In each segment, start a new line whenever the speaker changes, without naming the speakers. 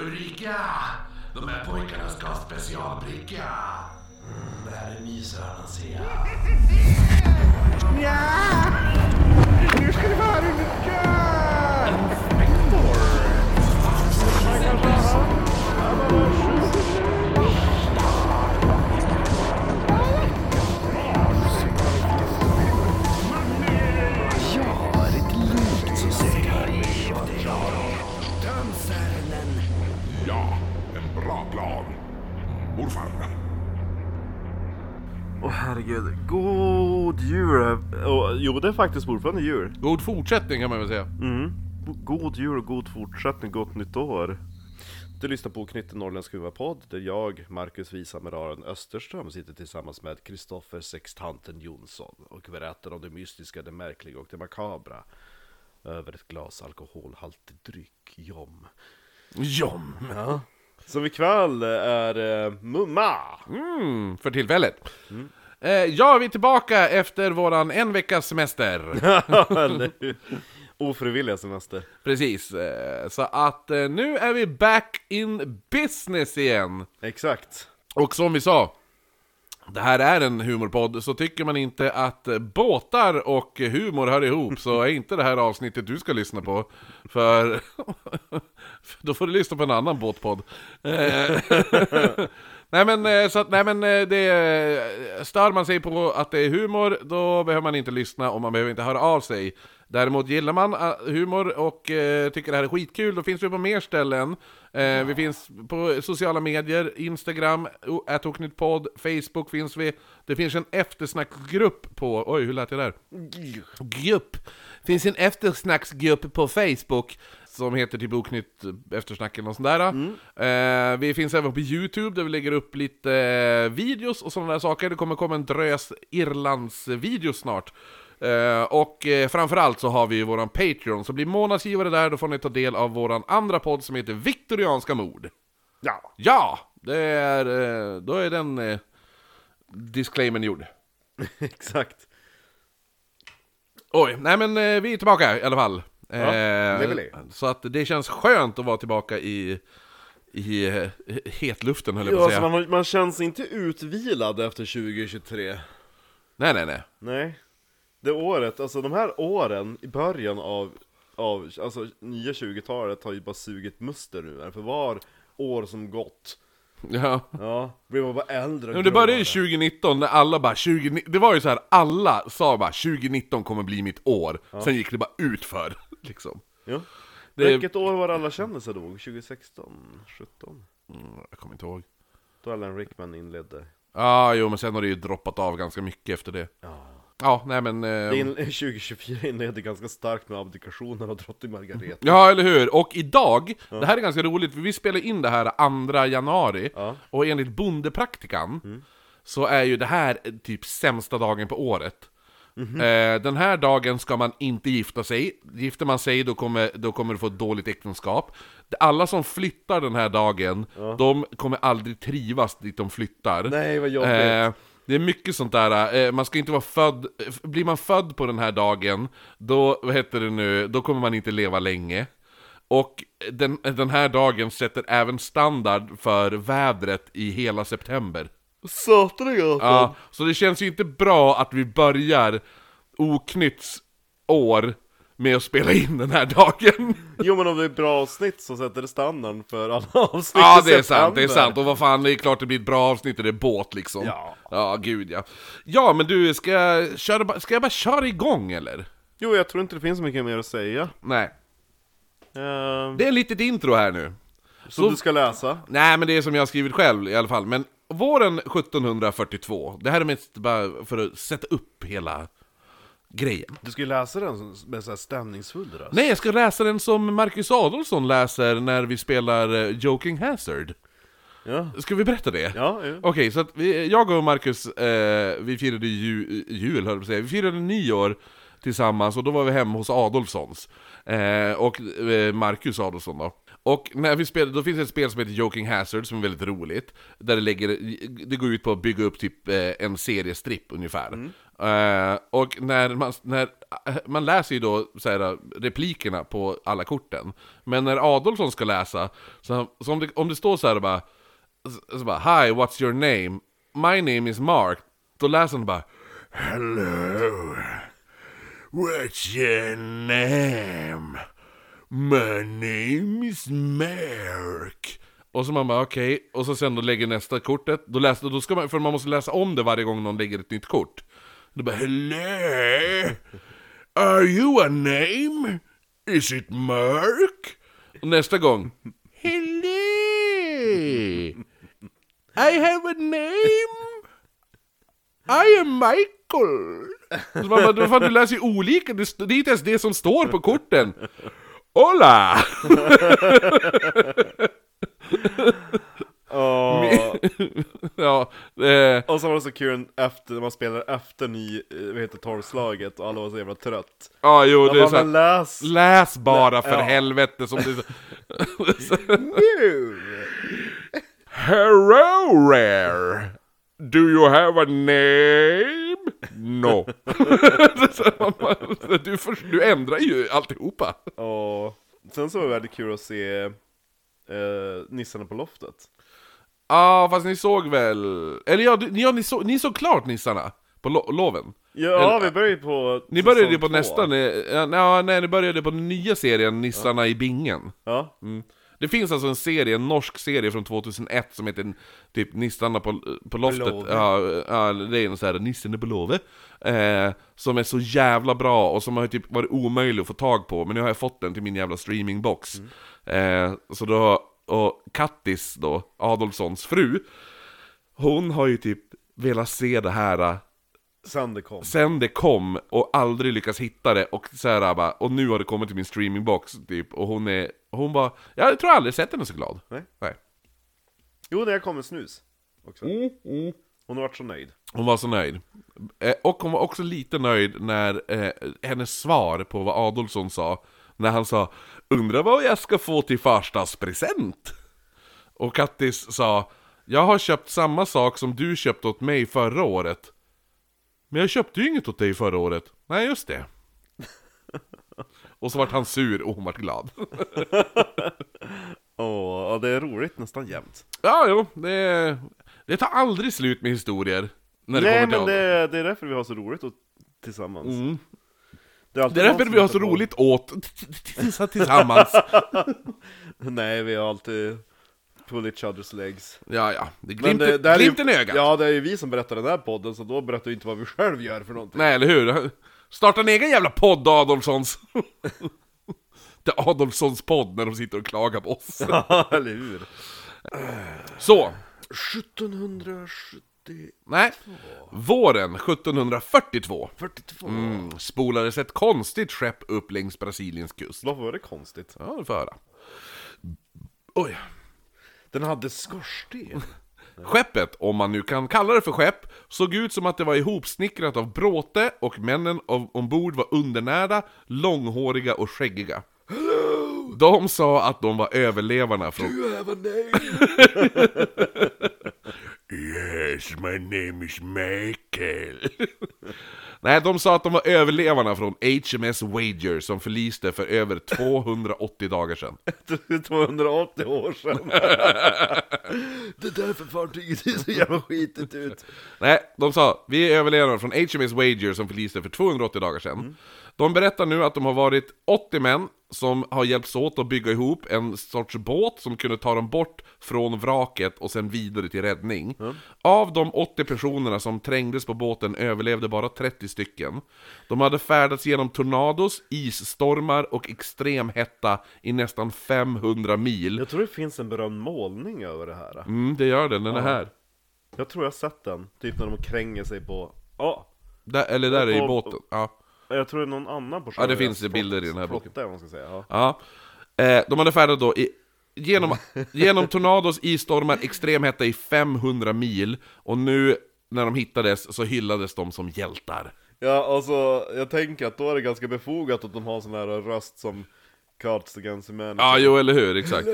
Ulrika! De här pojkarna ska ha specialbricka. Mm, det här är myshörnan ser jag.
Ja! Nu ska du få höra hur det går! Inspektor!
Ja, en bra plan. Morfar.
Åh herregud, god jul! Och, jo det är faktiskt fortfarande jul.
God fortsättning kan man väl säga.
Mm. God jul och god fortsättning, gott nytt år! Du lyssnar på Knytte Norrländsk Huvudpodd där jag, Marcus Visamiraren Österström, sitter tillsammans med Kristoffer Sextanten Jonsson och berättar om det mystiska, det märkliga och det makabra över ett glas alkoholhaltig dryck, jom.
Jom. Ja.
Som ikväll är eh, Mumma!
Mm, för tillfället. Eh, ja, vi är tillbaka efter våran en veckas semester.
Eller hur? Ofrivilliga semester.
Precis. Eh, så att eh, nu är vi back in business igen.
Exakt.
Och som vi sa, det här är en humorpodd, så tycker man inte att eh, båtar och humor hör ihop så är inte det här avsnittet du ska lyssna på. För, för då får du lyssna på en annan båtpodd. Eh, nej men, eh, så att, nej men eh, det, eh, stör man sig på att det är humor, då behöver man inte lyssna och man behöver inte höra av sig. Däremot gillar man eh, humor och eh, tycker det här är skitkul, då finns vi på mer ställen. Eh, Vi finns på sociala medier, Instagram, o- @oknyttpodd, Facebook finns vi. Det finns en eftersnacksgrupp på... Oj, hur lät jag där? Grupp. Finns en eftersnacksgrupp på Facebook som heter typ Oknytt eftersnack eller något sånt där. Eh, vi finns även på YouTube där vi lägger upp lite eh, videos och sådana där saker. Det kommer komma en drös Irlands-videos snart. Eh, och eh, framförallt så har vi ju våran Patreon, så bli månadsgivare där, då får ni ta del av våran andra podd som heter Viktorianska mord.
Ja.
Ja! Det är, eh, då är den eh, disclaimern gjord.
Exakt.
Oj, nej men eh, vi är tillbaka i alla fall. Eh,
det är väl det.
så att det känns skönt att vara tillbaka i, i eh, hetluften höll jag
Ja,
på att
alltså,
säga.
man, man känns inte utvilad efter 2023.
Nej, nej, nej.
Nej. Det året, alltså de här åren i början av, av alltså nya 20-talet har ju bara sugit muster nu här, för var år som gått,
Ja.
ja, blir man bara äldre och
Men det började ju
gråare.
2019 när alla bara 20, Det var ju så här, alla sa bara 2019 kommer bli mitt år Sen gick det bara utför liksom
Ja.
Det-
Vilket år var det alla kändisar dog? 2016? 17?
Mm, Jag kommer inte ihåg
Då Alan Rickman inledde.
Ja, jo men sen har det ju droppat av ganska mycket efter det Ja, nej men...
Det
ehm,
In, 2024 inledde ganska starkt med abdikationen av drottning Margareta.
Ja, eller hur? Och idag, det här är ganska roligt, för vi spelar in det här 2 januari,
Ja.
och enligt bondepraktikan så är ju det här eh, typ sämsta dagen på året. Eh, den här dagen ska man inte gifta sig, gifter man sig då kommer, då kommer du få ett dåligt äktenskap. Alla som flyttar den här dagen, de kommer aldrig trivas dit de flyttar.
Nej, vad jobbigt.
Eh, det är mycket sånt där, eh, man ska inte vara född, eh, blir man född på den här dagen, då, vad heter det nu, då kommer man inte leva länge. Och den, den här dagen sätter även standard för vädret i hela september.
Satan i gatan!
Ja, så det känns ju inte bra att vi börjar Oknytts år med att spela in den här dagen.
Jo men om det är bra avsnitt så sätter det standarden för alla avsnitt
Ja,
i
det är sant, det
september.
är sant. Och vad fan, det är klart det blir ett bra avsnitt och det är båt liksom.
Ja.
Ja, gud ja. Ja, men du, ska jag, köra, ba- ska jag bara köra igång eller?
Jo, jag tror inte det finns så mycket mer att säga.
Nej.
Ehm,
Det är ett litet intro här nu.
så du ska läsa?
Nej, men det är som jag har skrivit själv i alla fall. Men våren 1742, det här är mest bara för att sätta upp hela grejen.
Du ska ju läsa den som- med så här stämningsfull röst.
Nej, jag ska läsa den som Marcus Adolfsson läser när vi spelar eh, Joking Hazard.
Ja.
Ska vi berätta det?
Ja, ja.
Okej, så att vi, jag och Marcus, eh, vi firade ju, jul, höll jag på att säga. Vi firade nyår tillsammans och då var vi hemma hos Adolfssons. Eh, och eh, Marcus Adolfsson då. Och när vi spelade, då finns det ett spel som heter Joking Hazard som är
Mm.
väldigt roligt. Där det, lägger, det går ut på att bygga upp typ eh, en seriestripp ungefär. Eh, och när man, när, eh, man läser ju då så här, replikerna på alla korten. Men när Adolfsson ska läsa, så, så om, det, om det står så här bara, så, så bara Hi, what's your name? My name is Mark. Då läser han bara
Hello. What's your name? My name is Merk.
Och så man bara okej, och så sen då lägger nästa kortet, då läser, då ska man, för man måste läsa om det varje gång någon lägger ett nytt kort. Då bara
Hello. Are you a name? Is it Merk?
Och nästa gång,
Hello.
I have a name! I am Michael! Så man bara, "Vad fan, du läser ju olika, det, st- det är inte ens det som står på korten! Hola!
Åh.
ja, eh,
Och så var det så kul efter, när man spelar efter ny, eh, vad heter tolvslaget och alla var så jävla trött.
ja jo det är
Man
så
bara, men
här,
läs
Läs bara för
Ja.
helvete som du...
nu!
Hello rare! Do you have a name? No. Så man bara- du, för, du ändrar ju alltihopa.
Ja. Sen så var det väldigt kul att se eh, Nissarna på loftet.
Ja, Ah, fast ni såg väl... Eller ja, du- ja ni, såg, ni såg klart nissarna på lo- loven.
Ja,
Eller-
vi började ju på
Ni började ju
säsong
på
två.
nästan... Ja, nej, ni började på den nya serien Nissarna i bingen.
Ja.
Det finns alltså en serie, en norsk serie från 2001 som heter typ Nissarna på, på loftet.
låvet.
Ja, ja, det är en sån här Nissen är på låvet. Eh, som är så jävla bra och som har typ varit omöjlig att få tag på. Men nu har jag fått den till min jävla streamingbox. Eh, så då, och Kattis då, Adolfssons fru. Hon har ju typ velat se det här eh,
Sen det kom.
sen det kom och aldrig lyckas hitta det och så här bara, och nu har det kommit till min streamingbox typ och hon är, hon bara, jag tror jag aldrig sett henne så glad.
Nej.
Nej.
Jo, när jag kom med snus. Också.
Mm,
Hon har varit så nöjd.
Hon var så nöjd. Eh, Och hon var också lite nöjd när eh, hennes svar på vad Adolfsson sa, när han sa ”Undrar vad jag ska få till förstagspresent?” Och Kattis sa ”Jag har köpt samma sak som du köpte åt mig förra året”. Men jag köpte ju inget åt dig förra året. Nej, just det. Och så vart han sur och hon vart glad.
Åh, ja, det är roligt nästan jämt.
Ja, jo, det, det tar aldrig slut med historier. När det
Nej,
kommer till
men eh,
Adolf.
det, det är därför vi har så roligt och, tillsammans. Det är, alltid
Mm. Det är därför
någon som
vi har så
hittar på-
roligt åt tillsammans.
Nej, vi har alltid pull each other's legs.
Ja, ja. Det är
Men
glimten,
det- det här är ju-
glimten i ögat.
Ja, det är ju vi som berättar den här podden, så då berättar vi inte vad vi själv gör för någonting.
Nej, eller hur? Starta en egen jävla podd, Adolfssons. Det är Adolfssons podd när de sitter och klagar på oss.
Ja, eller hur?
Så,
1772.
nej. Våren 1742 mm, spolades ett konstigt skepp upp längs Brasiliens kust.
Varför var det konstigt?
Ja, du får höra. Oj.
Den hade skorsten.
Skeppet, om man nu kan kalla det för skepp, såg ut som att det var ihopsnickrat av bråte och männen av, ombord var undernärda, långhåriga och skäggiga. De sa att de var överlevarna från...
Du have a name?
Yes, my name is Michael.
Nej, de sa att de var överlevarna från HMS Wager som förliste för över 280 dagar sedan.
Det är 280 år sedan. det är därför fartyget ser så jävla skitigt ut.
Nej, de sa vi är överlevarna från HMS Wager som förliste för 280 dagar sedan. De berättar nu att de har varit 80 män som har hjälpts åt att bygga ihop en sorts båt som kunde ta dem bort från vraket och sen vidare till räddning. Av de 80 personerna som trängdes på båten överlevde bara 30 stycken. De hade färdats genom tornados, isstormar och extrem hetta i nästan 500 mil.
Jag tror det finns en berömd målning över det här.
Mm, det gör den, den är här.
Jag tror jag har sett den, typ när de kränger sig på... Ja,
Där, eller där är i
På-
båten. Ja.
jag tror det är någon annan på
Ja, det finns bilder i den här boken.
Flotta, man ska säga. Ja.
Ja. Eh, de hade färdats då i, genom, genom tornados, isstormar, extrem hetta i 500 mil och nu när de hittades så hyllades de som hjältar.
ja, alltså jag tänker att då är det ganska befogat att de har sån här röst som Cards Against Humanity.
Ja, jo eller hur, exakt.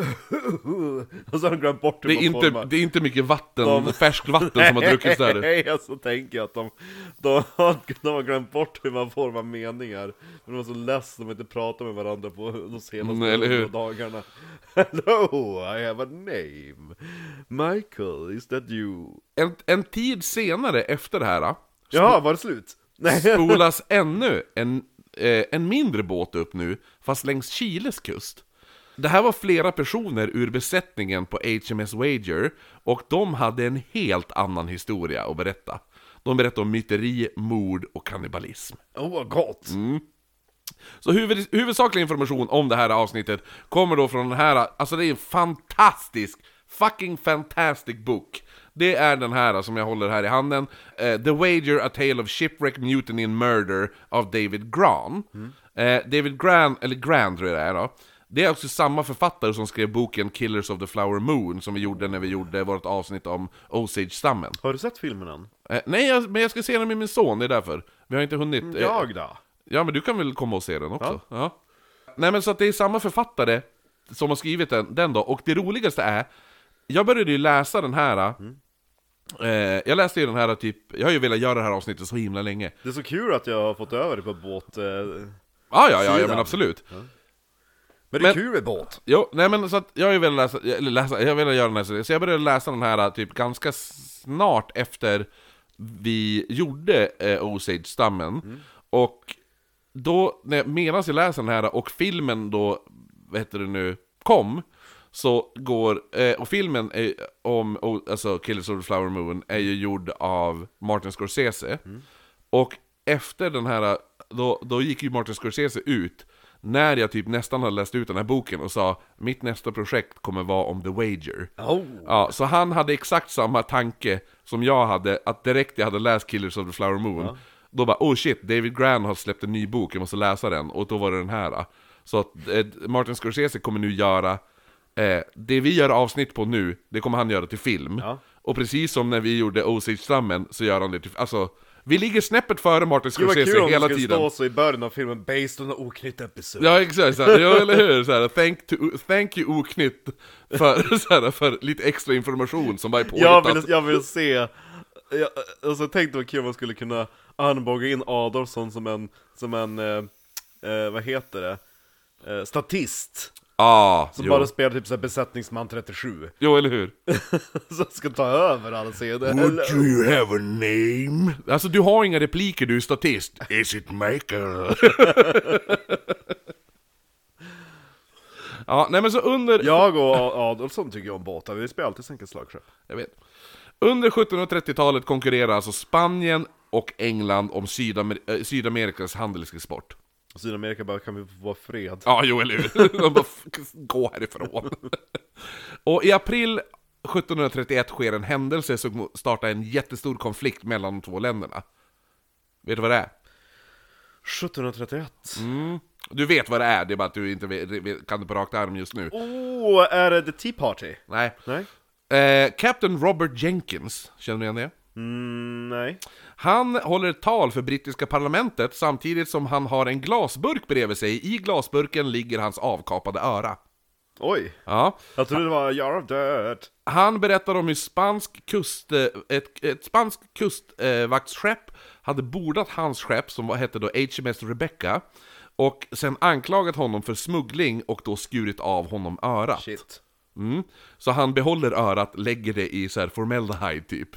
och så har de glömt bort hur
Det är
man
inte,
formar.
det är inte mycket vatten,
De-
färskvatten som har druckits där.
Nej, alltså tänker jag att de, de, har- de har glömt bort hur man formar meningar. Men de var så less att de inte pratar med varandra på de senaste
Mm, eller hur?
dagarna. Hello, I have a name. Michael, is that you?
En, en tid senare efter det här
Ja, var det slut? Nej.
spolas ännu en, eh, en mindre båt upp nu, fast längs Chiles kust. Det här var flera personer ur besättningen på HMS Wager, och de hade en helt annan historia att berätta. De berättade om myteri, mord och kannibalism.
Åh, Oh, vad gott!
Mm. Så huvud, huvudsaklig information om det här avsnittet kommer då från den här, alltså det är en fantastisk, fucking fantastic book. Det är den här som jag håller här i handen, eh, The Wager, A Tale of Shipwreck, Mutiny and Murder av David Gran. Eh, David Gran, eller Gran tror jag det är då. Det är också samma författare som skrev boken Killers of the Flower Moon som vi gjorde när vi gjorde vårt avsnitt om Osage-stammen.
Har du sett filmen än?
Eh, nej, jag, men jag ska se den med min son, det är därför. Vi har inte hunnit. eh,
Jag då?
Ja, men du kan väl komma och se den också? Ja. Nej, men så att det är samma författare som har skrivit den, den då, och det roligaste är, jag började ju läsa den här, eh, jag läste ju den här typ, jag har ju velat göra det här avsnittet så himla länge.
Det är så kul att jag har fått över det på båt... eh,
Ah, ja, ja, ja,
Sidan.
men absolut.
Men det är
Men-
kul med båt!
Jo, nej men så att jag har ju velat läsa, eller läsa, jag har velat göra den här serien, så jag började läsa den här typ ganska snart efter vi gjorde eh, Osage-stammen. Och då, när jag, medan jag läser den här och filmen då, vad heter det nu, kom, så går, eh, och filmen är, om, o- alltså Killers of the Flower Moon är ju gjord av Martin Scorsese. Och efter den här, då, då gick ju Martin Scorsese ut när jag typ nästan hade läst ut den här boken och sa mitt nästa projekt kommer vara om The Wager.
Oh.
Ja, så han hade exakt samma tanke som jag hade, att direkt jag hade läst Killers of the Flower Moon, då bara oh shit, David Gran har släppt en ny bok, jag måste läsa den, och då var det den här. Så att eh, Martin Scorsese kommer nu göra, eh, det vi gör avsnitt på nu, det kommer han göra till film.
Ja.
Och precis som när vi gjorde Osage-stammen så gör han det till, alltså, vi ligger snäppet före Martin
Gud vad
Scorsese
kul om det
hela
skulle
tiden.
stå så i början av filmen, 'Based on a oknytt episod'
Ja exakt, såhär, ja, eller hur? Såhär, thank, to, thank you Oknytt för, såhär, för lite extra information som var
Jag
påhittat.
vill, jag vill se, jag, alltså tänkte vad kul om man skulle kunna armbåga in Adolfsson som en, som en, eh, eh, vad heter det, eh, statist
Ah,
Som
jo.
bara spelar typ såhär besättningsman 37
jo, eller hur?
Som ska ta över alla scener,
Would
eller
you have a name?
Alltså du har inga repliker, du är statist.
Is it Michael?
Ja, nej men så under...
Jag och A- Adolfsson tycker ju om båtar, vi spelar alltid sänka slagskepp
Jag vet. Under 1730-talet konkurrerar alltså Spanien och England om Sydamer- eh, Sydamerikas handelsexport.
Och Sydamerika bara, kan vi få vara fred?
Ja, jo, eller hur? De bara, "F- gå härifrån. Och i april 1731 sker en händelse som startar en jättestor konflikt mellan de två länderna. Vet du vad det är?
1731
Du vet vad det är, det är bara att du inte vet, kan det på rakt arm just nu.
Åh, är det The Tea Party?
Nej.
Nej?
Eh, Captain Robert Jenkins, känner du igen det?
Mm, nej
Han håller ett tal för brittiska parlamentet samtidigt som han har en glasburk bredvid sig. I glasburken ligger hans avkapade öra.
Oj,
Ja.
jag trodde det var Jar of Dirt
Han berättar om hur spansk kust, eh, ett, ett spanskt kustvaktsskepp hade bordat hans skepp som var- hette då HMS Rebecca och sen anklagat honom för smuggling och då skurit av honom örat.
Shit
Mm. Så han behåller örat, lägger det i så här formaldehyde typ.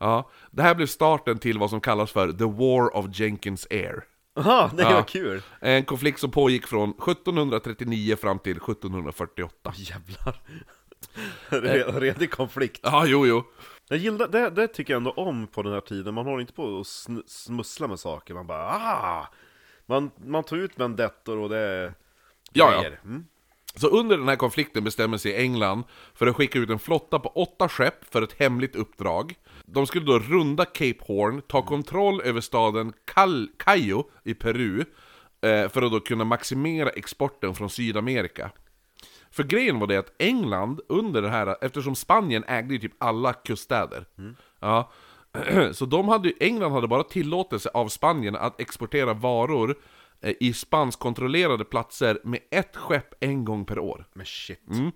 Ja.
Det här blev starten till vad som kallas för The War of Jenkins Air.
Aha, nej
Ja.
vad kul!
En konflikt som pågick från 1739 fram till 1748.
Jävlar.
Eh.
Red, redig konflikt.
Ja, jo, jo.
Jag gillar, det, det tycker jag ändå om på den här tiden, man håller inte på och sn- smussla med saker, man bara ah! Man, man tar ut vendettor och det är
Ja, ja.
grejer. Mm.
Så under den här konflikten bestämmer sig England för att skicka ut en flotta på åtta skepp för ett hemligt uppdrag. De skulle då runda Cape Horn, ta kontroll över staden Cal- Cayo i Peru eh, för att då kunna maximera exporten från Sydamerika. För grejen var det att England under det här, eftersom Spanien ägde ju typ alla kuststäder. Ja, så de hade, England hade bara tillåtelse av Spanien att exportera varor eh, i spanskkontrollerade platser med ett skepp en gång per år.
Men shit.
Mm.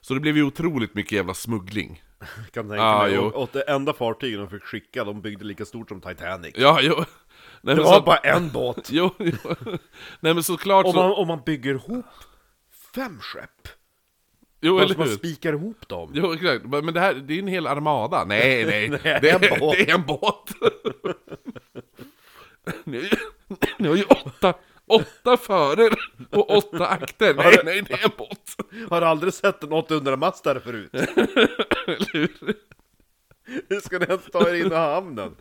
Så det blev ju otroligt mycket jävla smuggling.
Kan tänka
Ah,
mig.
jo.
Och, och det enda fartygen de fick skicka, de byggde lika stort som Titanic.
Ja, jo. Nej,
Det
men
var
så-
bara en båt.
Jo, jo. Nej men såklart
Om
så...
man, om man bygger ihop fem skepp.
Jo,
Eller
eller
man
hur?
spikar ihop dem.
Jo, exakt. Men men det här, det är en hel armada. Nej, nej.
Nej,
det,
en
är,
båt.
det är en båt. nu, nu har ju åtta, åtta förer och åtta akter. Nej, nej, det är en båt.
Har aldrig sett en 800-mastare förut. Hur ska ni ens ta er in i hamnen?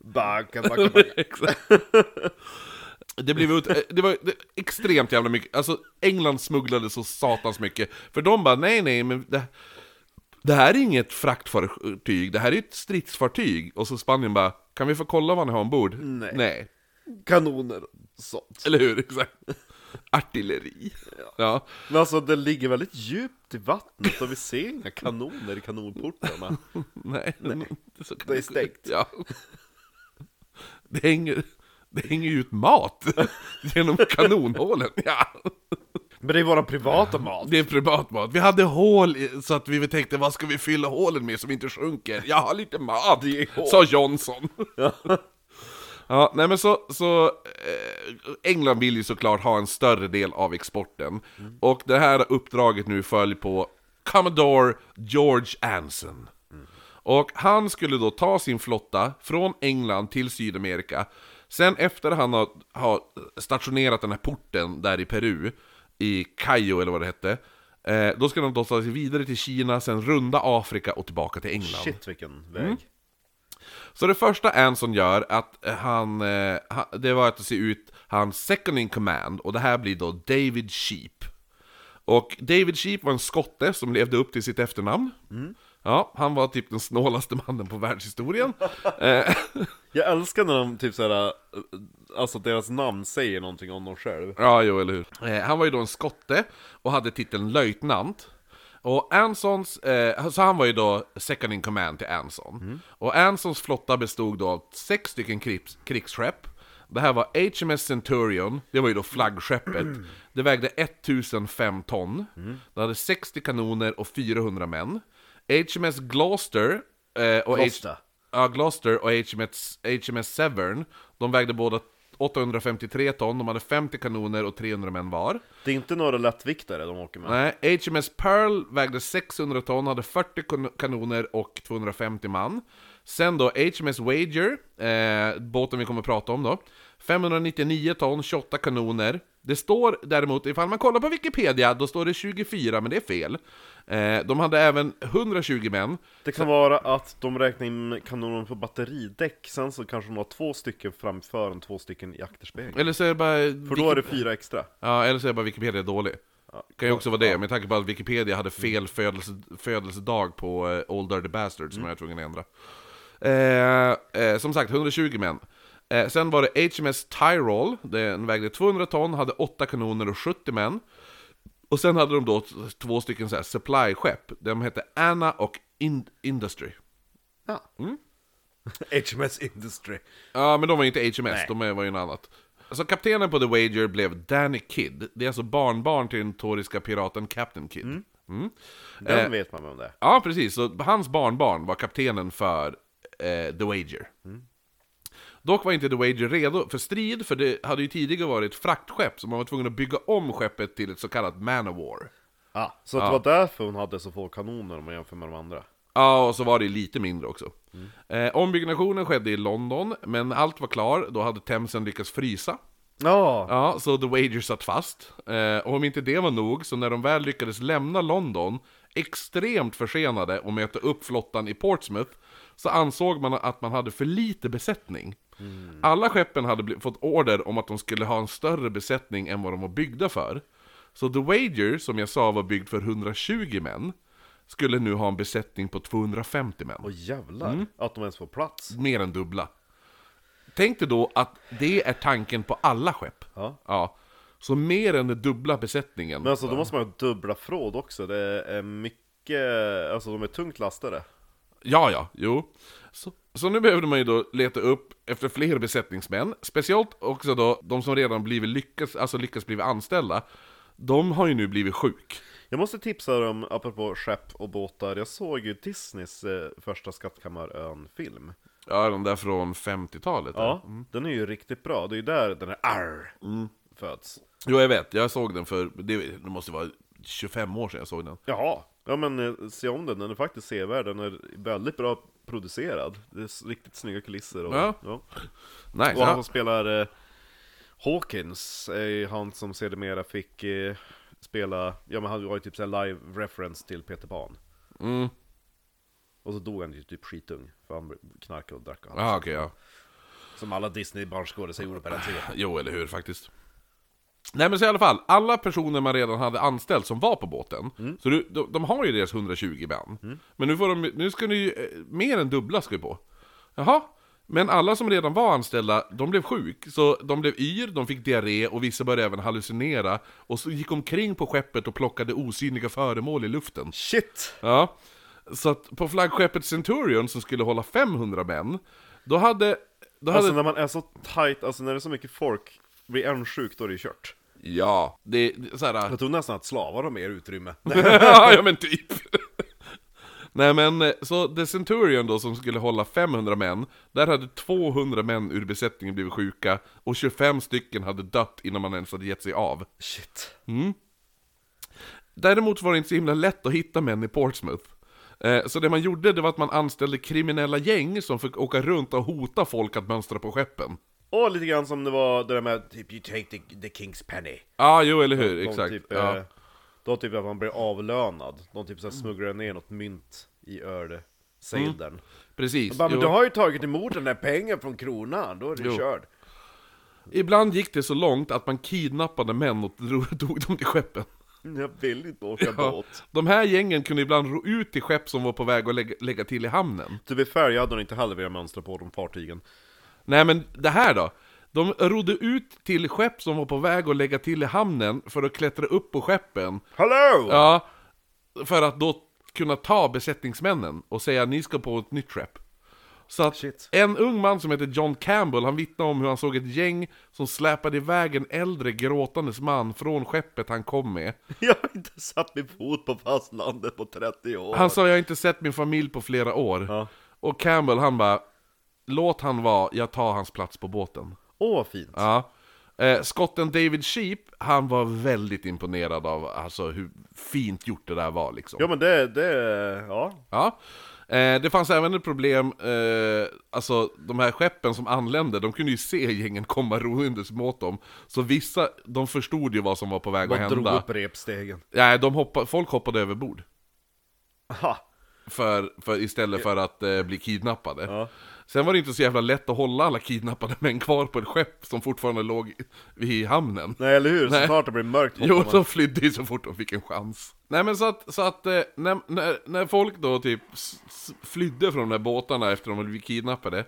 Banka, banka, banka.
Exakt. Det blev ut, eh, det var det, extremt jävla mycket, alltså England smugglade så satans mycket, för de bara nej nej men det, det här är inget fraktfartyg, det här är ett stridsfartyg, och så Spanien bara kan vi få kolla vad ni har ombord?
Nej.
nej.
Kanoner och sånt.
Eller hur, exakt. Artilleri. Ja.
Men alltså den ligger väldigt djupt i vattnet och vi ser inga kanoner i kanonportarna.
Nej. Så kan
Det är
du-
stängt.
Ja. Det hänger, det hänger ju ut mat genom kanonhålen. Ja.
Men det är våran privata mat.
Det är privat mat. Vi hade hål i, så att vi tänkte vad ska vi fylla hålen med som inte sjunker? Jag har lite mat,
Det är hål.
sa Johnson. Ja, nej men så, så eh, England vill ju såklart ha en större del av exporten. Och det här uppdraget nu följer på Commodore George Anson. Och han skulle då ta sin flotta från England till Sydamerika. Sen efter han har, har stationerat den här porten där i Peru, i Cayo eller vad det hette, eh, då ska de då ta sig vidare till Kina, sen runda Afrika och tillbaka till England.
Shit vilken väg.
Så det första Anson gör att han, eh, ha- det var att se ut hans second in command och det här blir då David Sheep. Och David Sheep var en skotte som levde upp till sitt efternamn. Ja, han var typ den snålaste mannen på världshistorien. eh,
Jag älskar när de typ såhär, alltså deras namn säger någonting om dem själv.
ja, jo, eller hur. Eh, han var ju då en skotte och hade titeln löjtnant. Och Ansons, eh, så han var ju då second in command till Anson. Och Ansons flotta bestod då av sex stycken krigs, krigsskepp. Det här var HMS Centurion, det var ju då flaggskeppet. Det vägde 1005 ton. Det hade 60 kanoner och 400 män. HMS Gloucester eh, och
Gloucester.
H- ja, Gloucester och HMS, HMS Severn, de vägde båda 853 ton, de hade 50 kanoner och 300 män var.
Det är inte några lättviktare de åker med.
Nej, HMS Pearl vägde 600 ton, hade 40 kon- kanoner och 250 man. Sen då HMS Wager, eh, båten vi kommer att prata om då. 599 ton, 28 kanoner. Det står däremot, ifall man kollar på Wikipedia, då står det 24, men det är fel. Eh, de hade även 120 män.
Det kan vara att de räknar in kanonen på batteridäck, sen så kanske de har två stycken framför och två stycken i akterspegeln.
Eller så är det bara...
För då är det fyra extra.
Ja, eller så är bara Wikipedia dålig. Kan ju också vara det, med tanke på att Wikipedia hade fel födelse, födelsedag på eh, Old Dirty Bastard som jag var tvungen att ändra. Eh, eh, som sagt, 120 män. Eh, sen var det HMS Tyrol, den vägde 200 ton, hade 8 kanoner och 70 män. Och sen hade de då t- två stycken så här supply-skepp, de hette Anna och In- Industry.
HMS Industry.
Ja, men de var ju inte HMS, de var ju något annat. Så kaptenen på The Wager blev Danny Kidd. Det är alltså barnbarn till den toriska piraten Captain Kidd. Mm.
Den vet man vem det är.
Ja, precis. Så hans barnbarn var kaptenen för eh, The Wager. Dock var inte The Wager redo för strid, för det hade ju tidigare varit ett fraktskepp, så man var tvungen att bygga om skeppet till ett så kallat man of war.
Ah, så att det var därför hon hade så få kanoner om man jämför med de andra.
Ja, och så var det lite mindre också. Eh, ombyggnationen skedde i London, men allt var klar, då hade Themsen lyckats frysa.
Ja,
Ja, så The Wager satt fast. Eh, och om inte det var nog, så när de väl lyckades lämna London, extremt försenade och möta upp flottan i Portsmouth, så ansåg man att man hade för lite besättning. Alla skeppen hade bli- fått order om att de skulle ha en större besättning än vad de var byggda för. Så The Wager, som jag sa var byggd för 120 män, skulle nu ha en besättning på 250 män
och jävlar att de ens får plats.
mer än dubbla. Tänk dig då att det är tanken på alla skepp.
Ja.
Så mer än den dubbla besättningen.
Men alltså då måste man ha dubbla fråd också, det är mycket, alltså de är tungt lastade.
Ja, ja, jo. Så, Så nu behövde man ju då leta upp efter fler besättningsmän, speciellt också då de som redan blivit lyckas, alltså lyckats blivit anställda. De har ju nu blivit sjuk.
Jag måste tipsa dig om, apropå skepp och båtar, jag såg ju Disneys eh, första Skattkammarön-film.
Ja, de där från 50-talet.
Ja, Eh, Mm. den är ju riktigt bra. Det är ju där den här arr föds.
Jo, jag vet. Jag såg den för, det, det måste vara 25 år sedan jag såg den.
Jaha. Ja men eh, se om den, den är faktiskt sevärd, den är väldigt bra producerad. Det är s- riktigt snygga kulisser och...
Ja. Nice.
Och han som
Ja.
spelar eh, Hawkins, är han som sedermera fick eh, spela, ja men han var ju typ en live reference till Peter Pan.
Mm.
Och så dog han ju typ skitung, för han knarkade och drack och allt.
Ah, okej, ja.
Som alla Disney-barnskådisar gjorde på den tiden.
Jo, eller hur faktiskt. Nej men så i alla fall, alla personer man redan hade anställt som var på båten, så du, de, de har ju deras 120 man. Men nu, får de, nu ska ni ju, eh, mer än dubbla ska vi på. Jaha, men alla som redan var anställda, de blev sjuk. Så de blev yr, de fick diarré och vissa började även hallucinera. Och så gick omkring på skeppet och plockade osynliga föremål i luften.
Shit!
Ja. Så att på flaggskeppet Centurion som skulle hålla 500 män, då hade... Då hade
Alltså när man är så tight, alltså när det är så mycket folk, blir en sjuk då är det ju kört.
Ja, det, det så här,
Jag tror nästan att slavar har mer utrymme.
ja, ja men typ. Nej men, eh, så The Centurion då som skulle hålla 500 män, där hade 200 män ur besättningen blivit sjuka och 25 stycken hade dött innan man ens hade gett sig av.
Shit.
Däremot var det inte så himla lätt att hitta män i Portsmouth. Eh, Så det man gjorde det var att man anställde kriminella gäng som fick åka runt och hota folk att mönstra på skeppen.
Och lite grann som det var det där med typ you take the, the king's penny.
Ja, ah, jo eller hur,
De
exakt.
Typ,
ja.
ja. Då typ att man blir avlönad. De typ såhär smugglar ner något mynt i ölsejdern.
Precis.
Bara, men
Mm. jo.
du har ju tagit emot den där pengen från kronan, då är du
Jo.
körd.
Ibland gick det så långt att man kidnappade män och drog- tog dem till skeppen.
Jag vill inte åka
Ja,
båt.
de här gängen kunde ibland ro ut till skepp som var på väg att lägga, lägga till i hamnen.
To be fair, jag hade nog inte heller velat mönstra på de fartygen.
Nej men det här då? De rodde ut till skepp som var på väg att lägga till i hamnen för att klättra upp på skeppen.
Hallå!
Ja, för att då kunna ta besättningsmännen och säga ni ska på ett nytt skepp. Så att
Shit.
en ung man som heter John Campbell, han vittnade om hur han såg ett gäng som släpade iväg en äldre gråtandes man från skeppet han kom med.
Jag har inte satt min fot på fastlandet på 30 år.
Han sa jag har inte sett min familj på flera år.
Ja.
Och Campbell han bara Låt han vara, jag tar hans plats på båten.
Åh vad fint.
Ja. Eh, skotten David Sheep, han var väldigt imponerad av alltså, hur fint gjort det där var liksom.
Ja men det, det, ja.
Ja. Eh, det fanns även ett problem, eh, alltså de här skeppen som anlände, de kunde ju se gängen komma roendes mot dem. Så vissa, de förstod ju vad som var på väg att
Man drog
hända.
upp repstegen.
Nej, de hoppa, folk hoppade över bord.
Aha.
för, för, istället för att eh, bli kidnappade.
Ja.
Sen var det inte så jävla lätt att hålla alla kidnappade män kvar på ett skepp som fortfarande låg i hamnen.
Nej eller hur, så
Nej.
snart det blir mörkt hoppar
Jo,
man.
de flydde ju så fort de fick en chans. Nej men så att, så att eh, när, när, när folk då typ s- s- flydde från de där båtarna efter de blivit kidnappade,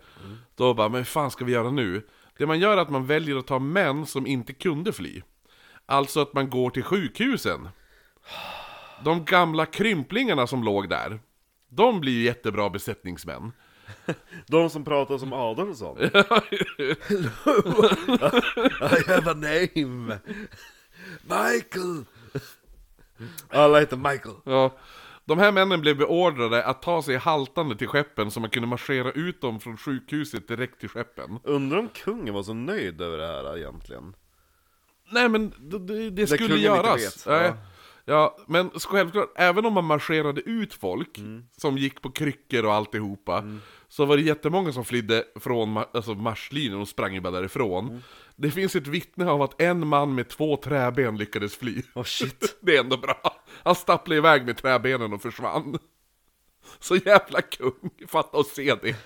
då bara, men hur fan ska vi göra nu? Det man gör är att man väljer att ta män som inte kunde fly. Alltså att man går till sjukhusen. De gamla krymplingarna som låg där, de blir ju jättebra besättningsmän.
De som pratar som Adolfsson. Hello! I have a name! Michael! Alla heter Michael.
Ja. De här männen blev beordrade att ta sig haltande till skeppen så man kunde marschera ut dem från sjukhuset direkt till skeppen.
Undrar om kungen var så nöjd över det här egentligen.
Nej men det, det, det skulle
kungen inte
göras.
vet.
Nej.
Ja.
Ja. men så självklart, även om man marscherade ut folk
Mm.
som gick på kryckor och alltihopa, så var det jättemånga som flydde från ma- alltså marschlinjen och sprang ju bara därifrån.
Mm.
Det finns ett vittne av att en man med två träben lyckades fly.
Åh Oh, shit.
det är ändå bra. Han stapplade iväg med träbenen och försvann. Så jävla kung, fatta och se det.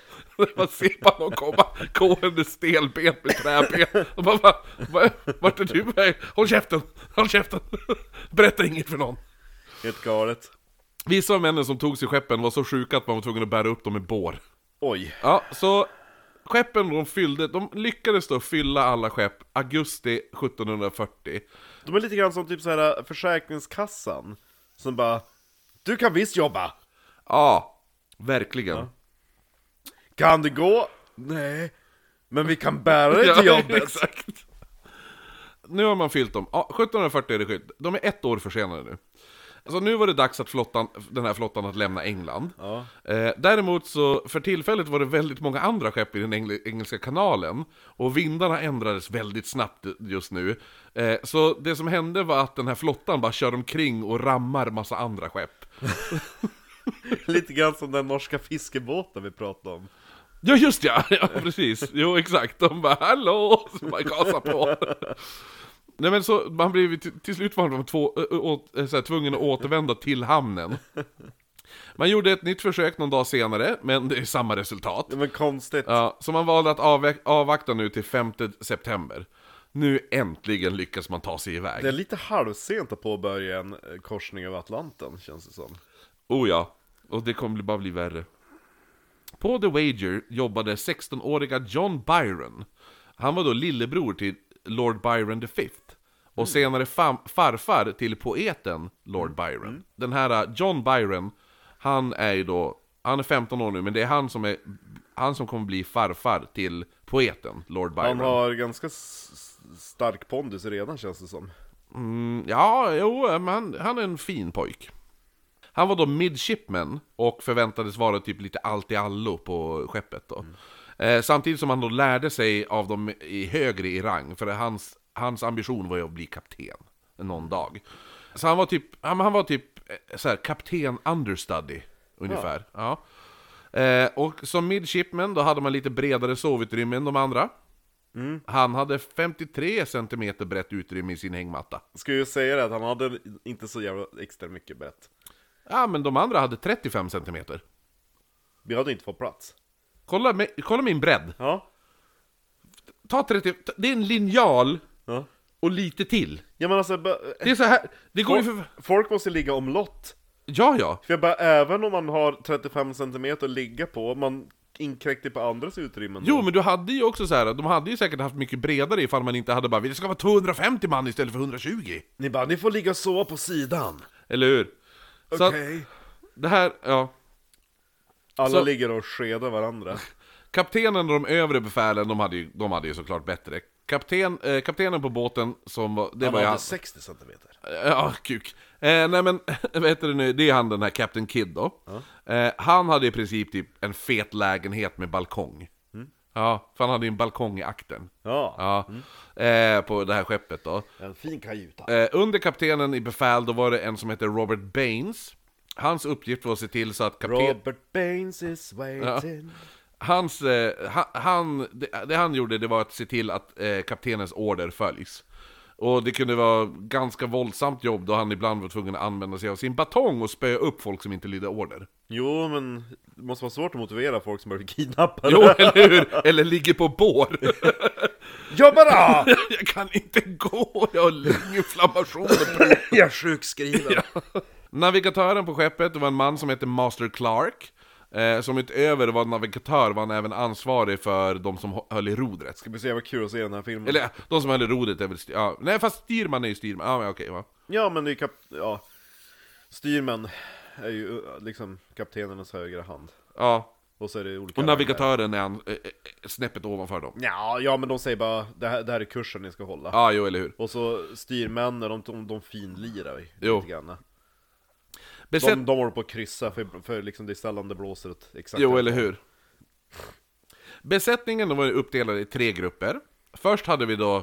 Man ser bara någon komma gående stelbent med träben. Och man bara, "Va? vart är du på väg? Håll käften, håll käften. Berätta inget för någon.
Helt galet.
Vissa av männen som tog sig skeppen var så sjuka att man var tvungen att bära upp dem i bår.
Oj.
Ja, så skeppen de fyllde, de lyckades då fylla alla skepp augusti 1740.
De är lite grann som typ så här Försäkringskassan. Som bara Du kan visst jobba!
Ja, verkligen.
Kan det gå? Nej. Men vi kan bära det till
Ja,
jobbet.
exakt. Nu har man fyllt dem. Ja, 1740 är det skydd. De är ett år försenade nu. Alltså nu var det dags att flottan, den här flottan att lämna England. Eh, däremot så, för tillfället var det väldigt många andra skepp i den engl- engelska kanalen. Och vindarna ändrades väldigt snabbt just nu. Eh, så det som hände var att den här flottan bara kör omkring och rammar massa andra skepp.
Lite grann som den norska fiskebåten vi pratade om.
Ja just ja, ja precis. Jo exakt, de bara hallå, så bara gasar på. Nej men så, man blev, ju till, till slut var de två, ö, ö, å, ö, så här, tvungen att återvända till hamnen. Man gjorde ett nytt försök någon dag senare, men det är samma resultat.
Det var konstigt.
Ja, så man valde att avvä- avvakta nu till 5 september. Nu äntligen lyckas man ta sig iväg.
Det är lite halvsent att påbörja en eh, korsning över Atlanten, känns det som.
Oh ja, och det kommer bara bli värre. På The Wager jobbade 16-åriga John Byron. Han var då lillebror till Lord Byron the Fifth. Och
Mm.
senare fam- farfar till poeten Lord Byron.
Mm.
Den här uh, John Byron, han är ju då, han är 15 år nu, men det är han som är, han som kommer bli farfar till poeten Lord Byron.
Han har ganska s- s- stark pondus redan, känns det som.
Mm, ja, jo, men han, han är en fin pojk. Han var då midshipman och förväntades vara typ lite allt i allo på skeppet då. Eh, samtidigt som han då lärde sig av dem i högre i rang, för hans, hans ambition var ju att bli kapten någon dag. Så han var typ, han, han var typ eh, så här, kapten understudy ungefär. Ja. Eh, och som midshipman då hade man lite bredare sovutrymme än de andra. Han hade 53 cm brett utrymme i sin hängmatta.
Ska ju säga det att han hade inte så jävla extra mycket brett.
Ja, men de andra hade 35 centimeter.
Vi hade inte fått plats.
Kolla, mi- kolla min bredd.
Ja.
Ta 30, ta- det är en linjal
Ja,
och lite till.
ja men alltså, bara-
Det är så här, det går ju för...
folk måste ligga omlott.
Ja, ja.
För jag bara, även om man har 35 cm att ligga på, man inkräktar på andras utrymmen.
Jo, men du hade ju också så här, de hade ju säkert haft mycket bredare ifall man inte hade bara Det ska vara 250 man istället för 120.
Ni bara, ni får ligga och sova på sidan.
Eller hur? Så att, det här, ja.
Alla
Så-
ligger och skedar varandra.
Kaptenen och de övre befälen, de hade ju, de hade ju såklart bättre. Kapten, eh, kaptenen på båten som var... Det
Han
var ju
hade
han-
60 cm.
Ja, kuk. Eh, nej men, vad heter det nu, det är han den här Captain Kidd då. Eh, han hade i princip typ en fet lägenhet med balkong. Ja, för han hade ju en balkong i akten.
Mm. Ja.
Ja, eh, på det här skeppet då.
En fin kajuta.
Eh, under kaptenen i befäl då var det en som hette Robert Baines. Hans uppgift var att se till så att kapten...
Robert Baines is waiting.
Hans, eh, ha- han, det, det han gjorde det var att se till att eh, kaptenens order följs. Och det kunde vara ganska våldsamt jobb då han ibland var tvungen att använda sig av sin batong och spöa upp folk som inte lydde order.
Jo, men det måste vara svårt att motivera folk som har blivit kidnappade.
Jo, eller hur? Eller ligger på bår.
Jobba då!
Jag kan inte gå, jag har lunginflammation.
Jag är sjukskriven.
Navigatören på skeppet det var en man som hette Master Clark. Eh, som utöver att vara navigatör var han även ansvarig för de som hö- höll i rodret.
Det blir så jävla kul att se den här filmen.
Eller de som höll i rodret är väl styr, ja. Nej fast styrman är ju styrman, ja men okej va.
Ja, men det är kap... Ja. Styrman är ju uh, liksom kaptenernas högra hand.
Ja.
Och så är det olika...
Och navigatören är han, eh, eh, snäppet ovanför dem.
Ja, ja, men de säger bara det här, det här är kursen ni ska hålla.
Ja, jo eller hur.
Och så styrmännen, de, de, de finlirar ju
Jo.
lite grann.
Besätt...
De, de håller på att kryssa för, för liksom det är sällan det blåser åt exakt
Jo
rätt
eller
håll.
hur. Besättningen de var uppdelad i tre grupper. Först hade vi då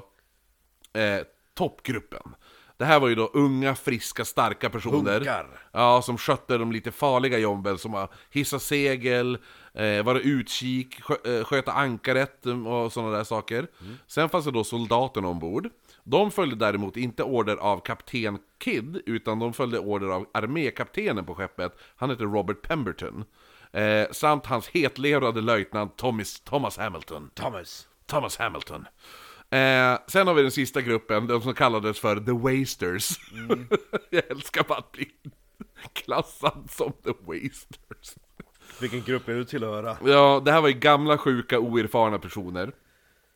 eh, toppgruppen. Det här var ju då unga, friska, starka personer.
Hunkar.
Ja, som skötte de lite farliga jobben som var hissa segel, eh, vara utkik, skö- eh, sköta ankaret eh, och sådana där saker. Sen fanns det då soldaterna ombord. De följde däremot inte order av kapten Kidd, utan de följde order av armékaptenen på skeppet. Han hette Robert Pemberton. Eh, samt hans hetlevrade löjtnant Thomas, Thomas Hamilton.
Thomas!
Thomas Hamilton. Eh, sen har vi den sista gruppen, de som kallades för The Wasters. Jag älskar bara att bli klassad som The Wasters.
Vilken grupp är du tillhöra?
Ja, det här var ju gamla, sjuka, oerfarna personer.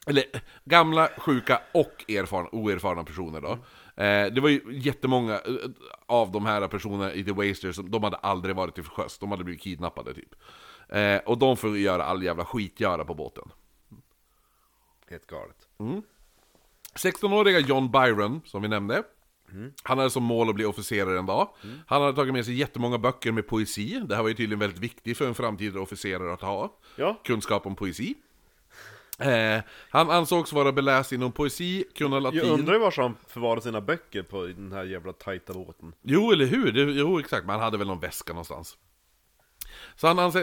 Eller gamla, sjuka och erfarna, oerfarna personer då. Eh, det var ju jättemånga eh, av de här personerna i The Wasters, som- de hade aldrig varit till sjöss, de hade blivit kidnappade typ. Eh, och de får göra all jävla skitgöra på båten.
Helt galet.
16-åriga John Byron, som vi nämnde,
Mm.
han hade som mål att bli officerare en dag. Han hade tagit med sig jättemånga böcker med poesi. Det här var ju tydligen väldigt viktigt för en framtida officerare att ha.
Ja.
Kunskap om poesi. Eh, han ansågs vara beläst inom poesi, kunna latin...
Jag undrar ju var han förvarar sina böcker på i den här jävla tajta båten.
Jo, eller hur? Det, jo, exakt. Men han hade väl någon väska någonstans. Så han, anse,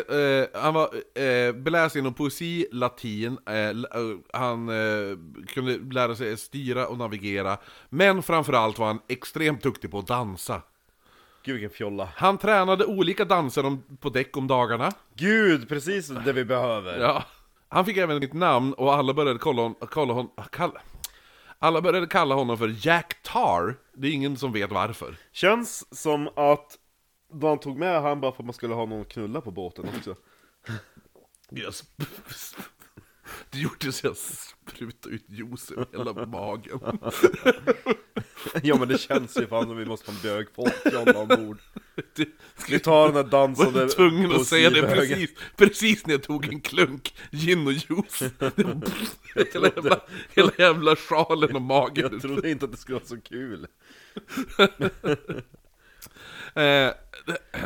eh, han var eh, beläst inom poesi, latin, eh, l- eh, han eh, kunde lära sig styra och navigera, men framförallt var han extremt duktig på att dansa.
Gud vilken fjolla.
Han tränade olika danser om, på däck om dagarna.
Gud, precis det vi behöver.
Ja. Han fick även ett namn och alla började kolla hon, kolla hon, kalla, alla började kalla honom för Jack Tar. Det är ingen som vet varför.
Känns som att då han tog med han bara för att man skulle ha någon att knulla på båten också.
Jag sp- sp- det gjorde så jag sprutade ut juice över hela magen.
ja men det känns ju fan som vi måste ha en bög folk John ombord.
Det-
Vi tar den där dansande
Jag var tvungen att säga det
poesibögen.
precis, precis när jag tog en klunk gin och juice. Det var- hela, jävla, hela jävla sjalen och magen.
Jag trodde inte att det skulle vara så kul.
Eh,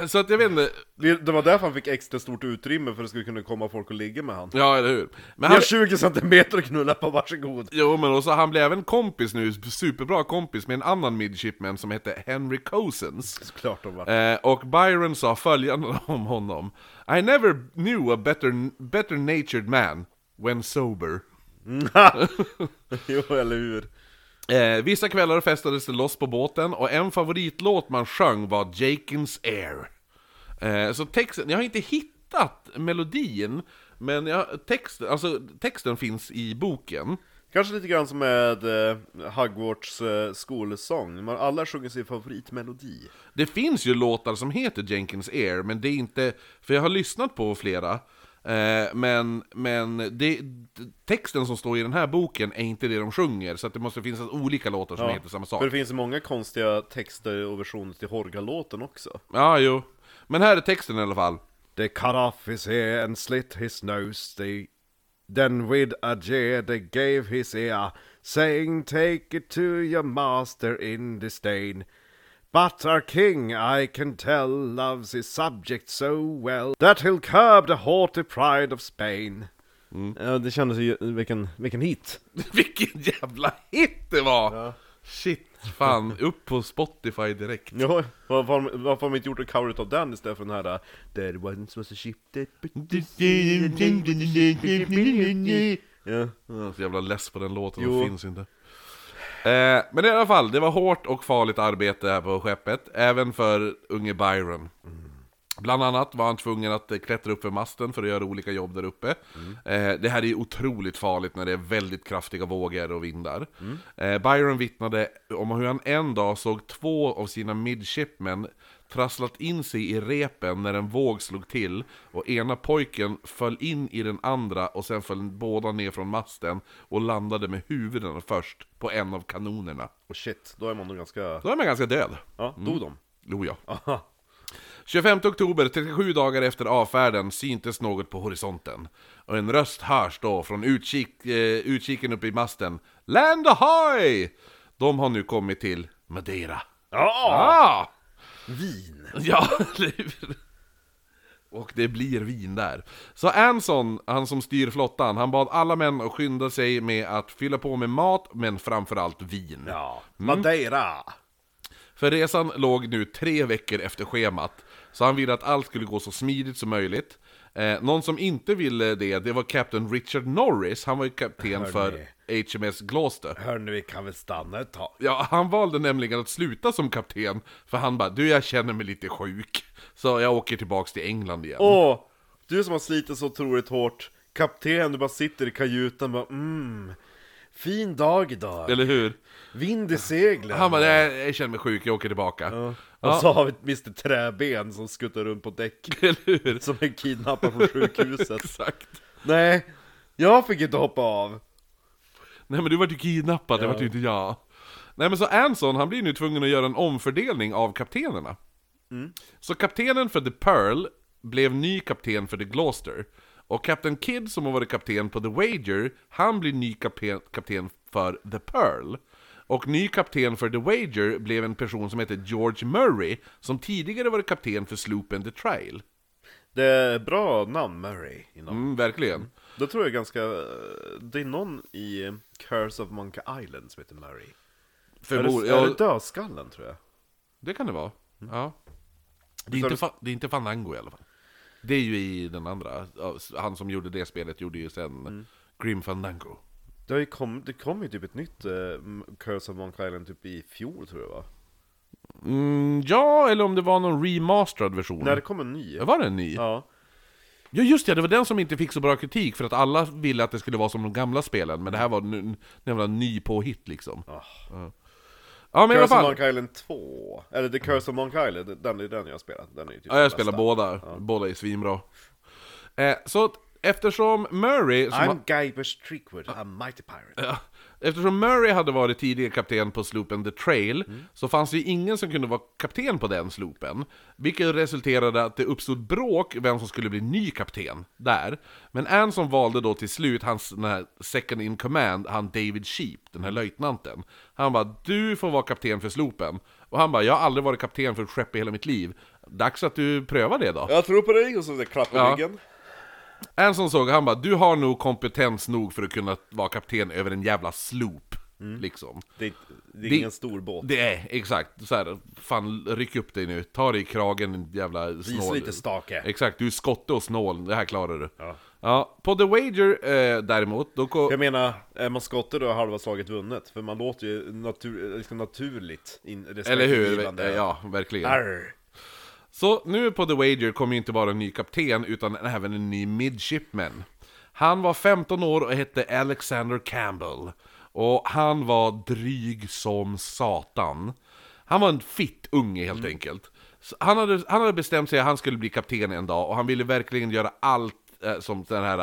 så att jag vet inte,
Det det var därför han fick extra stort utrymme för att det skulle kunna komma folk och ligga med han.
ja eller hur.
Vi
Men
har
han,
20 centimeter att knulla på, varsågod!
jo, men också, han blev även kompis nu, superbra kompis med en annan midshipman som hette Henry Cosens.
Såklart de var.
Eh, och Byron sa följande om honom. I never knew a better, better natured man when sober.
jo, eller hur?
Eh, vissa kvällar festades det loss på båten och en favoritlåt man sjöng var Jakins Air. Eh, så texten, jag har inte hittat melodin, men jag, texten, alltså, texten finns i boken.
Kanske lite grann som med eh, Hogwarts eh, skolsång, man alla sjunger sin favoritmelodi.
Det finns ju låtar som heter Jenkins Air, men det är inte... För jag har lyssnat på flera, eh, men, men det, texten som står i den här boken är inte det de sjunger, så att det måste finnas olika låtar som heter samma sak.
För det finns ju många konstiga texter och versioner till Horga-låten också.
Ja, jo. Men här är texten i alla fall.
They cut off his ear and slit his nose. They then with a jeer they gave his ear, saying, Take it to your master in disdain. But our king, I can tell, loves his subject so well that he'll curb the haughty pride of Spain. Ja, det kändes ju, vilken, vilken hit!
Vilken jävla hit det var! Shit, fan. Upp på Spotify direkt.
Ja, varför, har de- varför har de inte gjort en cover utav den istället för den här uh, There once was a ship that... Ja.
Jag är så jävla less på den låten,
Jo.
den finns inte. Eh, men i alla fall, det var hårt och farligt arbete här på skeppet, även för unge Byron. Bland annat var han tvungen att eh, klättra upp för masten för att göra olika jobb där uppe. Eh, det här är ju otroligt farligt när det är väldigt kraftiga vågor och vindar. Eh, Byron vittnade om hur han en dag såg två av sina midshipmen trasslat in sig i repen när en våg slog till och ena pojken föll in i den andra och sen föll båda ner från masten och landade med huvudena först på en av kanonerna.
Och Oh, shit, då är man nog ganska...
Då är man ganska död.
Ja, dog de?
Jo, ja.
Aha.
25 oktober, 37 dagar efter avfärden, syntes något på horisonten. Och en röst hörs då från utkik, eh, utkiken uppe i masten. Land ahoy! De har nu kommit till Madeira.
Ja!
Ah!
Vin!
Ja, eller hur? Och det blir vin där. Så Anson, han som styr flottan, han bad alla män att skynda sig med att fylla på med mat, men framförallt vin.
Ja.
Mm.
Madeira!
För resan låg nu tre veckor efter schemat, så han ville att allt skulle gå så smidigt som möjligt. Eh, någon som inte ville det, det var Captain Richard Norris, han var ju kapten för HMS Gloucester.
Hörni, vi kan väl stanna ett tag?
Ja, han valde nämligen att sluta som kapten, för han bara du jag känner mig lite sjuk, så jag åker tillbaks till England igen.
Åh! Mm. Du som har slitit så otroligt hårt. Kapten, du bara sitter i kajuten och bara mm. Fin dag idag.
Eller hur?
Vind i seglen.
Han bara nej, jag känner mig sjuk, jag åker tillbaka.
Och så har vi Mr Träben som skuttar runt på däck.
Eller hur?
Som är kidnappad från sjukhuset.
Exakt.
Nej, jag fick inte hoppa av.
Nej men du vart ju kidnappad, det vart ju inte jag. Nej men så Anson, han
Mm.
blir nu tvungen att göra en omfördelning av kaptenerna. Så kaptenen för The Pearl, blev ny kapten för The Gloucester. Och Captain Kidd som har varit kapten på The Wager, han blir ny kapten, kapten för The Pearl. Och ny kapten för The Wager blev en person som heter George Murray, som tidigare varit kapten för Sloop and the Trail.
Det är bra namn, Murray. You know.
Mm, verkligen.
Det tror jag ganska... eh, Det är någon i Curse of Monkey Island som heter Murray. Är
Förmod-
det,
ja,
är det Dödskallen, tror jag?
Det kan det vara. Ja. Mm. Det är, inte fa- det är inte Fandango i alla fall. Det är ju i den andra. Ja, Han som gjorde det spelet gjorde ju sen Grim Fandango.
Det, har ju kom, det kom ju typ ett nytt eh, Curse of Monkey Island typ i fjol, tror jag va?
Mm, ja, eller om det var någon remasterad version.
När det kom en ny.
Ja, Var det en ny? Ja.
Ja.
just det, det var den som inte fick så bra kritik för att alla ville att det skulle vara som de gamla spelen, men det här var nu- en jävla ny påhitt liksom.
Ah.
Ja. Ja men i alla
Curse of
fall,
Monkey Island 2. Eller The Curse of Monkey Island, den är den jag har spelat. Den är ju typ
ja,
den
jag spelar
bästa.
båda, båda är svinbra. Eh, så att eftersom Murray, som
I'm Guybrush Threepwood, I'm Mighty Pirate.
Ja. Eftersom Murray hade varit tidigare kapten på slopen The Trail så fanns det ju ingen som kunde vara kapten på den slopen. Vilket resulterade att det uppstod bråk vem som skulle bli ny kapten där. Men Anson valde då till slut hans den här second in command, han David Sheep, den här löjtnanten. Han bara du får vara kapten för slopen. Och han bara jag har aldrig varit kapten för ett skepp i hela mitt liv. Dags att du prövar det då.
Jag tror på dig! Och så klappar
Ja.
ja. ryggen.
Anson såg, han bara, du har nog kompetens nog för att kunna vara kapten över en jävla sloop. Liksom.
Det är, det är
Det-
ingen stor båt.
Det är, exakt. Så här, fan ryck upp dig nu, ta dig i kragen din jävla snål.
lite stake.
Exakt, du är skotte och snål, det här klarar du.
Ja.
på The Wager eh, däremot, då ko-
Jag menar, är man skotte då är halva slaget vunnet, för man låter ju natur, liksom naturligt in,
eller hur?
respektingivande.
Eh, Ja, verkligen.
Arr.
Så nu på The Wager kommer ju inte bara en ny kapten utan även en ny midshipman. Han var 15 år och hette Alexander Campbell. Och han var dryg som satan. Han var en fitt unge helt enkelt. Så han, hade, han hade bestämt sig att han skulle bli kapten en dag och han ville verkligen göra allt eh, som den här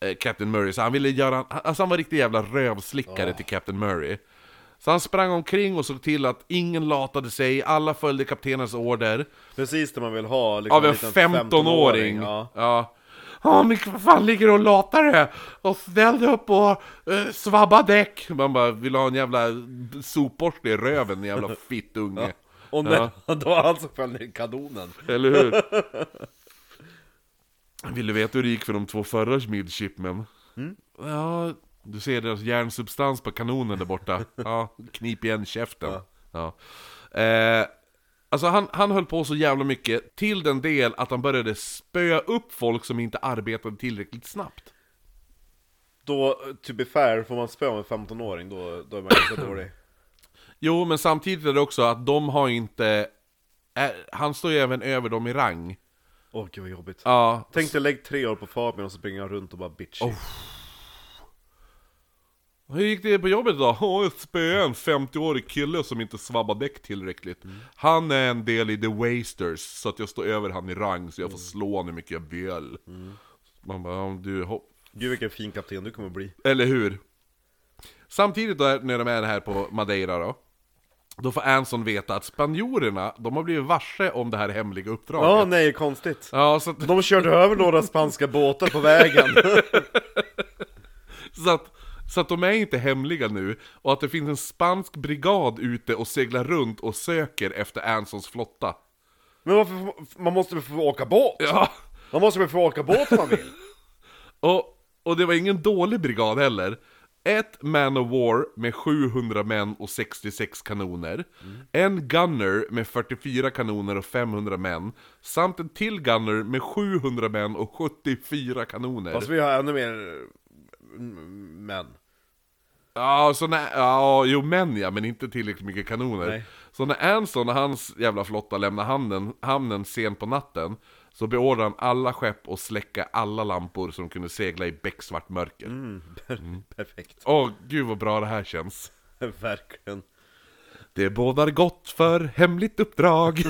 eh, Captain Murray. Så han ville göra, alltså han var riktig jävla rövslickare till Captain Murray. Så han sprang omkring och såg till att ingen latade sig, alla följde kaptenens order.
Precis det man vill ha, liksom
Av en
liten
15-åring.
Ja.
Ja. Ja, men vad fan ligger du och latar här? Och ställ dig upp och eh, svabba däck! Man bara, vill du ha en jävla sopborste i röven, din jävla fittunge?
Och när, då var han som föll ner i kanonen.
Eller hur? Vill du veta hur det gick för de två förra midshipmen? Ja, du ser deras järnsubstans på kanonen där borta. Ja, knip igen käften. Ja. Eh, alltså han, han höll på så jävla mycket, till den del att han började spöa upp folk som inte arbetade tillräckligt snabbt.
Då, to be fair, får man spö om en 15-åring då, då är man ganska dålig.
Jo, men samtidigt är det också att de har inte... Eh, han står ju även över dem i rang.
Åh gud vad jobbigt.
Ja,
Tänk dig lägg tre år på Fabian och så springer han runt och bara bitch.
Hur gick det på jobbet idag? Åh, jag spöade en 50-årig kille som inte svabbar däck tillräckligt. Han är en del i The Wasters, så att jag står över han i rang så jag får slå honom hur mycket jag vill. Man bara, om du hopp...
Gud vilken fin kapten du kommer bli.
Eller hur? Samtidigt då, när de är här på Madeira då, då får Anson veta att spanjorerna, de har blivit varse om det här hemliga uppdraget.
Ja, nej konstigt.
Ja, så att...
De körde över några spanska båtar på vägen.
Så att, så att de är inte hemliga nu, och att det finns en spansk brigad ute och seglar runt och söker efter Ansons flotta.
Men varför, får man- man måste väl få åka båt?
Ja,
Man måste väl få åka båt om man vill?
och, och det var ingen dålig brigad heller. Ett Man of War med 700 män och 66 kanoner. En Gunner med 44 kanoner och 500 män. Samt en till Gunner med 700 män och 74 kanoner.
Fast vi har ännu mer mm, män.
Ja, så när, ja, jo men ja, men inte tillräckligt mycket kanoner.
Nej.
Så när Anson och hans jävla flotta lämnar hamnen, hamnen sent på natten så beordrar han alla skepp att släcka alla lampor som kunde segla i becksvart mörker. Åh,
Perfekt,
gud vad bra det här känns.
verkligen.
Det bådar gott för hemligt uppdrag.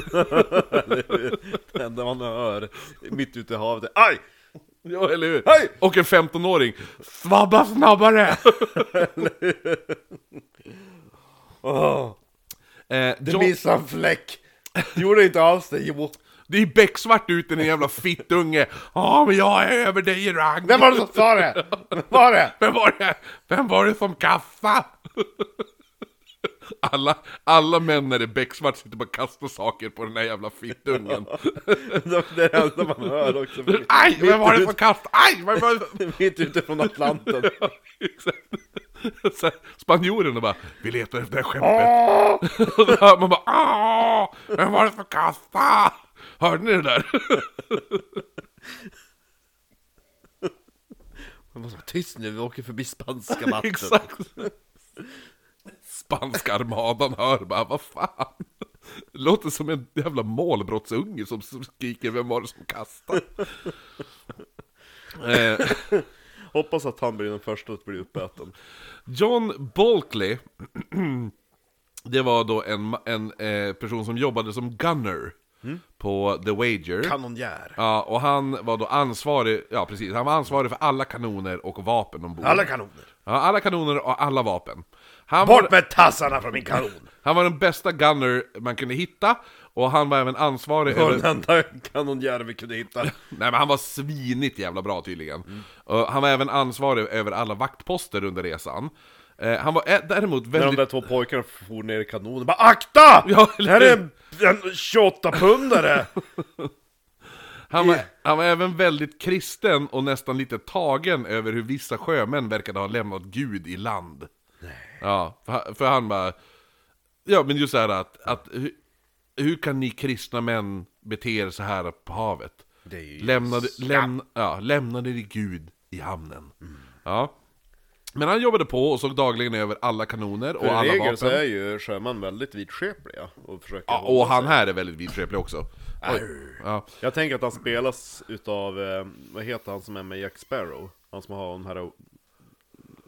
Det enda man hör mitt ute i havet är AJ!
ja, eller hur?
Hej!
Och en 15-åring. Svabba snabbare!
Åh,
eh,
det
John-
missade en fläck! Gjorde inte alls det, jo.
Det är ju becksvart ute, den jävla fittunge. Ja, men jag är över dig i rang.
Vem var det som sa det? Vem var det?
Vem var det? Vem var det som kastade? Alla, alla män när det är becksvart sitter bara och kastar saker på den där jävla fittungen.
Det är det enda man hör också.
Aj, vem var det som kastade? Aj, vem var det som...
Mitt ute från Atlanten.
Ja, exakt. Så här, Spanjorerna bara, vi letar efter det här skeppet.
Åh!
Och då hör Man bara, "Ah, vem var det som kastade? Hörde ni det där?
Man måste vara tyst nu, vi åker förbi spanska vatten.
Exakt. Spanska armadan hör bara, vad fan. Det låter som en jävla målbrottsunge som skriker vem var det som kastade? eh,
Hoppas att han blir den första att bli uppäten.
John Bulkley, det var då en, en eh, person som jobbade som gunner på The Wager.
Kanonjär.
Ja, och han var då ansvarig, ja precis, han var ansvarig för alla kanoner och vapen ombord.
Alla kanoner.
ja, alla kanoner och alla vapen. Han var,
Bort med tassarna från min kanon.
han var den bästa gunner man kunde hitta, och han var även ansvarig
Det var
över...
den enda kanonjär vi kunde hitta.
Nej men han var svinigt jävla bra tydligen.
Mm.
Och han var även ansvarig över alla vaktposter under resan. Eh, han var eh, däremot
När de
väldigt...
där två pojkarna for ner i kanonen, bara akta!
Ja,
det här är en, en 28-pundare!
Han
Eh.
var, han var även väldigt kristen och nästan lite tagen över hur vissa sjömän verkade ha lämnat Gud i land. Ja, för, för han bara... Ja, men just så här att... att hur, hur kan ni kristna män bete er så här på havet?
Det är ju
lämnade, lämn, ja, lämnade ni Gud i hamnen?
Mm.
Ja. Men han jobbade på och såg dagligen över alla kanoner och
I
alla
regel
vapen.
så är ju sjömän väldigt vidskepliga och försöker
Ja, och han här är väldigt vidskeplig också. Oj. Ja.
Jag tänker att han spelas utav, eh, vad heter han som är med Jack Sparrow? Han som har den här,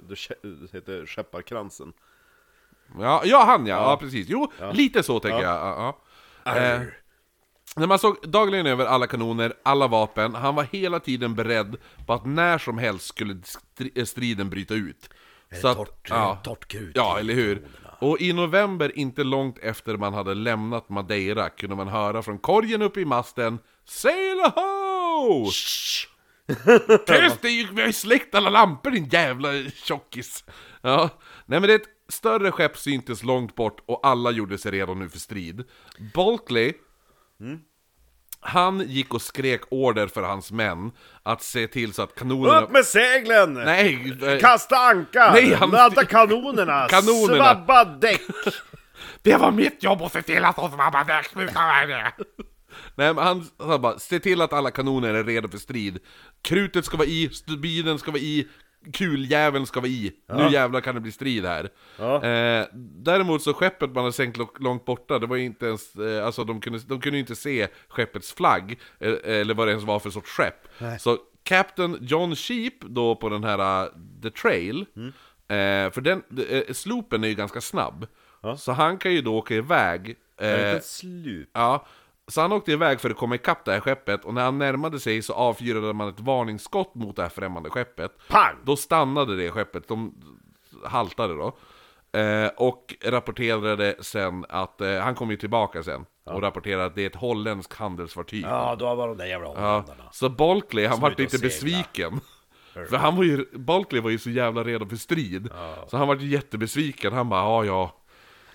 det kä- det heter Skepparkransen.
Ja, ja han ja. ja, precis. Jo, lite så tänker jag. Ja, ja. Eh, när man såg dagligen över alla kanoner, alla vapen, han var hela tiden beredd på att när som helst skulle stri- eh, striden bryta ut. Så att,
torrt- torrt krut
Ja,
i
eller hur? Och i november, inte långt efter man hade lämnat Madeira, kunde man höra från korgen uppe i masten Sail ho! Tyst! Det är ju, vi har ju släckt alla lampor din jävla tjockis! Ja. Nej men det är ett större skepp syntes långt bort och alla gjorde sig redo nu för strid. Bulkley, han gick och skrek order för hans män att se till så att kanonerna...
Upp med seglen!
Nej! eh,
Kasta anka!
Nej, han-
Ladda kanonerna!
Kanonerna! Eh.
Svabba däck!
Det var mitt jobb att se till att de var där, sluta med det! Nej men han, han bara, se till att alla kanoner är redo för strid. Krutet ska vara i, stubinen ska vara i, kuljäveln ska vara i. Nu jävlar kan det bli strid här. Eh, däremot så skeppet man hade sänkt lo- långt borta, det var ju inte ens, eh, alltså de kunde, de kunde ju inte se skeppets flagg, eh, eller vad det ens var för sorts skepp. Så Captain John Sheep då på den här eh, The Trail, eh, för den, eh, slopen är ju ganska snabb. Så han kan ju då åka iväg eh,
Vilken slup.
Ja, så han åkte iväg för att komma ikapp det här skeppet och när han närmade sig så avfyrade man ett varningsskott mot det här främmande skeppet.
Pang!
Då stannade det skeppet, de haltade då. Eh, och rapporterade sen att, eh, han kom ju tillbaka sen och rapporterade att det är ett holländskt handelsfartyg.
Ja, då var de där jävla
Ja,
holländarna.
så Bulkley, han vart
ute och
lite
seglar.
besviken. För han var ju, Bulkley var ju så jävla redo för strid. Så han vart ju jättebesviken, han bara ja ja.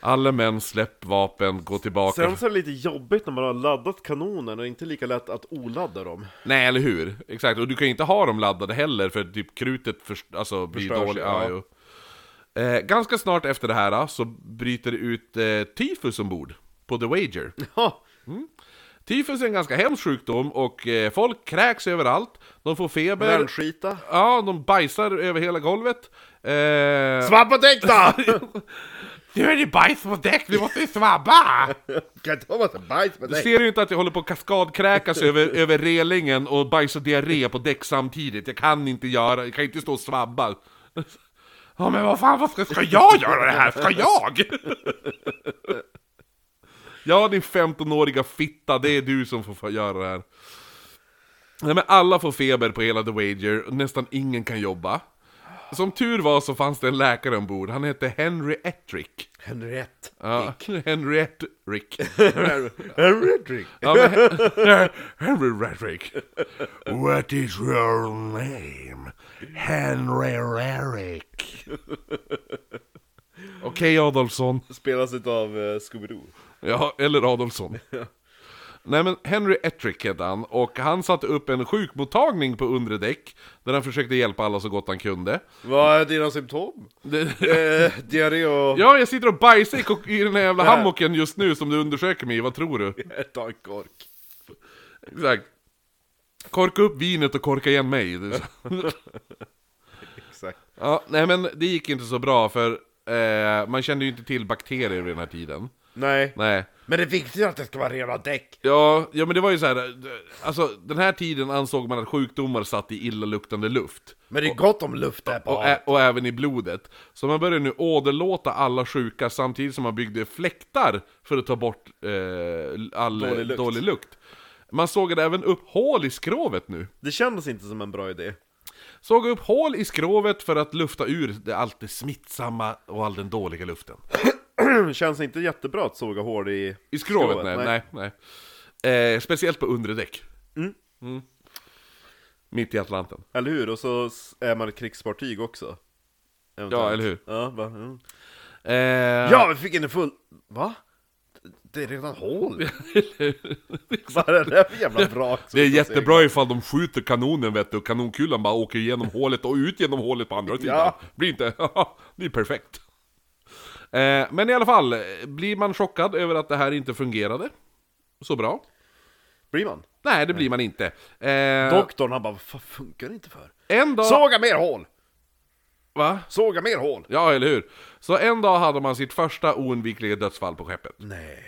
Alla män, släpp vapen, gå tillbaka.
Sen så är det lite jobbigt när man har laddat kanonen och inte lika lätt att oladda dem.
Nej, eller hur? Exakt, och du kan ju inte ha dem laddade heller för typ krutet för, alltså, blir
Förstör sig,
dåligt.
ja.
Ja, jo. Eh, ganska snart efter det här så bryter det ut eh, tyfus ombord på The Wager.
Ja,
Tyfus är en ganska hemsk sjukdom och eh, folk kräks överallt, de får feber,
brännskita.
ja, de bajsar över hela golvet. Eh,
Svabba däck då!
nu är det bajs på däck, vi måste ju svabba!
Kan inte ha massa bajs med
Du
dig.
ser ju inte att jag håller på att kaskadkräkas över, över relingen och bajsa diarré på däck samtidigt. Jag kan inte göra, jag kan inte stå och svabba. Ja men vad fan, vad ska, ska jag göra det här? Ska jag? Ja din 15-åriga fitta, det är du som får få göra det här. Nej men alla får feber på hela The Wager, och nästan ingen kan jobba. Som tur var så fanns det en läkare ombord, han hette Henry Ettrick.
Henriette.
Ja, Henry Ettrick.
Henriette.
Ja, men Hen- Henry Ettrick.
What is your name? Henry Eric.
Okej Adolfsson.
Spelas utav eh, Scooby-Doo.
Ja, eller Adolfsson. Nej men Henry Ettrick hette han och han satte upp en sjukmottagning på undre däck där han försökte hjälpa alla så gott han kunde.
Vad är dina symptom?
Det-
Eh, diarré och
Ja, jag sitter och bajsar i ko- i den här jävla hammocken just nu som du undersöker mig i, vad tror du?
ta en kork.
Exakt. Korka upp vinet och korka igen mig.
Exakt.
Ja, nej men det gick inte så bra för eh, man kände ju inte till bakterier vid den här tiden.
Nej.
Nej.
Men det viktiga är att det ska vara rena däck.
Ja, ja men det var ju så här. eh, alltså den här tiden ansåg man att sjukdomar satt i illaluktande luft.
Men det är gott om luft där på
Och, eh, ä- och även i blodet. Så man började nu åderlåta alla sjuka samtidigt som man byggde fläktar för att ta bort eh, all
Dålig lukt.
dålig lukt. Man sågade även upp hål i skrovet nu.
Det kändes inte som en bra idé.
Såg upp hål i skrovet för att lufta ur det allt det smittsamma och all den dåliga luften.
Känns inte jättebra att såga hår i...
I skrovet? nej, nej. nej, Eh, speciellt på undre däck. Mm. Mitt i Atlanten.
Eller hur? Och så s- är man ett krigsfartyg också. Eventuellt.
Ja, eller hur?
Ja, va? Mm.
Eh,
Ja, vi fick in en full... Va? Det är redan hål.
Vad är det där för jävla bra?
Det är jättebra ifall de skjuter kanonen vet du, och kanonkulan bara åker igenom hålet och ut genom hålet på andra sidan.
Ja.
Blir inte... det är perfekt. Eh, men i alla fall, eh, blir man chockad över att det här inte fungerade så bra?
Blir man?
Nej, det blir man inte. Eh,
Doktorn han bara, vad fan funkar det inte för?
en dag...
Såga mer hål!
Va?
Såga mer hål!
Ja, eller hur? Så en dag hade man sitt första oundvikliga dödsfall på skeppet.
Nej.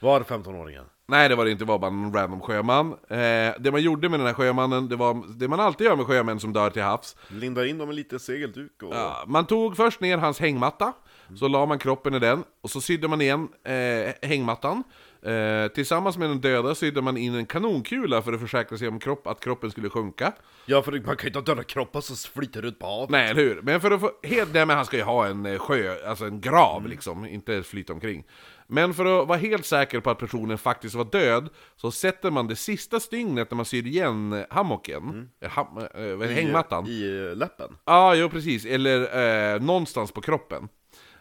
Var 15-åringen?
Nej, det var det inte, det var bara en random sjöman. Eh, det man gjorde med den här sjömannen, det var det man alltid gör med sjömän som dör till havs.
Lindar in dem i lite segelduk och...
Ja, man tog först ner hans hängmatta, så la man kroppen i den, och så sydde man igen eh, hängmattan. Eh, tillsammans med den döda sydde man in en kanonkula för att försäkra sig om kropp, att kroppen skulle sjunka.
Ja, för man kan ju inte ha döda kroppar som flyter ut på havet.
Nej, eller hur? Men för att få... Helt, nej, men han ska ju ha en eh, sjö, alltså en grav liksom, inte flyta omkring. Men för att vara helt säker på att personen faktiskt var död, så sätter man det sista stygnet när man syr igen eh, hammocken, eh, ham, eh, vad- hängmattan.
I, i eh, läppen.
Ja, jo precis. Eller eh, någonstans på kroppen.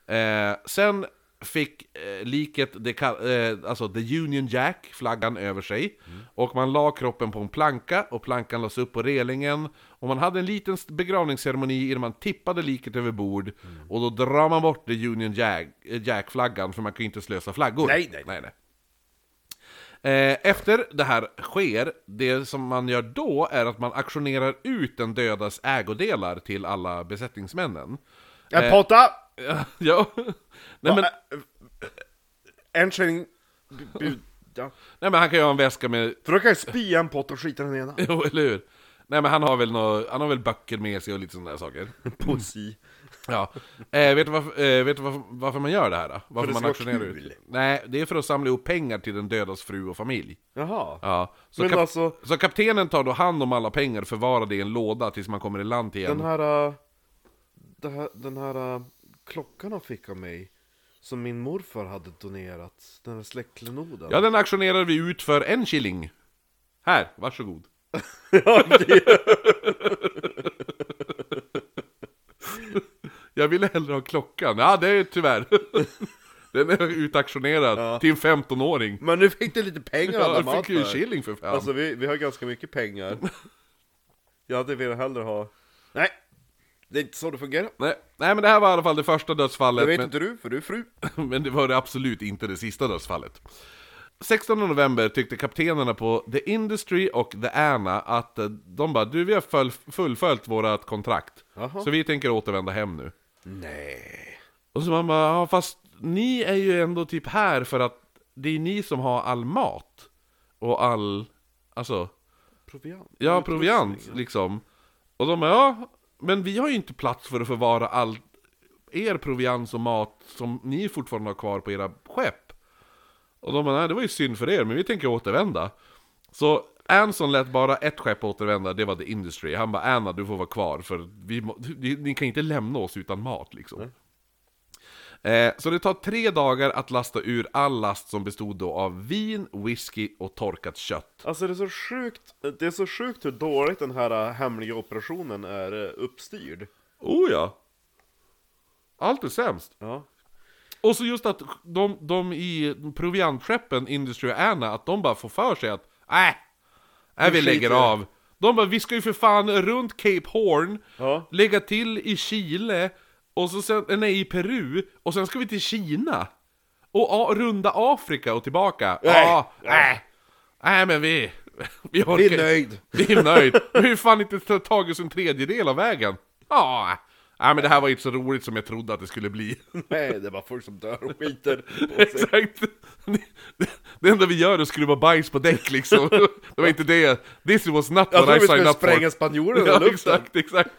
Eh, sen fick eh, liket det, ka- eh, alltså the Union Jack, flaggan över sig.
Mm.
Och man la kroppen på en planka och plankan lades upp på relingen. Och man hade en liten st- begravningsceremoni där man tippade liket över bord.
Mm.
Och då drar man bort the Union Jack- eh, Jack-flaggan för man kan ju inte slösa flaggor.
Nej, nej.
nej, nej. Eh, Efter det här sker, det som man gör då är att man auktionerar ut den dödas ägodelar till alla besättningsmännen. Eh.
En
Eh,
potta!
ja, nej men,
En känning... bud- Ja.
nej men han kan ju ha en väska med,
För då kan jag spya en pott och skita den ena.
jo eller hur? Nej men han har väl, nå, han har väl böcker med sig och lite sådana där saker.
Poesi.
Ja. Eh, vet du, varför, eh, vet du varför, varför man gör det här då? Varför
det
man
ska vara
auktionerar
kul.
ut? Nej, det är för att samla ihop pengar till den dödas fru och familj.
Jaha.
Ja. Så,
Men
kap-
alltså-
så kaptenen tar då hand om alla pengar och förvarar det i en låda tills man kommer i land igen.
Den här... äh, det här den här äh, klockan han fick av mig, som min morfar hade donerat, den här släktklenoden.
Ja, den auktionerar vi ut för en shilling. Här, varsågod. Jag ville hellre ha klockan. Ja, det är tyvärr. Den är utauktionerad till en 15-åring.
Men nu fick du lite pengar
Ja,
alla
jag
mat
fick ju en
för.
shilling för fan.
Alltså vi, vi har ganska mycket pengar. Jag hade velat hellre ha... Nej! Det är inte så det fungerar.
Nej, nej, men det här var i alla fall det första
Det
dödsfallet.
vet
men...
inte du, för du är fru.
Men det var det absolut inte det sista dödsfallet. 16 november tyckte kaptenerna på The Industry och The Anna att eh, de bara du vi har full, fullföljt vårat kontrakt. Så vi tänker återvända hem nu.
Nej.
Och så man bara, ja, fast ni är ju ändå typ här för att det är ni som har all mat. Och all, alltså,
Proviant.
ja proviant liksom. Och de bara, ja, men vi har ju inte plats för att förvara all er proviant och mat som ni fortfarande har kvar på era skepp. Och de bara, nej det var ju synd för er, men vi tänker återvända. Så Anson lät bara ett skepp återvända, det var The Industry. Han bara Anna, du får vara kvar för vi må, ni, ni kan inte lämna oss utan mat liksom. Eh, så det tar tre dagar att lasta ur all last som bestod då av vin, whisky och torkat kött.
Alltså det är, så sjukt, det är så sjukt hur dåligt den här äh, hemliga operationen är äh, uppstyrd.
Oh ja! Allt är sämst.
Ja.
Och så just att de, de i proviantskeppen, Industry och Anna, att de bara får för sig att nej, nej vi
skiter
lägger
i det."
av. De bara, vi ska ju för fan runt Cape Horn,
Ja.
lägga till i Chile, och så sen, eh, nej i Peru, och sen ska vi till Kina. Och a, runda Afrika och tillbaka.
Nej.
Ja, nej. Nej men vi... Vi, orkar,
Vi är nöjd.
Vi är nöjd. Vi har ju fan inte tagit oss en tredjedel av vägen. Ja, nej. nej men det här var inte så roligt som jag trodde att det skulle bli.
Nej, det är bara folk som dör och skiter.
Exakt! Det enda vi gör är att skruva bajs på däck liksom. Det var inte det. This was not
Jag tror
what
vi
I signed
skulle
up
spränga
for.
spanjorerna i
Ja,
luften.
exakt, exakt.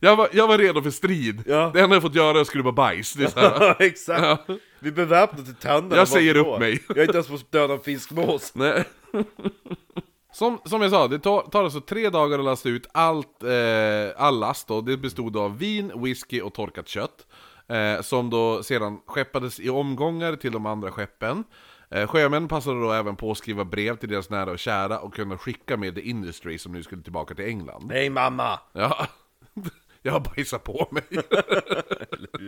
Jag var, jag var redo för strid.
Ja.
Det enda jag fått göra är att skruva bajs. Det är så här.
Ja, exakt. Vi är beväpnade till tänderna.
Jag
Vad
säger
då?
upp mig.
Jag är inte ens på att döda en fiskmås.
Nej. Som, som jag sa, det tar, tar alltså tre dagar att lasta ut allt, eh, all last då. Det bestod av vin, whisky och torkat kött. Eh, som då sedan skeppades i omgångar till de andra skeppen. Eh, sjömän passade då även på att skriva brev till deras nära och kära och kunde skicka med The Industry som nu skulle tillbaka till England.
Nej mamma!
Ja. Jag har bajsat på mig.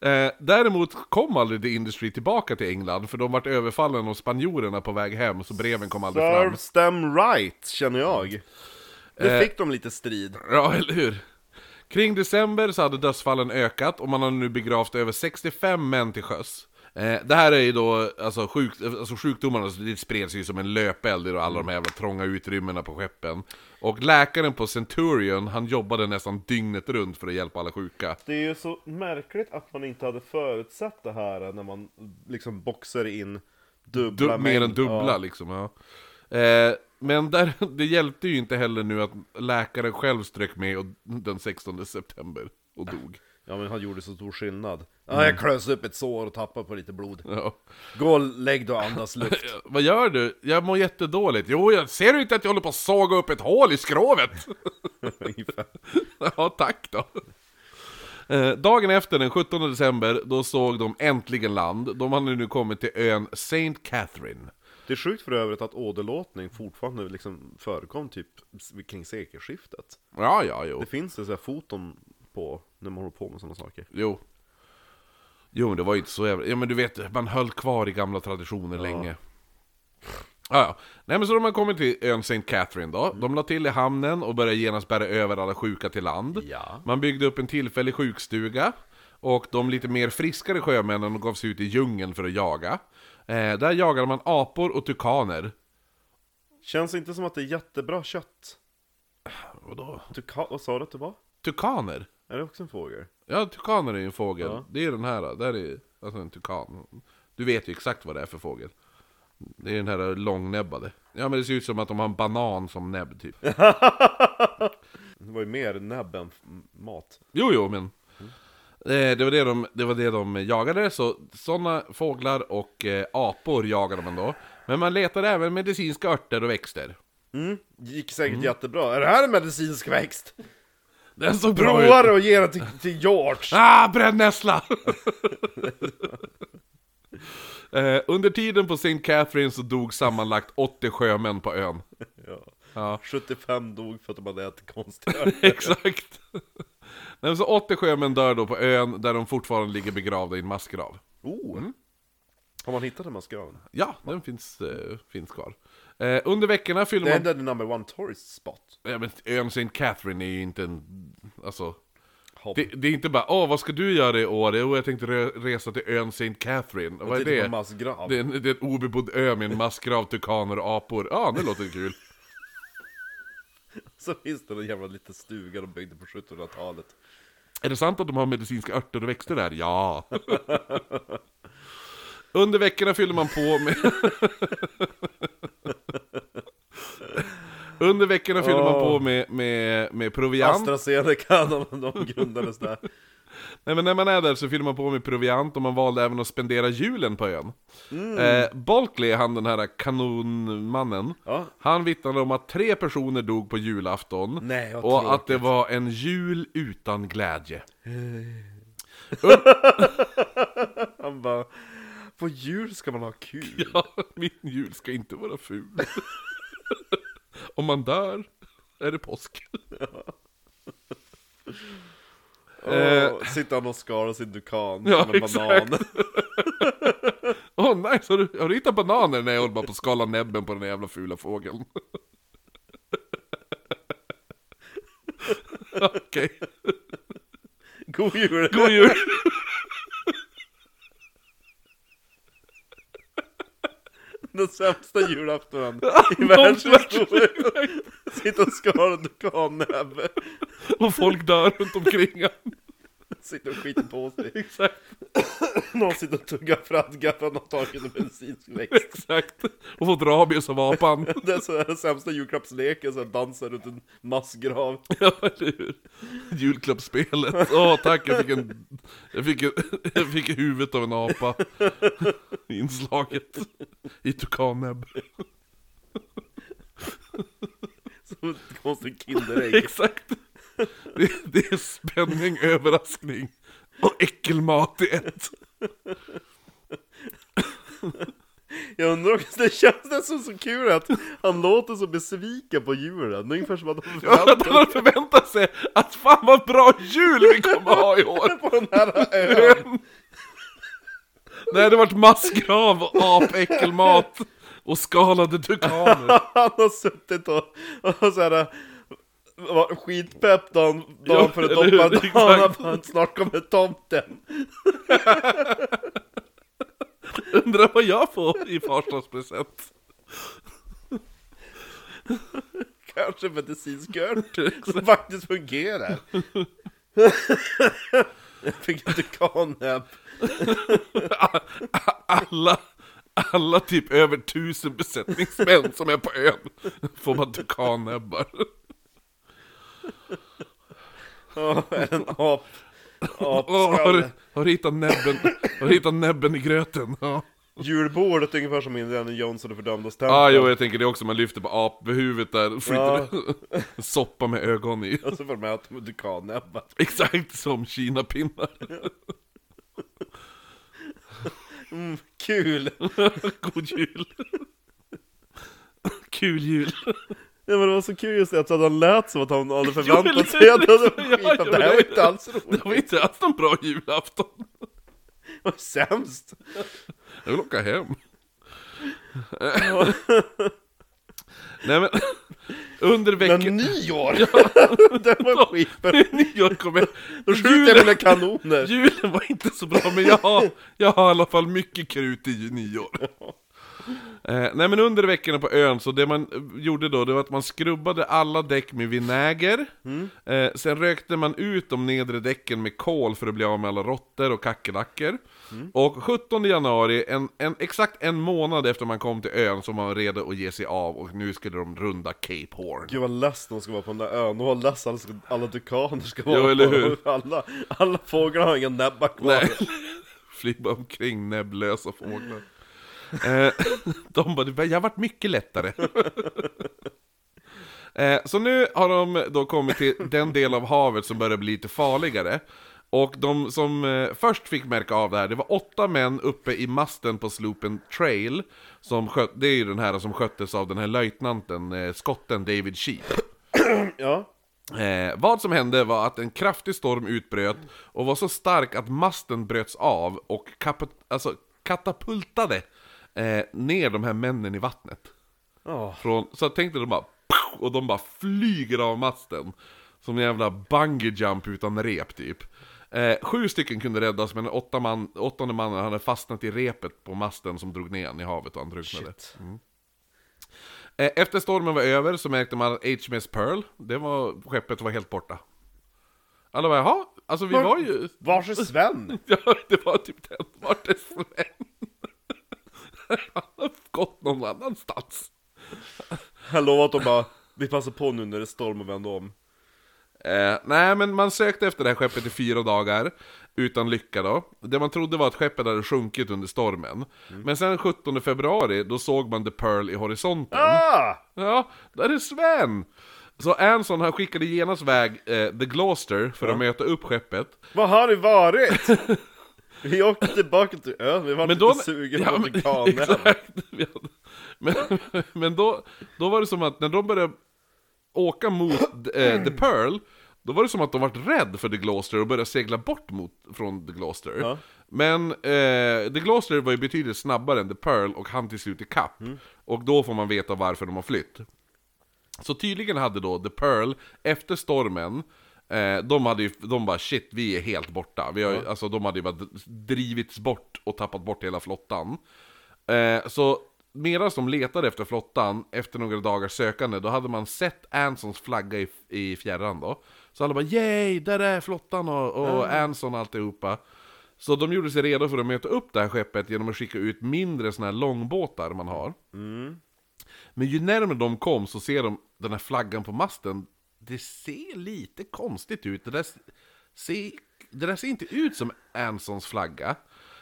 Eh, däremot kom aldrig The Industry tillbaka till England, för de vart överfallen av spanjorerna på väg hem, så breven kom aldrig fram.
Serves them right, känner jag.
Eh.
Nu fick de lite strid.
Ja, eller hur? Kring december så hade dödsfallen ökat och man har nu begravt över 65 män till sjöss. Eh, det här är ju då, alltså, sjuk, alltså sjukdomarna så det spreds ju som en löpeld i då alla de här jävla trånga utrymmena på skeppen. Och läkaren på Centurion, han jobbade nästan dygnet runt för att hjälpa alla sjuka.
Det är ju så märkligt att man inte hade förutsett det här när man liksom boxar in
du,
dubbla
mer än
mängd.
dubbla
Ja.
liksom. Ja. Eh, men där, det hjälpte ju inte heller nu att läkaren själv strök med och, den 16 september och dog.
Ja men han gjorde så stor skillnad.
Mm.
Ja, jag klös upp ett sår och tappade på lite blod.
Ja.
Gå och lägg dig och andas luft.
Eh, Vad gör du? Jag mår jättedåligt. Jo, jag ser du inte att jag håller på att såga upp ett hål i skrovet?
Ungefär.
ja, tack då. Eh, Dagen efter, den 17 december, då såg de äntligen land. De hade nu kommit till ön St. Catherine.
Det är sjukt för övrigt att åderlåtning fortfarande liksom förekom typ kring sekelskiftet.
Ja, ja, jo.
Det finns det så här foton på när man håller på med sådana saker.
Jo. Jo, men det var ju inte så jävla... Ja, men du vet, man höll kvar i gamla traditioner länge. Ja, ja. Nej, men så de har kommit till ön St. Catherine då. De la till i hamnen och började genast bära över alla sjuka till land.
Ja.
Man byggde upp en tillfällig sjukstuga. Och de lite mer friskare sjömännen gav sig ut i djungeln för att jaga. Eh, där jagade man apor och tukaner.
Känns inte som att det är jättebra kött.
Vadå?
Tuka- vad sa du att det var?
Tukaner?
Är det också en fågel?
Ja, tukaner är ju en fågel.
Ja.
Det är den här, där är alltså en tukan. Du vet ju exakt vad det är för fågel. Det är den här långnäbbade. Ja men det ser ut som att de har en banan som näbb typ.
Det var ju mer näbb än f- mat.
Jo jo men. Eh, Det var det de, det var det de jagade, så sådana fåglar och eh, apor jagade man då. Men man letade även medicinska örter och växter.
Gick säkert
Mm.
jättebra. Är det här en medicinsk växt?
Den såg bra ut!
Provar och ger den till, till George!
Ah, brännässla! eh, under tiden på St. Catherine så dog sammanlagt 80 sjömän på ön.
Ja.
Ja.
75 dog för att de hade ätit konstiga
Exakt. Nej, men så 80 sjömän dör då på ön där de fortfarande ligger begravda i en massgrav.
Oh! Har man hittat den maskören?
Ja, den finns, eh, finns kvar. Eh, under veckorna fyller
Det är
man...
den number one tourist spot.
Ja, men ön St. Catherine är ju inte en... Alltså...
Hopp.
Det, det är inte bara åh, vad ska du göra i år? Jo, jag tänkte re- resa till ön St. Catherine. Vad är
Titta på
det?
massgrav.
Det är, en, det är en obebodd ö med en massgrav, tukaner och apor. Ja, det låter kul.
Så finns det en jävla liten stuga de byggde på 1700-talet.
Är det sant att de har medicinska örter och växter där? Ja! Under veckorna fyller man på med... Under veckorna fyller man på med, med, med proviant.
AstraZeneca, de, de grundades där.
Nej men när man är där så fyller man på med proviant och man valde även att spendera julen på ön.
Mm.
Eh, Balkley, han den här kanonmannen,
Ja.
han vittnade om att tre personer dog på julafton
Nej, vad
och att det var en jul utan glädje. Upp,
Han bara, på jul ska man ha kul.
ja, min jul ska inte vara ful. Om man dör är det påsk. Eh.
Och sitter han och skar sin dukan
Ja,
som en
exakt.
banan.
Åh nice, har du, har du hittat bananer? när jag håller bara på att skala näbben på den där jävla fula fågeln. Okej,
God jul!
god jul!
Den sämsta julaftonen i
Någonsin
världshistorien. Sitta och skala en dukannäve.
Och folk dör runt omkring han.
Sitta och skita på sig.
Exakt,
Någon sitter och tuggar fradga för att han har tagit en medicinsk växt.
exakt. Och fått rabies av apan.
Det är så här den sämsta julklappsleken, så här dansa runt en massgrav.
Ja, eller hur? Julklappsspelet. Åh tack, jag fick en... Jag fick, jag fick huvudet av en apa. I Inslaget. I tukannäbb.
Som ett konstigt Kinderägg.
Exakt! Det, det är spänning, överraskning och äckelmat i ett.
Jag undrar också, det känns nästan så kul att han låter så besviken på julen. Ungefär som att han
Jag att
förväntar
han hade förväntat sig att fan vad bra jul vi kommer ha i år!
på den här ön.
Det hade varit massgrav och apäckelmat och skalade dukaner.
Han har suttit och, och så här var skitpepp dagen, dagen
Ja,
före
eller hur?
dopparedagen, han
Exakt.
bara, snart kommer tomten.
Undrar vad jag får i farsdagspresent?
Kanske medicinsk ört som faktiskt fungerar. Jag fick inte kanäbb.
Alla, alla typ över tusen besättningsmän som är på ön får bara dukannäbbar.
Ja, en ap.
Åh, har, du-
Apskalle.
har du hittat näbben, har du hittat näbben i gröten? Ja.
Julbordet ungefär som Indiana Jones och det fördömdas
Ja, ah, jo
tempel.
jag tänker det också, man lyfter på aphuvudet där och flyttar soppa med ögon i.
Och så får de äta med kanäbbar.
Exakt som kinapinnar.
Kul!
God jul! Kul jul!
Ja, men det var så kul just det att han lät som att han hade
eller
förväntat sig att han
hur? Ja,
hade skitat.
ja,
Det här
men
var inte alls
Det
roligt.
var inte alls någon bra julafton.
Det var sämst.
Jag vill åka hem. Nej men, under
Men
veckan...
nyår! det var skitbra.
Nyår kommer...
Då skjuter jag mina kanoner.
Julen var inte så bra, men jag har, jag har i alla fall mycket krut i nyår. Eh, nej men under veckorna på ön, så det man eh, gjorde då, det var att man skrubbade alla däck med vinäger. Eh, sen rökte man ut de nedre däcken med kol för att bli av med alla råttor och kackerlackor. Och 17 januari, en, en, exakt en månad efter man kom till ön, så var man redo att ge sig av och nu skulle de runda Cape Horn.
Gud vad less de ska vara på den där ön, och vad less alla, ska, alla dukaner ska vara
eller
på.
hur?
Alla, alla fåglar har inga näbbar kvar.
Nej. Flyga omkring näbblösa fåglar. Eh, de bara, "Det- jag har varit mycket lättare. Eh, Så nu har de då kommit till den del av havet som börjar bli lite farligare. Och de som eh, först fick märka av det här, det var åtta män uppe i masten på slopen Trail. Som sköt, det är ju den här som sköttes av den här löjtnanten, eh, skotten David Sheep.
Ja.
Eh, vad som hände var att en kraftig storm utbröt och var så stark att masten bröts av och kapat- alltså, katapultade eh, ner de här männen i vattnet.
Ja.
Från, så tänkte de bara pow, och de bara flyger av masten. Som en jävla bungee jump utan rep typ. Eh, sju stycken kunde räddas men den åtta man, åttonde mannen hade fastnat i repet på masten som drog ner han i havet och han drunknade. Mm. Eh, efter stormen var över så märkte man att HMS Pearl, det var, skeppet var helt borta. Alla bara jaha, alltså vi var ju...
Vars är Sven?
Ja, det var typ den. Vart är Sven? Han har gått någon annanstans.
Jag lovar att de bara, vi passar på nu när det är storm och vänder om.
Eh, nej, men man sökte efter det här skeppet i fyra dagar, utan lycka då. Det man trodde var att skeppet hade sjunkit under stormen. Men sen 17 februari, då såg man The Pearl i horisonten.
Ah!
Ja, där är Sven! Så Anson han skickade genast väg eh, The Gloucester för att möta upp skeppet.
Vad har det varit? Vi åkte tillbaka till ön, vi var
Men
lite
då...
sugna
Ja,
på
men-
vulkanen.
exakt. Vi hade- Men, men då, då var det som att när de började åka mot eh, The Pearl, då var det som att de var rädd för The Gloucester och började segla bort mot, från The Gloucester.
Ja.
Men eh, The Gloucester var ju betydligt snabbare än The Pearl och han till slut i kapp.
Mm.
Och då får man veta varför de har flytt. Så tydligen hade då The Pearl, efter stormen, eh, de, hade ju, de bara shit, vi är helt borta. Vi har, ju- Alltså de hade ju bara d- drivits bort och tappat bort hela flottan. Eh, så medan de letade efter flottan, efter några dagars sökande, då hade man sett Ansons flagga i, i fjärran då. Så alla bara yay, där är flottan och, och Anson och alltihopa. Så de gjorde sig redo för att möta upp det här skeppet genom att skicka ut mindre såna här långbåtar man har. Men ju närmare de kom så ser de den här flaggan på masten. Det ser lite konstigt ut. Det där ser, det där ser inte ut som Ansons flagga.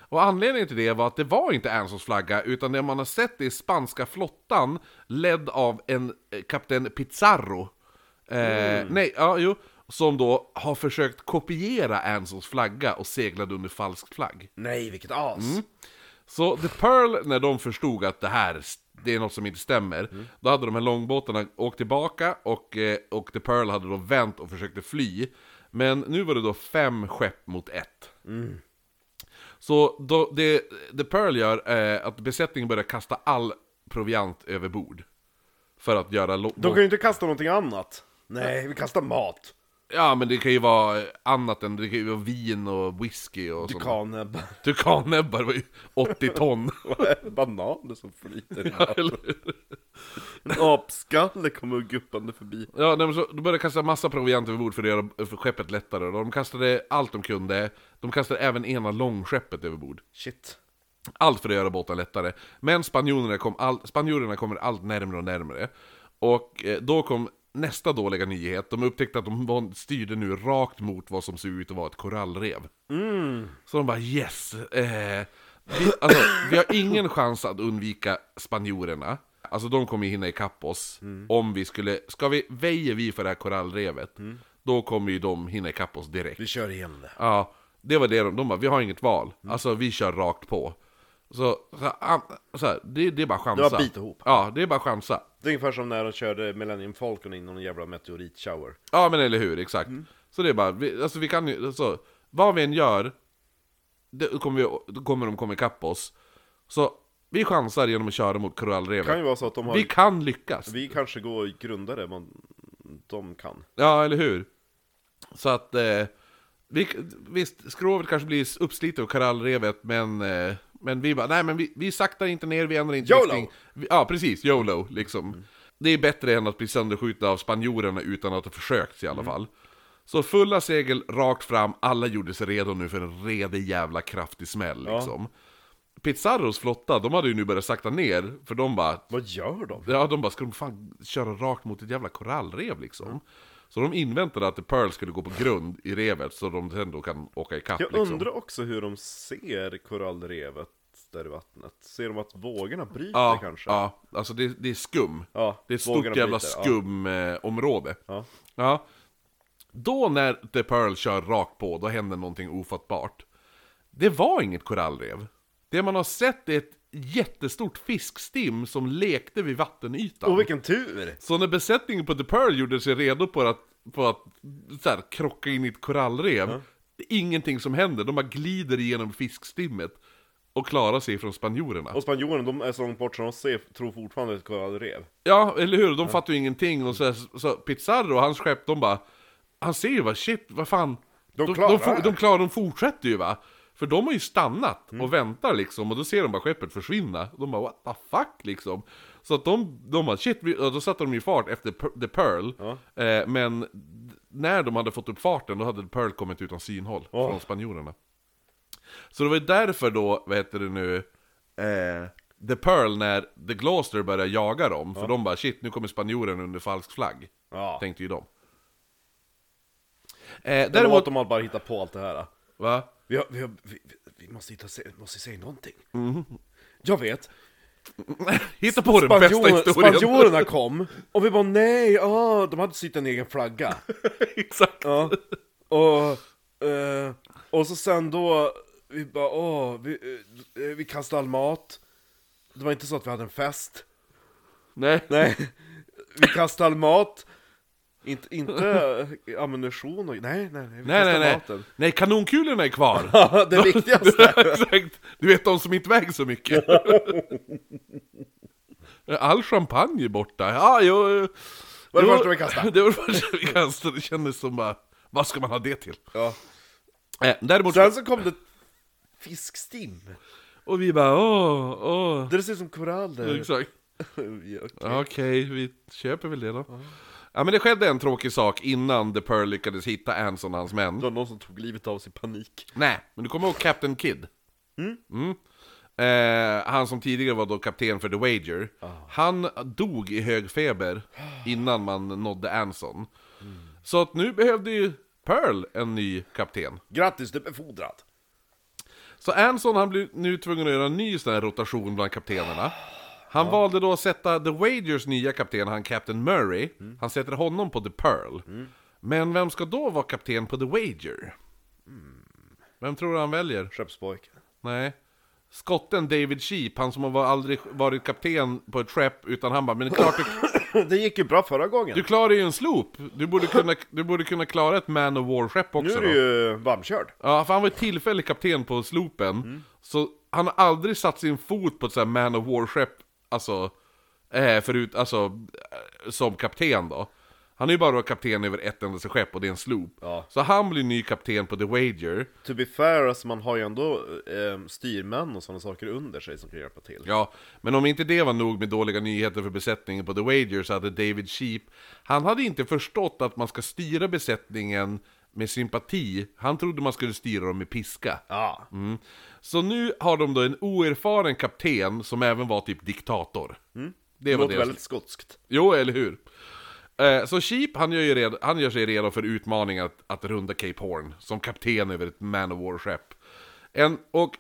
Och anledningen till det var att det var inte Ansons flagga, utan det man har sett är spanska flottan ledd av en eh, kapten Pizarro. Eh, Nej, ja, jo. Som då har försökt kopiera Ansons flagga och seglade under falsk flagg.
Nej, vilket as!
Mm. Så The Pearl, när de förstod att det här det är något som inte stämmer,
Mm.
då hade de här långbåtarna åkt tillbaka och, eh, och The Pearl hade då vänt och försökte fly. Men nu var det då fem skepp mot ett.
Mm.
Så då, det The Pearl gör eh, att besättningen börjar kasta all proviant över bord. För att göra... lo-
De kan ju inte kasta någonting annat. Nej, vi kastar mat.
Ja men det kan ju vara annat än, det kan ju vara vin och whisky och sånt.
Vulkannäbb.
Tukannäbbar var ju 80 ton.
Bananer som flyter i
Ja,
vattnet.
eller hur?
En apskalle kommer guppande förbi.
Ja, nej, men så, de började kasta massa proviant över bord för att göra för skeppet lättare. De kastade allt de kunde. De kastade även ena långskeppet över bord.
Shit.
Allt för att göra båten lättare. Men spanjorerna, kom all, spanjorerna kommer allt närmre och närmre. Och eh, då kom nästa dåliga nyhet. De upptäckte att de var, styrde nu rakt mot vad som såg ut att vara ett korallrev. Så de bara yes! Eh, vi, alltså, vi har ingen chans att undvika spanjorerna. Alltså de kommer ju hinna ikapp oss. Om vi skulle, ska vi, väjer vi för det här korallrevet. Då kommer ju de hinna ikapp oss direkt.
Vi kör igen det.
Ja, det var det de, de bara, vi har inget val. Alltså vi kör rakt på. Så, så, här, am- så här, det, det är bara chansa.
Det var bit ihop.
Ja, det är bara chansa.
Det är ungefär som när de körde Millennium Falcon in i någon jävla meteoritshower.
Ja men eller hur, exakt.
Mm.
Så det är bara, vi, alltså vi kan ju, alltså, vad vi än gör, det kommer vi, då kommer de komma ikapp oss. Så vi chansar genom att köra mot korallrevet.
Det kan ju vara så att de har...
Vi
Vi,
kan lyckas.
kanske går grundare än vad de kan.
Ja, eller hur? Så att, eh, vi, visst, skrovet kanske blir uppslitet av korallrevet, men, eh, men vi bara, nej men vi, vi saktar inte ner, vi ändrar inte
YOLO!
riktning. Vi, ja, precis, YOLO, liksom. Det är bättre än att bli sönderskjutna av spanjorerna utan att ha försökt i alla fall. Så fulla segel rakt fram, alla gjorde sig redo nu för en redig jävla kraftig smäll liksom. Pizarros flotta, de hade ju nu börjat sakta ner, för de bara,
Vad gör de?
Ja, de bara, ska de fan köra rakt mot ett jävla korallrev liksom? Så de inväntade att The Pearl skulle gå på grund i revet så de sen då kan åka ikapp
Jag
liksom.
undrar också hur de ser korallrevet där i vattnet. Ser de att vågorna bryter
ja,
kanske?
ja, alltså det, det är skum.
Ja,
det är ett
vågorna
stort jävla
bryter, ja.
skumområde.
Ja.
Ja. Då när The Pearl kör rakt på, då händer någonting ofattbart. Det var inget korallrev. Det man har sett är ett jättestort fiskstim som lekte vid vattenytan.
Och vilken tur!
Så när besättningen på The Pearl gjorde sig redo på att, på att så här, krocka in i ett korallrev, det är ingenting som händer. De bara glider igenom fiskstimmet och klarar sig från spanjorerna.
Och spanjorerna, de är så långt bort så de ser, tror fortfarande att det är ett korallrev.
Ja, eller hur? De fattar ju ingenting. Och så, här, så Pizarro och hans skepp, de bara... Han ser ju bara shit, vad fan.
De klarar
de,
det här.
for- de klarar, de fortsätter ju va. För de har ju stannat
Mm.
och väntar liksom. Och då ser de bara skeppet försvinna. De bara what the fuck liksom. Så att de, de bara shit, vi, och då satte de ju fart efter Per- The Pearl. Eh, men d- när de hade fått upp farten, då hade The Pearl kommit utan synhåll från spanjorerna. Så det var ju därför då, vad heter det nu, eh, The Pearl när The Gloucester började jaga dem, för de bara shit nu kommer spanjoren under falsk flagg.
Ja.
Tänkte ju de. Eh,
Däremot...
däremot...
att de har bara hittat på allt det här.
Va?
Vi, har, vi, har, vi, vi- vi måste, hitta, se- måste säga någonting. Jag vet,
Hitta på Mm. den bästa
Spanjor,
historien!
spanjorerna kom, och vi bara nej, ah, de hade sytt en egen flagga.
Exakt!
Ja. Och, eh, och så sen då, vi bara åh, vi, eh, vi kastade all mat. Det var inte så att vi hade en fest.
Nej.
Nej, vi kastade all mat. Inte, inte ammunition och... Nej, nej, nej. Vi
Nej, nej,
kastade
nej.
maten.
Nej, kanonkulorna är kvar!
Ja, det viktigaste.
Exakt! Du vet de som inte väger så mycket. All champagne är borta. Ja, jo... eh,
Var det
jo,
första vi kastade?
Det var det första vi kastade. Det kändes som bara, vad ska man ha det till?
Ja.
Eh, däremot...
Sen så kom det fiskstim.
Och vi bara, åh, åh.
Det ser ut som koraller.
Exakt.
Ja.
Ja, Okej, vi köper väl det då. Ja men det skedde en tråkig sak innan The Pearl lyckades hitta Anson och hans män.
Det var någon som tog livet av sig i panik.
Nej, men du kommer ihåg Captain Kidd? Mm. Eh, han som tidigare var då kapten för The Wager. Han dog i hög feber innan man nådde Anson. Så att nu behövde ju Pearl en ny kapten.
Grattis, du är befordrad!
Så Anson han blev nu tvungen att göra en ny sån här rotation bland kaptenerna. Han valde då att sätta The Wagers nya kapten, han Captain Murray, han sätter honom på The Pearl. Men vem ska då vara kapten på The Wager? Vem tror du han väljer?
Skeppspojken.
Nej. Skotten David Sheep, han som har aldrig varit kapten på ett skepp, utan han bara Men det är klart du,
Det gick ju bra förra gången.
du klarar ju en slop! Du borde kunna, du borde kunna klara ett Man of War-skepp också
nu är du
då."
ju varmkörd.
Ja, för han var ju tillfällig kapten på slopen.
Mm.
Så han har aldrig satt sin fot på ett sånt här Man of War-skepp, alltså, eh, förut, alltså, eh, som kapten då. Han är ju bara då kapten över ett enda skepp och det är en slop.
Ja.
Så han blir ny kapten på The Wager.
To be fair, alltså, man har ju ändå eh, styrmän och sådana saker under sig som kan hjälpa till.
Ja, men om inte det var nog med dåliga nyheter för besättningen på The Wager så hade David Sheep, han hade inte förstått att man ska styra besättningen med sympati. Han trodde man skulle styra dem med piska.
Ja.
Mm. Så nu har de då en oerfaren kapten som även var typ diktator. Det
Det
var
Mm. låter
deras...
väldigt skotskt.
Jo, eller hur? Eh, Så Sheep, han gör, ju red, han gör sig redo för utmaningen att, att runda Cape Horn som kapten över ett Man of War-skepp. En, och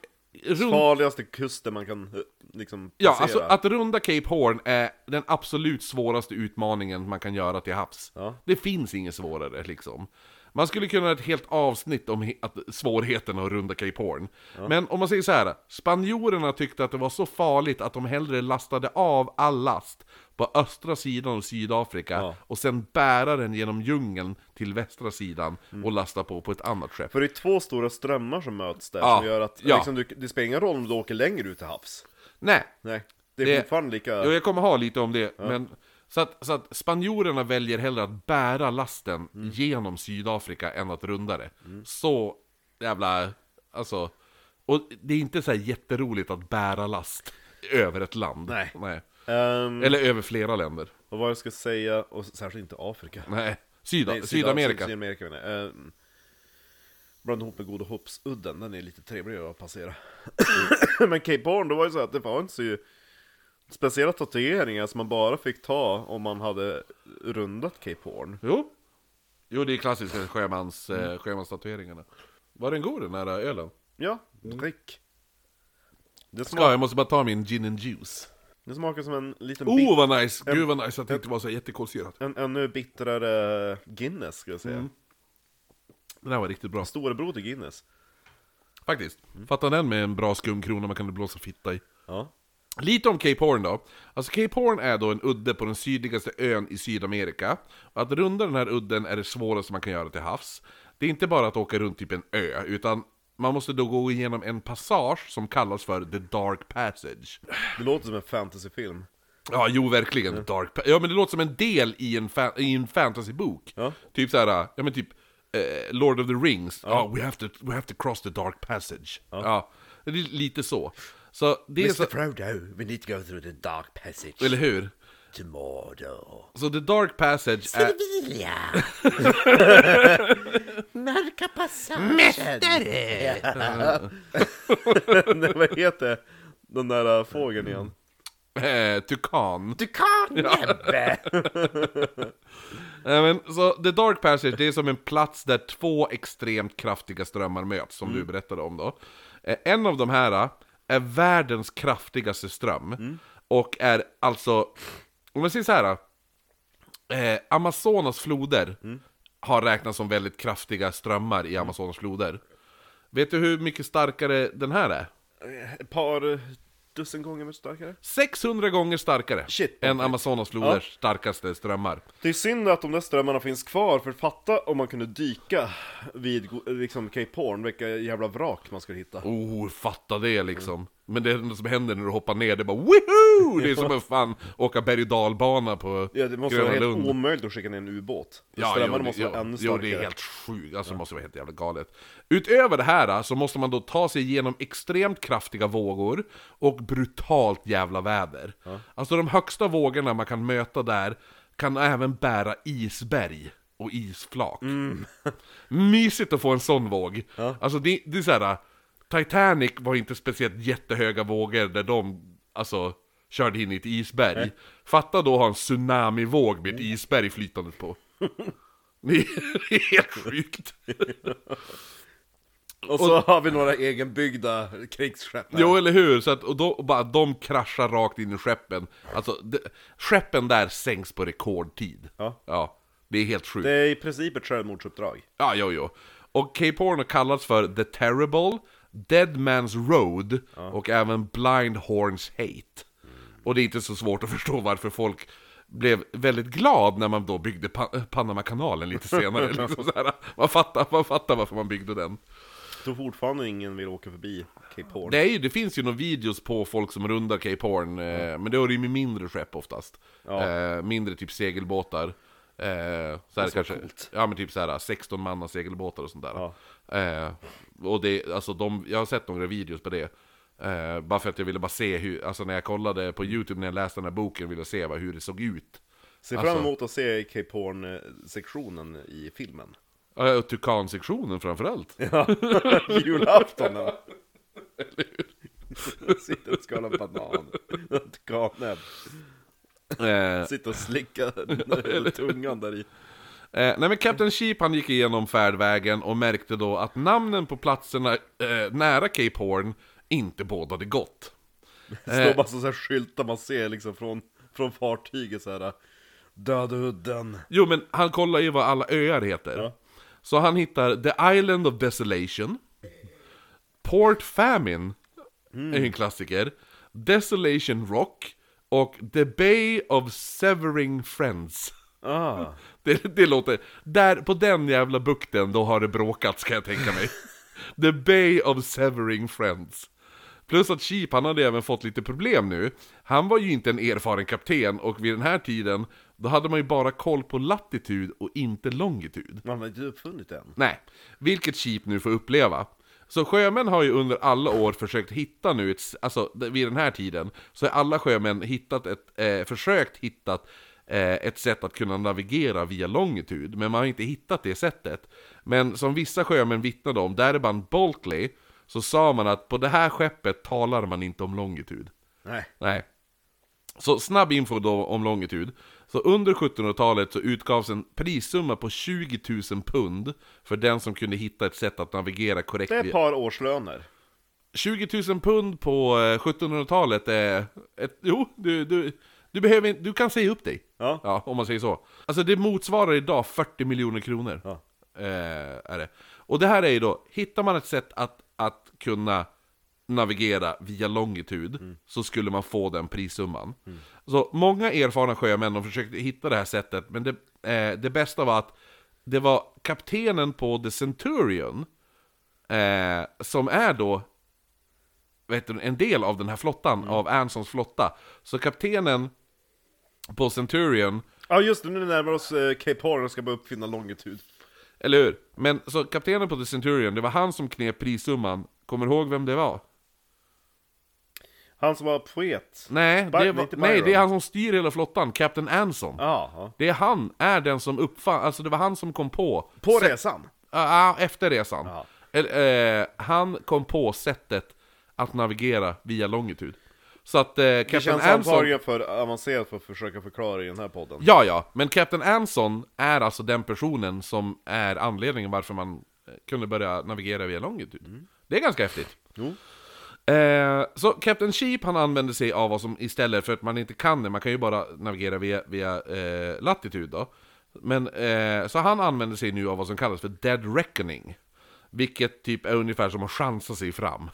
rund...
Farligaste kusten man kan eh, liksom
Ja,
passera.
alltså att runda Cape Horn är den absolut svåraste utmaningen man kan göra till havs.
Ja.
Det finns inget svårare liksom. Man skulle kunna ha ett helt avsnitt om he- att svårigheten att runda Cape Horn. Men om man säger så här, spanjorerna tyckte att det var så farligt att de hellre lastade av all last på östra sidan av Sydafrika
Ja.
och sen bära den genom djungeln till västra sidan
Mm.
och lasta på på ett annat skepp.
För det är två stora strömmar som möts där
Ja,
som gör att
ja.
liksom, du, det spelar ingen roll om du åker längre ut till havs.
Nej,
Nej, det är
Det-
fortfarande lika...
Jo, jag kommer ha lite om det, men så att, så att spanjorerna väljer hellre att bära lasten
Mm.
genom Sydafrika än att runda det. Så jävla, alltså, och det är inte så här jätteroligt att bära last över ett land.
Nej. Ehm,
Eller över flera länder.
och vad jag ska säga, och särskilt inte Afrika.
Nej, Syda,
Nej, Syda-
Sydamerika.
Syd- Sydamerika menar jag. Ehm, Blanda ihop med Goda Hoppsudden, den är lite trevligare att passera.
Mm.
Men Cape Horn, då var det så att det fanns ju speciella tatueringar som man bara fick ta om man hade rundat Cape Horn.
Jo. Jo, det är klassiska sjömans, eh, sjömanstatueringarna. Var den god den här ölen?
Ja, drick. Det,
Mm. Ska,
smak,
jag måste bara ta min gin and juice.
det smakar som en liten bit,
Oh vad nice! Gud vad nice att det inte var så jättekolsyrat.
en ännu bittrare Guinness skulle jag säga.
Mm. Den här var riktigt bra.
Storebror till Guinness.
Faktiskt. Fattar den med en bra skumkrona man kan blåsa fitta i.
Ja.
Lite om Cape Horn då. Alltså Cape Horn är då en udde på den sydligaste ön i Sydamerika. Och att runda den här udden är det svåraste man kan göra till havs. Det är inte bara att åka runt typ en ö, utan man måste då gå igenom en passage som kallas för The Dark Passage.
Det låter som en fantasyfilm.
Ja, jo verkligen. The Dark Pa- Ja, men det låter som en del i en, fa- i en fantasybok.
Ja.
Typ såhär, ja men typ eh, Lord of the Rings. Ja, we, have to, we have to cross the dark passage. Ja. Det är lite så. Så det är så,
Frodo, we need to go through the dark passage
eller hur?
to Mordor.
Så the dark passage är...
Silvia! Mörka passagen! Mästare!
Nej, eh, vad heter den där äh, fågeln igen?
Eh, tukan.
Du kan näbbe!
Nej, men, så The Dark Passage, det är som en plats där två extremt kraftiga strömmar möts, som du berättade om då. Eh, En av de här eh, är världens kraftigaste ström, och är alltså, om man säger så här, eh, Amazonas floder har räknats som väldigt kraftiga strömmar i Amazonas floder. Vet du hur mycket starkare den här är?
Ett par eh, dussin gånger mer starkare.
600 gånger starkare
Shit,
än Amazonas floders starkaste strömmar.
Det är synd att de där strömmarna finns kvar, för fatta om man kunde dyka vid go- liksom Cape Horn, vilka jävla vrak man skulle hitta.
Oh, fatta det liksom. Men det enda som händer när du hoppar ner, det är bara woohoo! Det är som en fan åka berg och dalbana på
Ja, det måste
Gröna
vara helt
Lund.
omöjligt att skicka ner en ubåt.
Ja,
Strömmarna
jo,
måste
jo,
vara ännu
jo,
starkare.
det är helt sjukt. Alltså, det måste vara helt jävla galet. Utöver det här eh, så måste man då ta sig igenom extremt kraftiga vågor och brutalt jävla väder. Alltså de högsta vågorna man kan möta där kan även bära isberg och isflak.
Mm.
Mysigt att få en sån våg. Alltså det, det är så här. eh, Titanic var inte speciellt jättehöga vågor där de, alltså, körde in i ett isberg. Fatta då att ha en tsunamivåg med ett
Mm.
isberg flytande på. Det är- det är helt sjukt.
Och så har vi några egenbyggda krigsskepp här.
Jo, eller hur? Så att, och då och bara de kraschar rakt in i skeppen. Alltså, det, skeppen där sänks på rekordtid.
Ja.
det är helt sjukt.
Det är i princip ett självmordsuppdrag.
Ja, jo, jo. Och Cape Horn har kallats för The Terrible, Dead Man's Road och även Blind Horns Hate. Och det är inte så svårt att förstå varför folk blev väldigt glad när man då byggde pa- Panamakanalen lite senare. liksom så här. Man, fattar, man fattar varför man byggde den.
Då fortfarande ingen vill åka förbi Cape Horn.
Nej, det finns ju några videos på folk som rundar Cape Horn, eh, men det har ju med mindre skepp oftast. Eh, mindre typ segelbåtar. Eh, så här kanske, ja men typ så här 16 manna segelbåtar och sånt där. Eh, och det, alltså de, jag har sett några videos på det. Eh, bara för att jag ville bara se hur, alltså när jag kollade på YouTube när jag läste den här boken ville jag se vad, hur det såg ut.
Se fram
alltså.
emot att se Cape Horn-sektionen i filmen.
Eh, Tukansektionen framförallt.
Julaftonen! Sitter och skalar banan. Kanen.
Eh,
Sitter och slickar tungan där i.
Eh, nej men Captain Sheep han gick igenom färdvägen och märkte då att namnen på platserna eh, nära Cape Horn inte bådade gott.
Står bara så här skyltar man ser liksom från, från fartyget så här. Döda udden.
Jo men han kollar ju vad alla öar heter. Så han hittar The Island of Desolation, Port Famine, är ju en klassiker, Desolation Rock och The Bay of Severing Friends.
Ah.
Det, det låter... Där, på den jävla bukten, då har det bråkats kan jag tänka mig. The Bay of Severing Friends. Plus att Sheep, han hade även fått lite problem nu. Han var ju inte en erfaren kapten och vid den här tiden, då hade man ju bara koll på latitud och inte longitud.
Man har inte uppfunnit än.
Nej, vilket Sheep nu får uppleva. Så sjömän har ju under alla år försökt hitta nu, ett, alltså vid den här tiden, så har alla sjömän hittat ett, eh, försökt hitta eh, ett sätt att kunna navigera via longitud, men man har inte hittat det sättet. Men som vissa sjömän vittnade om, däribland Boltley, så sa man att på det här skeppet talar man inte om longitud.
Nej.
Nej. Så snabb info då om longitud. Så under 1700-talet så utgavs en prissumma på 20 000 pund för den som kunde hitta ett sätt att navigera korrekt.
Det är
via-
ett par årslöner.
20 000 pund på eh, 1700-talet är... Ett, jo, du, du, du, behöver, inte- du kan säga upp dig.
Ja.
om man säger så. Alltså det motsvarar idag 40 miljoner kronor.
Ja.
Eh, är det. Och det här är ju då, hittar man ett sätt att, att kunna navigera via longitud
Mm.
så skulle man få den prissumman. Så många erfarna sjömän de försökte hitta det här sättet, men det, eh, det bästa var att det var kaptenen på The Centurion eh, som är då vet du, en del av den här flottan,
Mm.
av Ansons flotta. Så kaptenen på Centurion,
Ja just det, nu närmar oss eh, Cape Horn och ska bara uppfinna longitud.
eller hur? Men så kaptenen på The Centurion, det var han som knep prissumman. Kommer du ihåg vem det var?
Han som var poet.
Nej,
By-
det, var,
inte Byron.
nej, det är han som styr hela flottan, Captain Anson.
Ja. ja.
Det är han, är den som uppfann, alltså det var han som kom på...
På resan.
Ja, ja, efter resan. Eller, eh, han kom på sättet att navigera via longitud. Så att eh,
Det
Captain
känns
Anson...
antagligen för avancerat för att försöka förklara i den här podden.
Ja, ja, men Captain Anson är alltså den personen som är anledningen varför man eh, kunde börja navigera via longitud. Det är ganska häftigt.
Jo.
Eh, så Captain Sheep han använder sig av vad som istället för att man inte kan det, man kan ju bara navigera via, via eh, latitud då. Men, eh, så han använder sig nu av vad som kallas för Dead Reckoning. Vilket typ är ungefär som att chansa sig fram.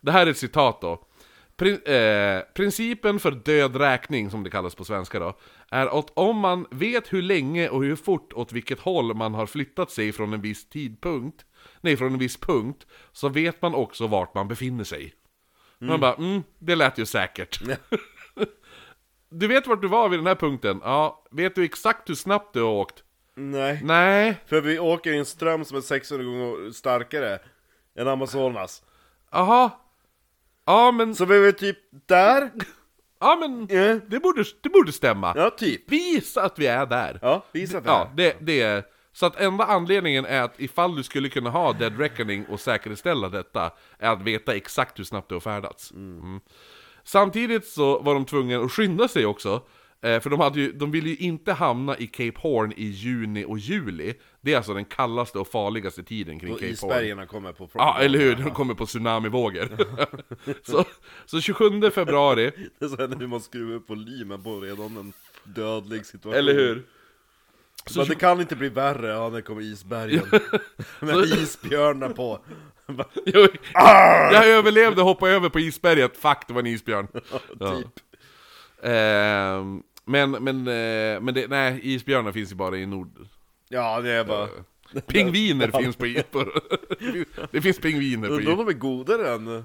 Det här är ett citat då. Prin- eh, principen för död räkning, som det kallas på svenska då, är att om man vet hur länge och hur fort åt vilket håll man har flyttat sig från en viss tidpunkt, nej från en viss punkt, så vet man också vart man befinner sig. Man bara, mm, det lät ju säkert. du vet vart du var vid den här punkten? Ja, vet du exakt hur snabbt du har åkt?
Nej.
Nej,
För vi åker i en ström som är 600 gånger starkare än Amazonas.
aha. Ja men,
Så vi är väl typ där?
ja men,
Eh,
det borde, det borde stämma.
Ja, typ.
Visa att vi är där!
Ja, visa för
Ja,
ja.
det, det är... Så att enda anledningen är att ifall du skulle kunna ha Dead Reckoning och säkerställa detta, är att veta exakt hur snabbt du har färdats. Mm. Samtidigt så var de tvungna att skynda sig också, eh, för de, hade ju, de ville ju inte hamna i Cape Horn i juni och juli. Det är alltså den kallaste och farligaste tiden kring
Och
Cape Horn.
isbergen kommer på
Ja, eller hur? De kommer på tsunamivågor. så, så 27 februari,
Det är så här när man skruvar upp volymen på redan en dödlig situation.
eller hur? Så
Men det kan inte bli värre, ja när kommer isbergen. Med isbjörnar på.
Jo, jag överlevde och hoppade över på isberget, fuck det var en isbjörn. Ja.
typ.
Ehm, men, men, eh, men det, nej, isbjörnar finns ju bara i nord...
Ja, det är bara...
Pingviner finns på is... på- Det finns pingviner på
Undrar
is.
om de är godare än eh,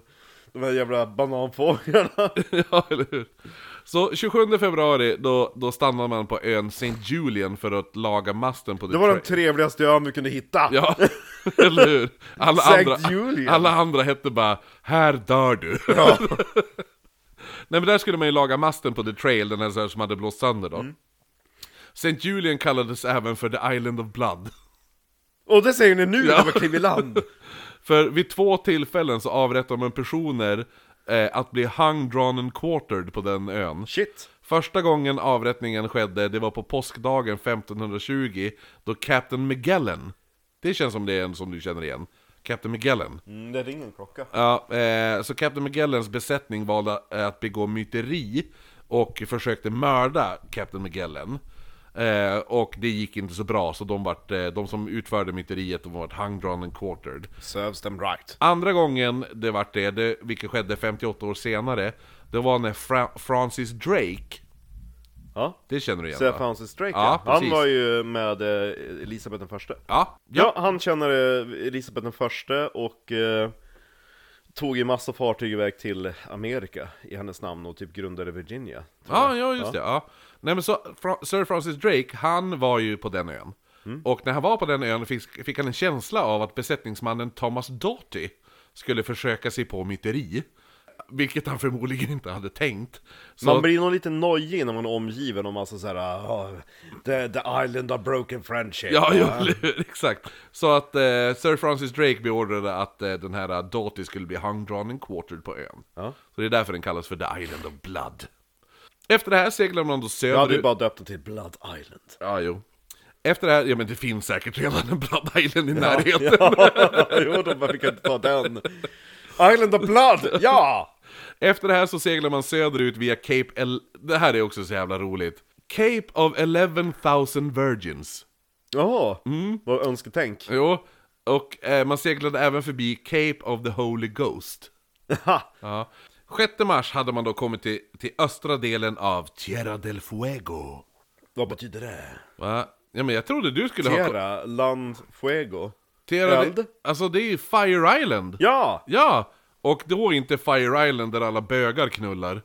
de här jävla bananfåglarna.
Ja, eller hur? Så 27 februari, då, då stannar man på ön St. Julian för att laga masten på
Det var
Detroit.
den trevligaste ön vi kunde hitta.
Ja, eller hur? Alla
Sankt
andra,
Julian.
alla andra hette bara 'Här dör du' Nej men där skulle man ju laga masten på The Trail, den här så här som hade blåst sönder då. St. Julian kallades även för The Island of Blood.
Och det säger ni nu när vi kliver i land.
För vid två tillfällen så avrättade man personer eh, att bli hung, drawn and quartered på den ön.
Shit.
Första gången avrättningen skedde, det var på påskdagen 1520, då Captain Magellan, det känns som det är en som du känner igen, Captain Magellan.
Mm, det ringer en klocka.
Ja, eh, så Captain Magellans besättning valde eh, att begå myteri och försökte mörda Captain Magellan. Eh, och det gick inte så bra, så de, vart, eh, de som utförde myteriet de vart hung, drawn and quartered.
Serves them right.
Andra gången det vart det, det vilket skedde 58 år senare, det var när Fra- Francis Drake,
Ja.
det känner du igen
Sir
va?
Francis Drake
Ja,
ja. Han
precis.
var ju med eh, Elisabeth den första.
Ja,
Ja, han känner eh, Elisabeth den första och eh, tog i massa fartyg iväg till Amerika i hennes namn och typ grundade Virginia.
Ja, ja just det. Ja. Nej, men så, Fra- Sir Francis Drake, han var ju på den ön.
Mm.
Och när han var på den ön fick, fick han en känsla av att besättningsmannen Thomas Doughty skulle försöka sig på myteri. Vilket han förmodligen inte hade tänkt. Så,
Man blir nog lite nojig när man är omgiven av massa såhär oh, the, the island of broken friendship
Ja, ja eller hur? exakt. Så att eh, Sir Francis Drake beordrade att eh, den här Doughty skulle bli hung, drawn and quartered på ön.
Ja.
Så det är därför den kallas för The Island of Blood. Efter det här seglar man då
Jag
söderut.
hade ju bara döpt den till Blood Island
Ja, jo. Efter det här, ja men det finns säkert redan en Blood Island i närheten.
Jo, då varför kan jag inte ta den? Island of Blood, ja!
Efter det här så seglar man söderut via Cape El... Det här är också så jävla roligt. Cape of 11,000 virgins.
Jaha, vad önsketänk
Jo, och eh, man seglade även förbi Cape of the Holy Ghost.
Ha.
Ja. 6 mars hade man då kommit till, till östra delen av Tierra del Fuego.
Vad betyder det?
Va? Ja men jag trodde du skulle ha... ko-
Tierra, land, fuego
Tierra
Eld.
del... Alltså det är ju Fire Island!
Ja!
Ja! Och då inte Fire Island där alla bögar knullar.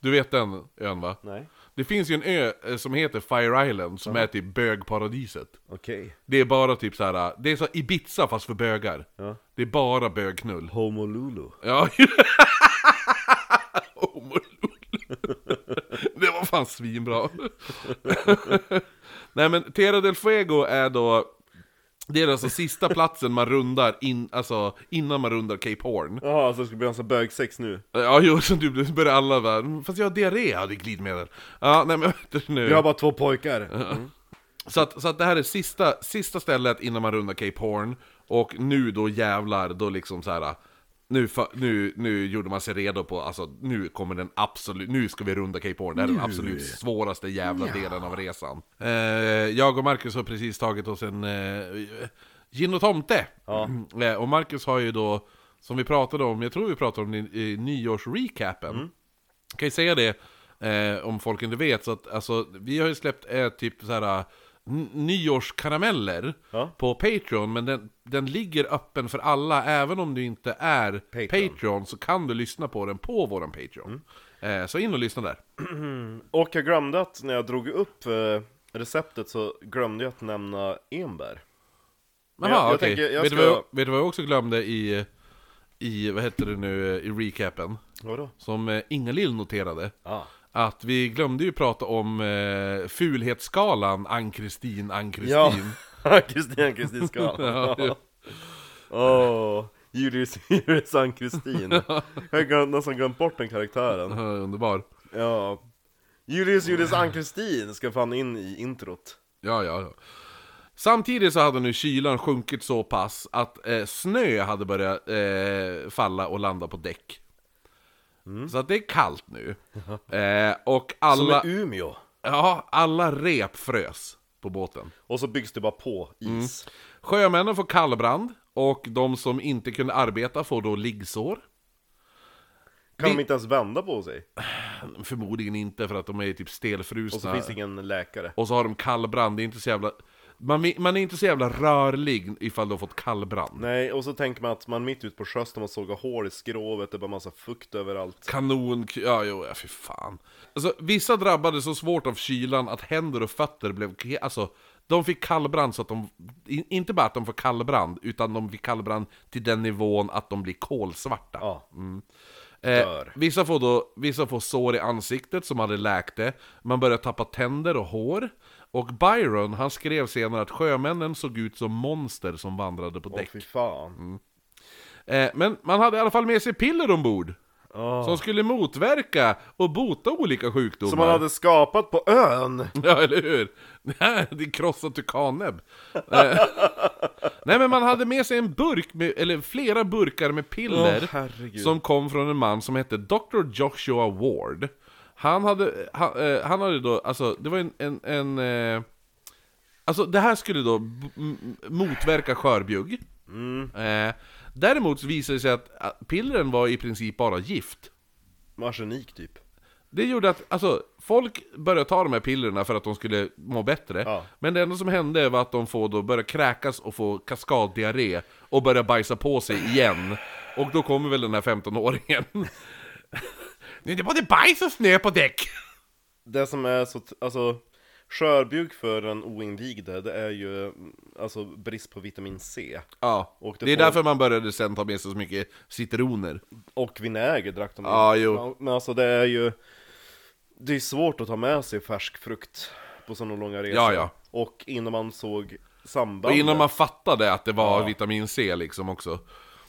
Du vet den ön va?
Nej.
Det finns ju en ö eh, som heter Fire Island som är typ bögparadiset.
Okej
Det är bara typ så här. det är så Ibiza fast för bögar. Det är bara bögknull.
Homolulu
Ja. Homolul. det var fan svinbra. Nej men Tierra del Fuego är då Det är alltså sista platsen man rundar in, alltså, innan man rundar Cape Horn.
Jaha, så det ska bli en sån bögsex nu.
Ja, jo, så du blir- börjar alla bara, "Mm, fast jag har diarré, jag hade glidmedel. Ja, nej men vet du nu.
Vi har bara två pojkar.
Så, att, så att det här är sista, sista stället innan man rundar Cape Horn, och nu då jävlar, då liksom så här. Nu, fa- nu, nu gjorde man sig redo på, alltså nu kommer den absolut, nu ska vi runda Cape Horn, det här är den absolut svåraste jävla delen av resan. Eh, jag och Marcus har precis tagit oss en eh, gin och tomte. Mm, eh, Och Marcus har ju då, som vi pratade om, jag tror vi pratade om det i, i nyårsrecapen, kan ju säga det eh, om folk inte vet, så att alltså, vi har ju släppt eh, typ så här n- nyårskarameller
Ja.
på Patreon, men den, den ligger öppen för alla, även om du inte är Patreon,
Patreon.
så kan du lyssna på den på våran Patreon.
Mm.
Eh, så in och lyssna där.
Och jag glömde att när jag drog upp eh, receptet så glömde jag att nämna enbär. Men jag-
Jaha,
jag
okej.
tänker jag
Vet, du
ska-
vad jag- vet du vad jag också glömde i, i vad heter det nu, eh, i recapen?
Vadå?
Som eh, Ingalill noterade.
Ah.
Att vi glömde ju prata om eh, fulhetsskalan Ann-Kristin, Ann-Kristin.
Ja, Kristin Kristin Skal.
Ja.
Åh, Julius Julius Ann-Kristin. Jag har glömt- nästan glömt bort den karaktären.
Ja, Eh, Underbar.
Ja. Julius Julius Ann-Kristin ska fan in i introt.
Ja, ja, ja. Samtidigt så hade nu kylan sjunkit så pass att eh, snö hade börjat eh, falla och landa på däck. Så att det är kallt nu. Eh, och
Mm.
alla,
Som i Umeå.
ja, alla rep frös på båten.
Och så byggs det bara på is.
Mm. Sjömännen får kallbrand och de som inte kunde arbeta får då liggsår.
Kan
Vi-
de inte ens vända på sig?
Förmodligen inte för att de är typ stelfrusna.
Och så finns det ingen läkare.
Och så har de kallbrand, det är inte så jävla... Man, vi- man är inte så jävla rörlig ifall du har fått kallbrand.
Nej, och så tänker man att man mitt ute på sjöss, de har sågat hål i skrovet, det är bara massa fukt överallt.
Kanon... Ja, jo, ja, fy fan. Alltså, vissa drabbades så svårt av kylan att händer och fötter blev... ke- Alltså, de fick kallbrand så att de... i- Inte bara att de får kallbrand, utan de fick kallbrand till den nivån att de blir kolsvarta.
Ja.
Eh,
Dör.
vissa, får då, vissa får sår i ansiktet som hade läkt det, man börjar tappa tänder och hår. Och Byron, han skrev senare att sjömännen såg ut som monster som vandrade på
Åh
däck. Mm.
fy fan.
Eh, men man hade i alla fall med sig piller ombord.
Ja.
Som skulle motverka och bota olika sjukdomar.
Som man hade skapat på ön!
Ja, eller hur? Nej, det är krossad tukannäbb. Eh, Nej, men man hade med sig en burk, med, eller flera burkar med piller
Åh, herregud.
som kom från en man som hette Dr. Joshua Ward. Han hade, han, eh, han hade då, alltså det var en, en, en eh, Alltså det här skulle då b- m- motverka skörbjugg.
Mm.
Eh, däremot så visade det sig att att pillren var i princip bara gift.
Arsenik typ.
Det gjorde att, alltså, folk började ta de här pillerna för att de skulle må bättre.
Ja.
Men det enda som hände var att de får då börja kräkas och få kaskaddiarré och börja bajsa på sig igen. Och då kommer väl den här 15-åringen. Det är både bajs och snö på däck!
Det som är så, t- alltså skörbjugg för den oinvigde, det är ju mm, alltså brist på vitamin C.
Ja,
Och
det,
det
är
får-
därför man började sen ta med sig så mycket citroner.
Och vinäger drack de
Ja,
ju.
jo.
Ja, Men alltså det är ju, det är svårt att ta med sig färsk frukt på sådana långa resor.
Ja, ja.
Och innan man såg
Och
sambandet.
innan man fattade att det var vitamin C liksom också.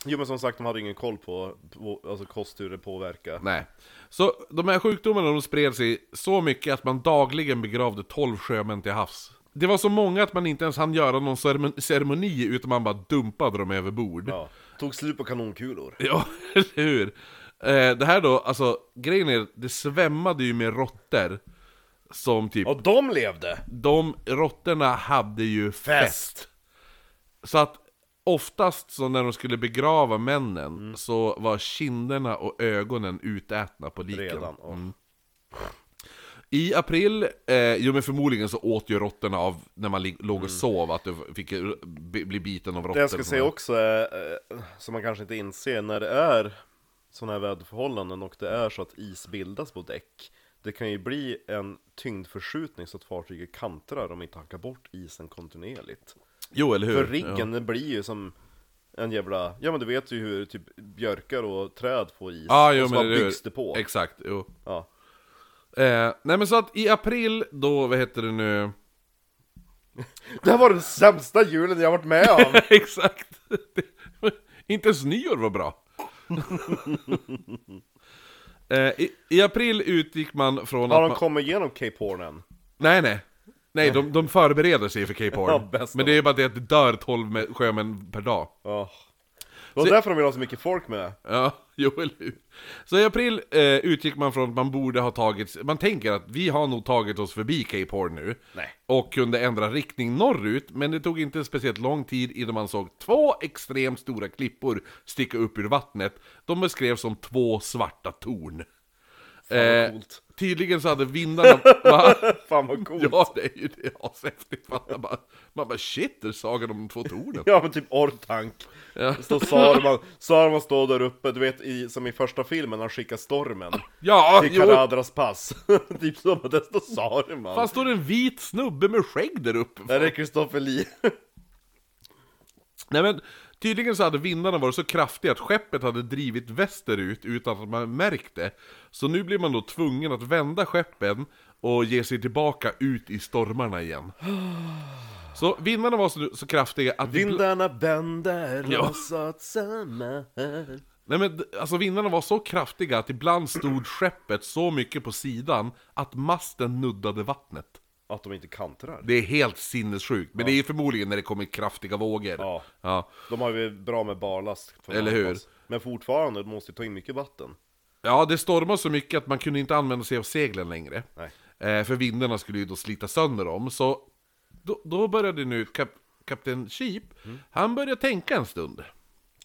Jo men som sagt, de hade ingen koll på, på alltså kost hur det påverkar.
Nej. Så de här sjukdomarna de spred sig så mycket att man dagligen begravde 12 sjömän till havs. Det var så många att man inte ens hann göra någon ceremon- ceremoni utan man bara dumpade dem över bord.
Ja. Tog slut på kanonkulor.
Ja, eller hur? Eh, det här då, alltså grejen är det svämmade ju med råttor. Som typ,
Och de levde!
de råttorna hade ju fest. Så att oftast så när de skulle begrava männen
Mm.
så var kinderna och ögonen utätna på liken.
Redan. Och,
I april, eh, jo men förmodligen så åt ju råttorna av när man lig- låg och sov, att du fick eh, bli bli biten av
Mm.
råttor.
Det jag ska säga också är, eh, som man kanske inte inser, när det är sådana här väderförhållanden och det är så att is bildas på däck, det kan ju bli en tyngdförskjutning så att fartyget kantrar om inte hackar bort isen kontinuerligt.
Jo, eller hur?
För riggen, den blir ju som en jävla, ja men du vet ju hur typ björkar och träd får is,
Ja, ah, jo
och så
men
bara
eller hur?
byggs det på.
Exakt, jo.
ja.
Eh, nej men så att i april då, vad heter det nu?
Det här var den sämsta julen jag varit med om!
Exakt! Det- Inte ens nyår var bra. Eh, I, I april utgick man från
Har
att
de
man...
kommit igenom Cape Horn än?
Nej, nej. Nej, de, de förbereder sig för Cape Horn.
Ja, bäst
Men
av
det är bara det att det dör 12 med- sjömän per dag.
Ja. Det var
Så-
därför de vill ha så mycket folk med.
Ja, jo eller hur? Så i april eh, utgick man från att man borde ha tagit, man tänker att vi har nog tagit oss förbi Cape Horn nu.
Nej.
Och kunde ändra riktning norrut, men det tog inte speciellt lång tid innan man såg två extremt stora klippor sticka upp ur vattnet. De beskrevs som två svarta torn.
vad
Eh,
coolt.
tydligen så hade vindarna... Va?
Fan vad coolt! Ja,
Ja, det är ju det ashäftigt. Man bara, man bara shit, det är sagan om de två tornen.
men typ Ortank. Det står Saruman, Saruman står där uppe, du vet i, som i första filmen, han skickar stormen.
Ja,
Till
Ah, jo,
Karadras pass. typ som att det står Saruman.
Fan står det en vit snubbe med skägg där uppe?
Där är Kristoffer Lee.
Nej men, tydligen så hade vindarna varit så kraftiga att skeppet hade drivit västerut utan att man märkte. Så nu blir man då tvungen att vända skeppen och ge sig tillbaka ut i stormarna igen. Så vindarna var så, så kraftiga att... ibla-
Vindarna bänder,
Ja.
loss åt samma håll.
Nej men, d- alltså vindarna var så kraftiga att ibland stod skeppet så mycket på sidan att masten nuddade vattnet.
Att de inte kantrar.
Det är helt sinnessjukt, men det är ju förmodligen när det kommer kraftiga vågor.
Ja.
Ja.
De har ju bra med barlast. får man
Eller hur?
hoppas. Men fortfarande, de måste ju ta in mycket vatten.
Ja, det stormade så mycket att man kunde inte använda sig av seglen längre.
Nej.
Eh, för vindarna skulle ju då slita sönder dem, så då, då började nu kap, kapten Sheep, han började tänka en stund.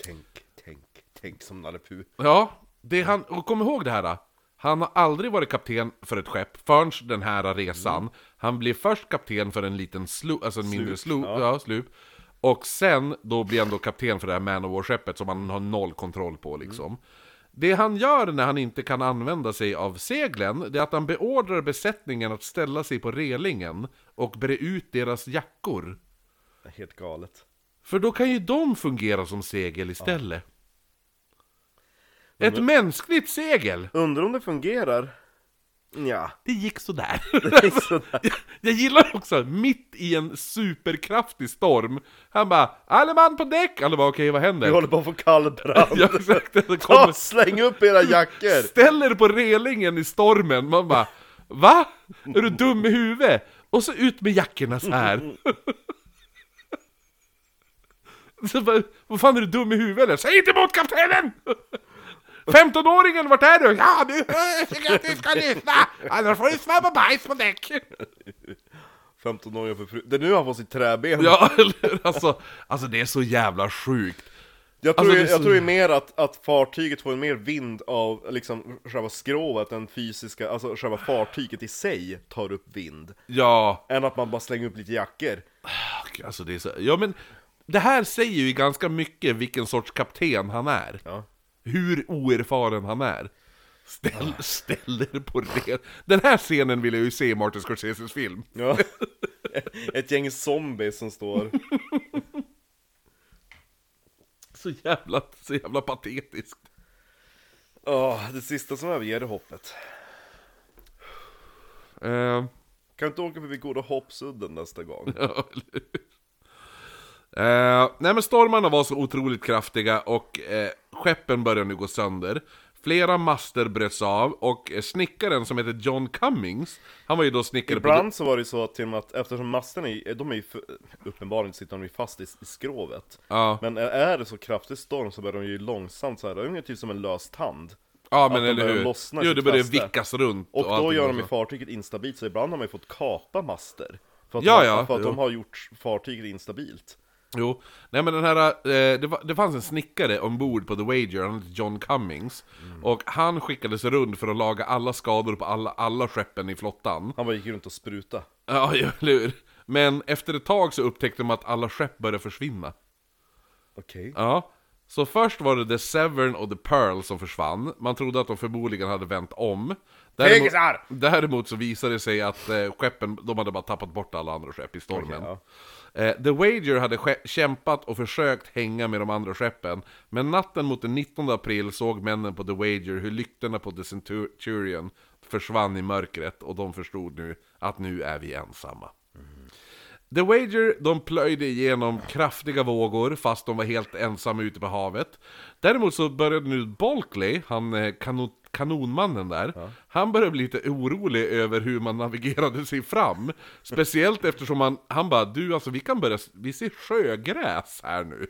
Tänk, tänk, tänk som Nalle Puh.
Ja, det han, och kom ihåg det här. då. Han har aldrig varit kapten för ett skepp förrän den här resan. Han blir först kapten för en liten Mm. slup, alltså en mindre slup, ja. slup. Och sen då blir han då kapten för det här Man of War-skeppet som han har noll kontroll på liksom. Det han gör när han inte kan använda sig av seglen, det är att han beordrar besättningen att ställa sig på relingen och bre ut deras jackor.
Helt galet.
För då kan ju de fungera som segel istället. Ett mänskligt segel!
Undrar om det fungerar? Ja.
Det gick sådär.
gick sådär.
jag, jag gillar också, mitt i en superkraftig storm, han bara ”Alle man på däck!” Alla bara ”Okej, vad
Vi
händer?”
håller på att få kall brand.
Ja, exakt. Det
Ta,
kommer,
släng upp era jackor!
ställer på relingen i stormen, man bara ”Va? Är du dum i huvudet?” Och så ut med jackorna så här. Så bara, vad fan är du dum i huvudet eller? Säg inte emot kaptenen! 15-åringen, vart är du? Ja, nu hörs jag att du ska lyssna! Annars får du svämma bajs på däck!
15-åringar för fru... Det är nu han får sitt träben.
Ja, eller hur? alltså, alltså det är så jävla sjukt.
Jag tror,
Alltså,
ju-
det är
jag
så-
tror ju mer att, att fartyget får mer vind av liksom själva skrovet än fysiska, alltså själva fartyget i sig tar upp vind.
Ja,
Än att man bara slänger upp lite jackor.
fuck, alltså det är så... Ja men, det här säger ju ganska mycket vilken sorts kapten han är.
Ja.
Hur oerfaren han är. Ställ, ställ er på det. Den här scenen vill jag ju se i Martin Scorseses film.
Ja. Ett gäng zombies som står...
Så jävla, så jävla patetiskt.
Åh, det sista som överger är hoppet.
Eh,
Kan du inte åka förbi Goda Hoppsudden nästa gång?
Ja, eller hur? Eh, nej men stormarna var så otroligt kraftiga och eh, skeppen började nu gå sönder. Flera master bröts av och eh, snickaren som hette John Cummings, han var ju då snickare på...
Ibland så var det ju så att, till och med att eftersom masterna är, de är ju för, uppenbarligen sitter de ju fast i, i skrovet.
Ja,
Men är det så kraftig storm så börjar de ju långsamt så här, ungefär typ som en lös tand.
ja
att
men
de
eller
börjar
hur.
lossna i
Jo,
sitt
det började
fäste.
vickas runt
Och då
allting
gör de ju
så.
fartyget instabilt, så ibland har man ju fått kapa master. För att,
Ja,
de,
ja,
för att de
jo.
har gjort fartyget instabilt.
Jo, nej men den här, eh, det, var, det fanns en snickare ombord på The Wager, han hette John Cummings. Och han skickades runt för att laga alla skador på alla, alla skeppen i flottan.
Han bara gick runt och spruta.
Ja, ja, eller hur? Men efter ett tag så upptäckte de att alla skepp började försvinna.
Okej.
Ja. Så först var det The Severn och The Pearl som försvann. Man trodde att de förmodligen hade vänt om. Däremot,
Fegisar!
däremot så visade det sig att eh, skeppen, de hade bara tappat bort alla andra skepp i stormen.
Okej,
eh, The Wager hade ske- kämpat och försökt hänga med de andra skeppen. Men natten mot den 19 april såg männen på The Wager hur lyktorna på The Centurion försvann i mörkret och de förstod nu att nu är vi ensamma. The Wager, de plöjde igenom kraftiga vågor fast de var helt ensamma ute på havet. Däremot så började nu Balkley, han eh, kanon, kanonmannen där, han började bli lite orolig över hur man navigerade sig fram. Speciellt eftersom han, han bara, du alltså vi kan börja, vi ser sjögräs här nu.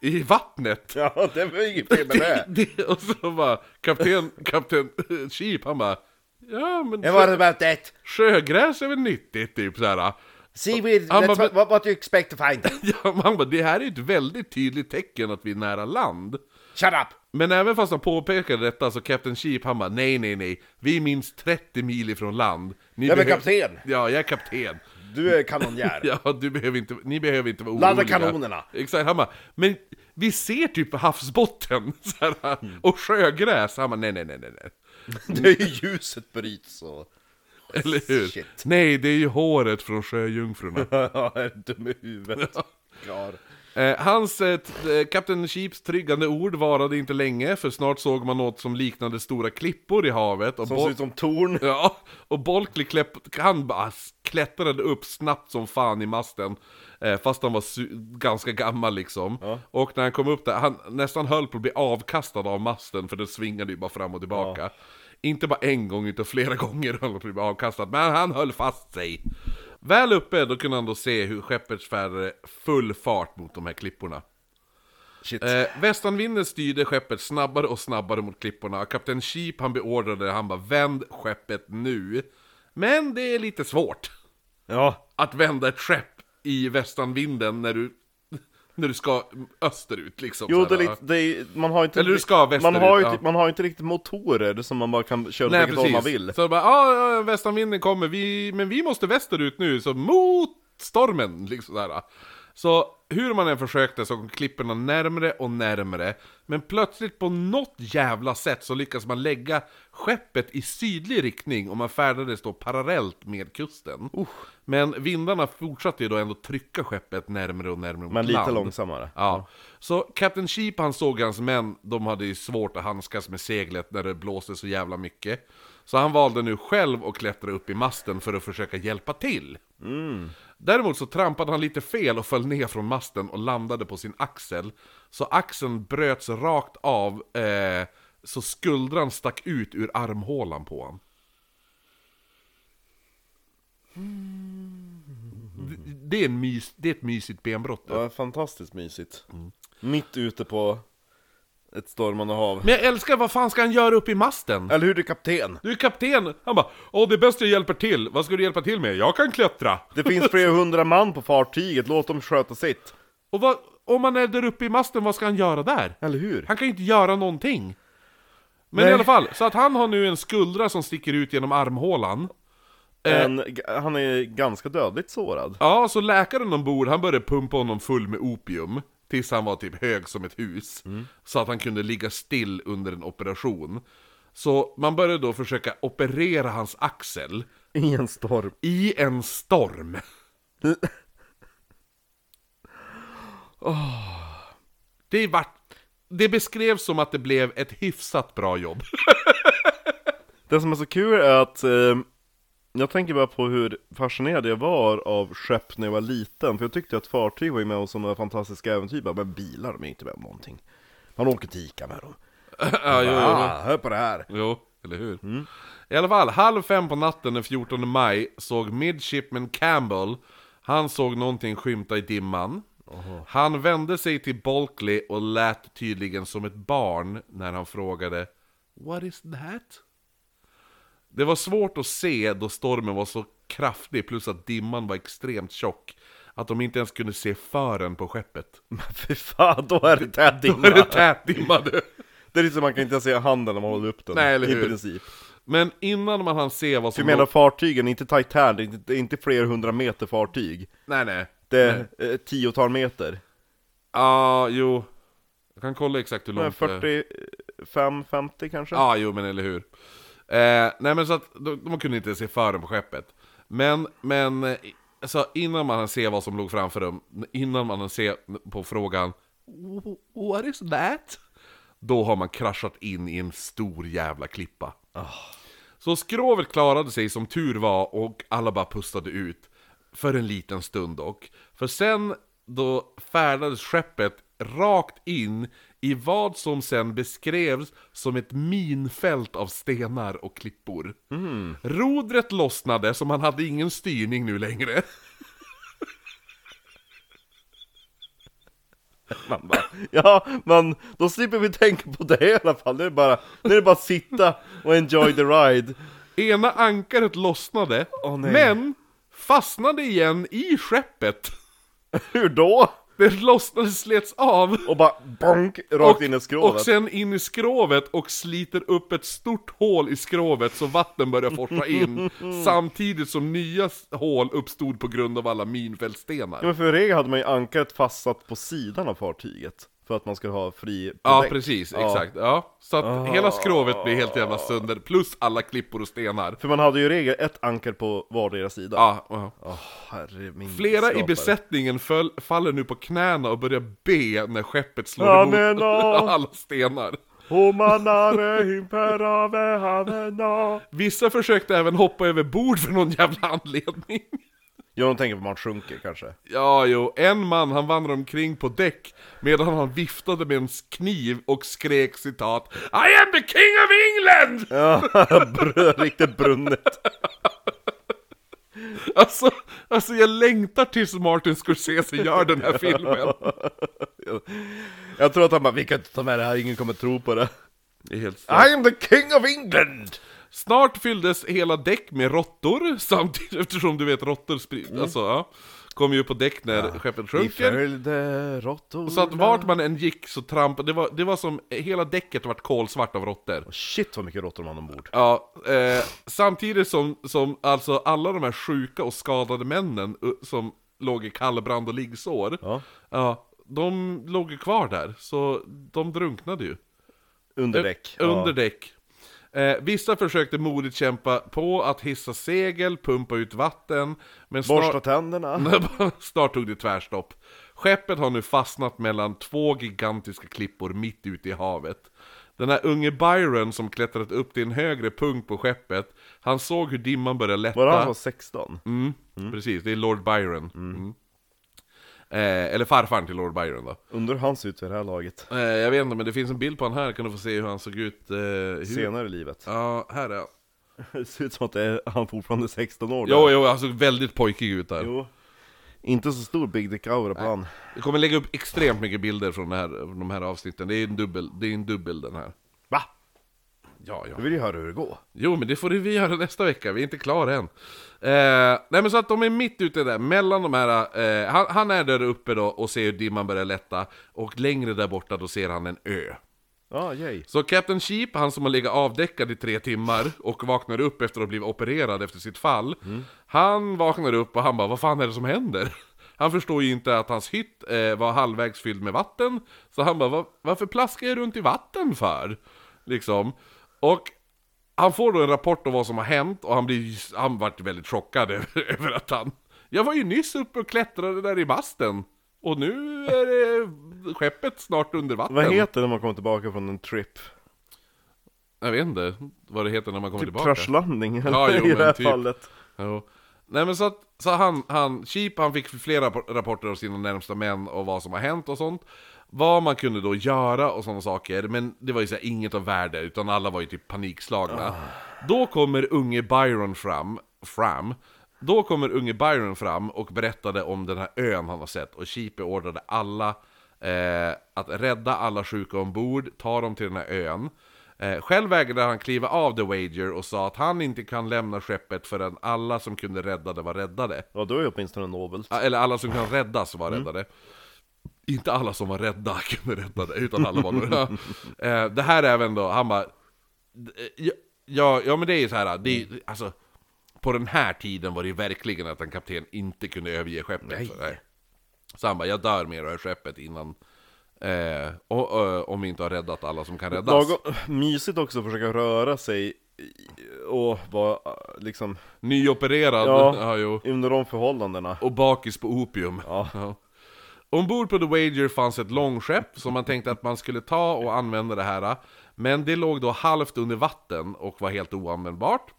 I vattnet!
Ja, det var inget fel med det.
Det- och så bara, kapten, kapten eh, Sheep, han bara, ja men
And what about that?
sjögräs är väl nyttigt typ såhär.
Seaweed,
I'm
that's
a
what,
bit-
what, what you expect to find.
Ja, man bara, det här är ett väldigt tydligt tecken att vi är nära land.
Shut up!
Men även fast han påpekade detta så Captain Sheep han bara, nej nej nej, vi är minst 30 mil ifrån land. Ni
Jag är
behöver-
kapten."
Ja, jag är kapten.
Du är kanonjär.
Ja, du behöver inte, ni behöver inte vara oroliga.
Ladda kanonerna.
Exakt, han bara, men vi ser typ havsbotten så här,
Mm.
och sjögräs. Han bara, nej nej nej nej. nej.
Det är ju ljuset bryts och...
Eller hur?
Shit.
Nej, det är ju håret från sjöjungfrurna.
Ja, är du dum i huvudet? Klar.
Eh, hans, eh, t- eh, Kapten Sheeps tryggande ord varade inte länge, för snart såg man något som liknade stora klippor i havet. Och
Som
Bol-
ser ut som torn.
Ja, och Bolkley kläpp- han bara s- klättrade upp snabbt som fan i masten. Eh, fast han var su- ganska gammal liksom. Och när han kom upp där, han nästan höll på att bli avkastad av masten för den svingade ju bara fram och tillbaka. Inte bara en gång utan flera gånger höll han på att bli avkastad, men han höll fast sig. Väl uppe då kunde han då se hur skeppet färdade full fart mot de här klipporna.
Shit.
Eh, västanvinden styrde skeppet snabbare och snabbare mot klipporna. Kapten Sheep han beordrade, han bara vänd skeppet nu. Men det är lite svårt
Ja.
att vända ett skepp i västanvinden när du, när du ska österut liksom.
Jo,
så
det
här,
är lite, det är, man har inte...
Eller du ska västerut,
man har, ju,
ja.
typ- man har ju inte riktigt motorer som man bara kan köra åt
Nej
vilket håll man
precis.
vill.
Så de bara, ja, ja, västanvinden kommer, vi, men vi måste västerut nu, så mot stormen! Liksom där. Så hur man än försökte så kom klipporna närmre och närmre. Men plötsligt på något jävla sätt så lyckas man lägga skeppet i sydlig riktning och man färdades då parallellt med kusten. Men vindarna fortsatte ju då ändå trycka skeppet närmre och närmre mot
Men lite
land.
långsammare.
Ja. Så Captain Sheep han såg hans män, de hade ju svårt att handskas med seglet när det blåste så jävla mycket. Så han valde nu själv att klättra upp i masten för att försöka hjälpa till. Däremot så trampade han lite fel och föll ner från masten och landade på sin axel. Så axeln bröts rakt av, eh, så skuldran stack ut ur armhålan på honom. Det, det, är en mys, det är ett mysigt benbrott.
Det var fantastiskt mysigt.
Mm.
Mitt ute på ett stormande hav.
Men jag älskar, vad fan ska han göra uppe i masten?
Eller hur, du kapten?
Du är kapten! Han bara Åh, det är bäst jag hjälper till. Vad ska du hjälpa till med? Jag kan klättra!
Det finns flera hundra man på fartyget, låt dem sköta sitt.
Och vad, om han är där uppe i masten, vad ska han göra där?
Eller hur?
Han kan ju inte göra någonting! Men i alla fall, så att han har nu en skuldra som sticker ut genom armhålan. eh.
En, han är ganska dödligt sårad.
Ja, så läkaren ombord, han började pumpa honom full med opium. Tills han var typ hög som ett hus. Så att han kunde ligga still under en operation. Så man började då försöka operera hans axel.
I en storm.
I en storm. Det vart... Det beskrevs som att det blev ett hyfsat bra jobb.
Det som är så kul är att eh, jag tänker bara på hur fascinerad jag var av skepp när jag var liten. För jag tyckte att fartyg var ju med oss som några fantastiska äventyr. Bara, Men bilar, de är ju inte med om någonting. Man åker till Ica med dem.
ja,
Ah, hör på det här.
Jo, eller hur?
Mm.
I alla fall, halv fem på natten den 14 maj såg Midshipman Campbell, han såg någonting skymta i dimman. Han vände sig till Bulkley och lät tydligen som ett barn när han frågade What is that? Det var svårt att se då stormen var så kraftig plus att dimman var extremt tjock att de inte ens kunde se fören på skeppet.
Fy fan, då är det tät
Då är det
dimma.
tät dimma du!
Det är liksom, man kan inte se handen när man håller upp den.
Nej, eller hur?
I princip.
Men innan man hann se vad
Du
som...
menar fartygen, inte Titanic, inte, inte fler hundra meter fartyg.
Nej, nej.
Det är eh, ett tiotal meter.
Ja, jo. Jag kan kolla exakt hur
Men
långt det är.
45, 50 Eh, kanske?
Ja, jo men eller hur. Eh, nej men så att de, de kunde inte se fören på skeppet. Men, men, eh, så innan man hann se vad som låg framför dem, innan man hann se på frågan "Wh- What is that? Då har man kraschat in i en stor jävla klippa. Så skrovet klarade sig som tur var och alla bara pustade ut. För en liten stund dock. För sen då färdades skeppet rakt in i vad som sen beskrevs som ett minfält av stenar och klippor. Rodret lossnade, så man hade ingen styrning nu längre.
Man bara, ja, men då slipper vi tänka på det i alla fall. Nu är det bara, nu är det bara att sitta och enjoy the ride.
Ena ankaret lossnade,
nej.
men fastnade igen i skeppet.
Hur då?
Det lossnade, slets av.
Och bara bonk, rakt in i skrovet.
Och sen in i skrovet och sliter upp ett stort hål i skrovet så vatten börjar forsa in. samtidigt som nya s- hål uppstod på grund av alla
Ja,
minfältstenar.
men för i regel hade man ju ankaret fastsatt på sidan av fartyget. För att man skulle ha fri
Ja,
däck.
precis,
Ja. Ah.
exakt. Ja. Så att hela skrovet blir helt jävla sönder, plus alla klippor och stenar.
För man hade ju i regel ett ankar på vardera sida.
Ja, ja.
Åh, herre min
Flera i
skapare.
besättningen föll, faller nu på knäna och börjar be när skeppet slår
Ja, men, ah.
emot
ja.
alla stenar.
Homanare imperave havena.
Vissa försökte även hoppa över bord för någon jävla anledning.
Ja, de tänker på att man sjunker kanske.
Ja, jo. En man, han vandrade omkring på däck medan han viftade med en kniv och skrek citat I am the king of England!
Brö- Riktigt brunnet.
Alltså, alltså jag längtar tills Martin Scorsese gör den här filmen.
Jag tror att han bara, vi kan inte ta med det här, ingen kommer tro på det.
Det är helt sant.
I am the king of England!
Ah. Snart fylldes hela däck med råttor, samtidigt eftersom du vet råttor sprids, alltså ja. Kom ju upp på däck när skeppet
Vi
sjunker.
följde råttorna.
Så att vart man än gick så trampade, det var, det var som, hela däcket vart kolsvart av råttor.
Shit vad mycket råttor man hade ombord.
Ja, eh, samtidigt som, som alltså alla de här sjuka och skadade männen eh, som låg i kallbrand och liggsår,
Ja.
ja, de låg ju kvar där, så de drunknade ju.
Under däck.
Un- Under däck. Eh, vissa försökte modigt kämpa på att hissa segel, pumpa ut vatten, men
Ja.
snart...
Borsta tänderna.
Snart tog det tvärstopp. Skeppet har nu fastnat mellan två gigantiska klippor mitt ute i havet. Den här unge Byron som klättrat upp till en högre punkt på skeppet, han såg hur dimman började lätta.
Var det han som var 16?
Mm, Precis, det är Lord Byron. Mm. Eh, eller farfaren till Lord Byron då.
Undrar hur han ser ut i det här laget.
Eh, jag vet inte, men det finns en bild på han här, kan du få se hur han såg ut? Eh, hur...
Senare i livet.
Ja, här är han.
Det ser ut som att det är, han fortfarande är 16 år. då.
Jo, jo, han såg väldigt pojkig ut där.
Jo. Inte så stor Big Dick Aura på han.
Jag kommer lägga upp extremt mycket bilder från, det här, från de här avsnitten. Det är en dubbel, det är en dubbel den här.
Va?
Ja, ja.
Jag vill ju höra hur det går.
Jo, men det får vi göra nästa vecka. Vi är inte klara än. Eh, nej, men så att de är mitt ute där, mellan de här... Eh, han, han är där uppe då och ser hur dimman börjar lätta. Och längre där borta då ser han en ö.
Ja, ah, yay.
Så Captain Sheep, han som har legat avdäckad i tre timmar och vaknar upp efter att ha blivit opererad efter sitt fall. Han vaknar upp och han bara, vad fan är det som händer? Han förstår ju inte att hans hytt eh, var halvvägs fylld med vatten. Så han bara, "Va- varför plaskar jag runt i vatten för? Liksom. Och han får då en rapport om vad som har hänt och han blir, han vart väldigt chockad över, över att han... Jag var ju nyss uppe och klättrade där i masten. Och nu är det skeppet snart under vatten.
Vad heter det när man kommer tillbaka från en trip?
Jag vet inte vad det heter när man kommer
Typ
tillbaka.
kraschlandning eller
Ja, jo,
i
men
det här
typ.
fallet.
Jo. Nej men så att, så han, han, Cheap, han fick flera rapp- rapporter av sina närmsta män och vad som har hänt och sånt. Vad man kunde då göra och sådana saker, men det var ju så här, inget av värde, utan alla var ju typ panikslagna. Då kommer unge Byron fram, fram, då kommer unge Byron fram och berättade om den här ön han har sett och Cheap beordrade alla eh, att rädda alla sjuka ombord, ta dem till den här ön. Eh, själv vägrade han kliva av The Wager och sa att han inte kan lämna skeppet förrän alla som kunde rädda det var räddade.
Ja, då är det åtminstone nobelt.
Ah, Eller alla som kan räddas var räddade. Inte alla som var rädda kunde rädda det, utan alla var några. eh, det här är även då, han bara... eh, Ja, ja, ja men det är ju så här, det är, alltså... På den här tiden var det ju verkligen att en kapten inte kunde överge skeppet. Så, nej. så han bara, jag dör med det här skeppet innan... Eh, och, och, om vi inte har räddat alla som kan räddas.
Lagom mysigt också att försöka röra sig i- och vara äh, liksom
Nyopererad.
Ja.
Ja, jo.
under de förhållandena.
Och bakis på opium. Ja. Ombord på The Wager fanns ett långskepp som man tänkte att man skulle ta och använda det här. Men det låg då halvt under vatten och var helt oanvändbart.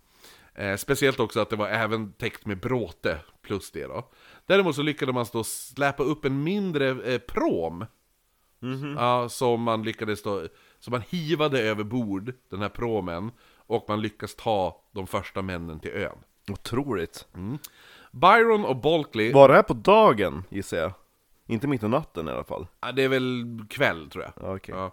Eh, speciellt också att det var även täckt med bråte plus det då. Däremot så lyckades man då släpa upp en mindre eh, prom. Ja, som man lyckades då, som man hivade över bord, den här promen. Och man lyckas ta de första männen till ön.
Otroligt.
Byron och Balkley,
Var det här på dagen gissar jag? Inte mitt i natten i alla fall.
ja, äh, det är väl kväll tror jag.
Ja, okej.
Ja.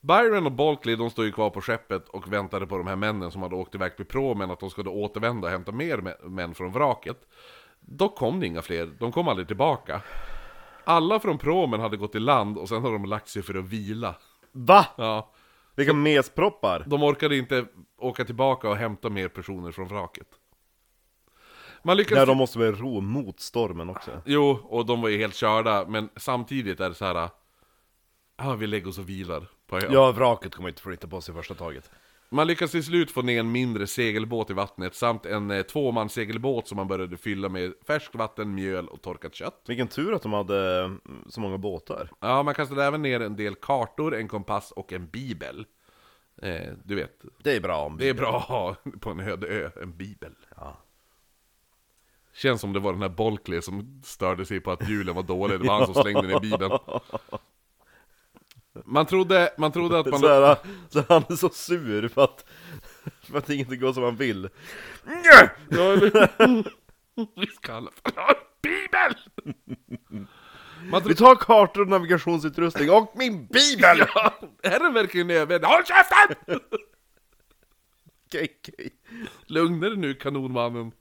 Byron och Balkley, de stod ju kvar på skeppet och väntade på de här männen som hade åkt iväg till promen, att de skulle återvända och hämta mer mä- män från vraket. Då kom det inga fler, de kom aldrig tillbaka. Alla från promen hade gått i land och sen hade de lagt sig för att vila.
Va?
Ja,
Vilka mesproppar!
de orkade inte åka tillbaka och hämta mer personer från vraket. Man lyckades...
Nej, de måste väl ro mot stormen också.
Jo, och de var ju helt körda, men samtidigt är det så här. Ja, vi lägger oss och vilar på ön.
Ja, vraket kommer inte flytta på sig i första taget.
Man lyckades till slut få ner en mindre segelbåt i vattnet samt en eh, tvåmanssegelbåt som man började fylla med färskt vatten, mjöl och torkat kött.
Vilken tur att de hade eh, så många båtar.
Ja, man kastade även ner en del kartor, en kompass och en bibel. Eh, du vet,
Det är bra om
det är bra att ha på en öde ö, en bibel. Känns som det var den här Bolkley som störde sig på att julen var dålig, det var han som slängde ner bibeln. Man trodde, man trodde att man...
Så, här, så han är så sur för att, för att inget går som han vill.
Ja, eller... Vi ska alla... Bibel! Man
Vi
tror...
tar kartor och navigationsutrustning och min bibel!
Ja, är den verkligen nödvändig? Håll käften!
Okej, okej.
Lugna dig nu, kanonmannen.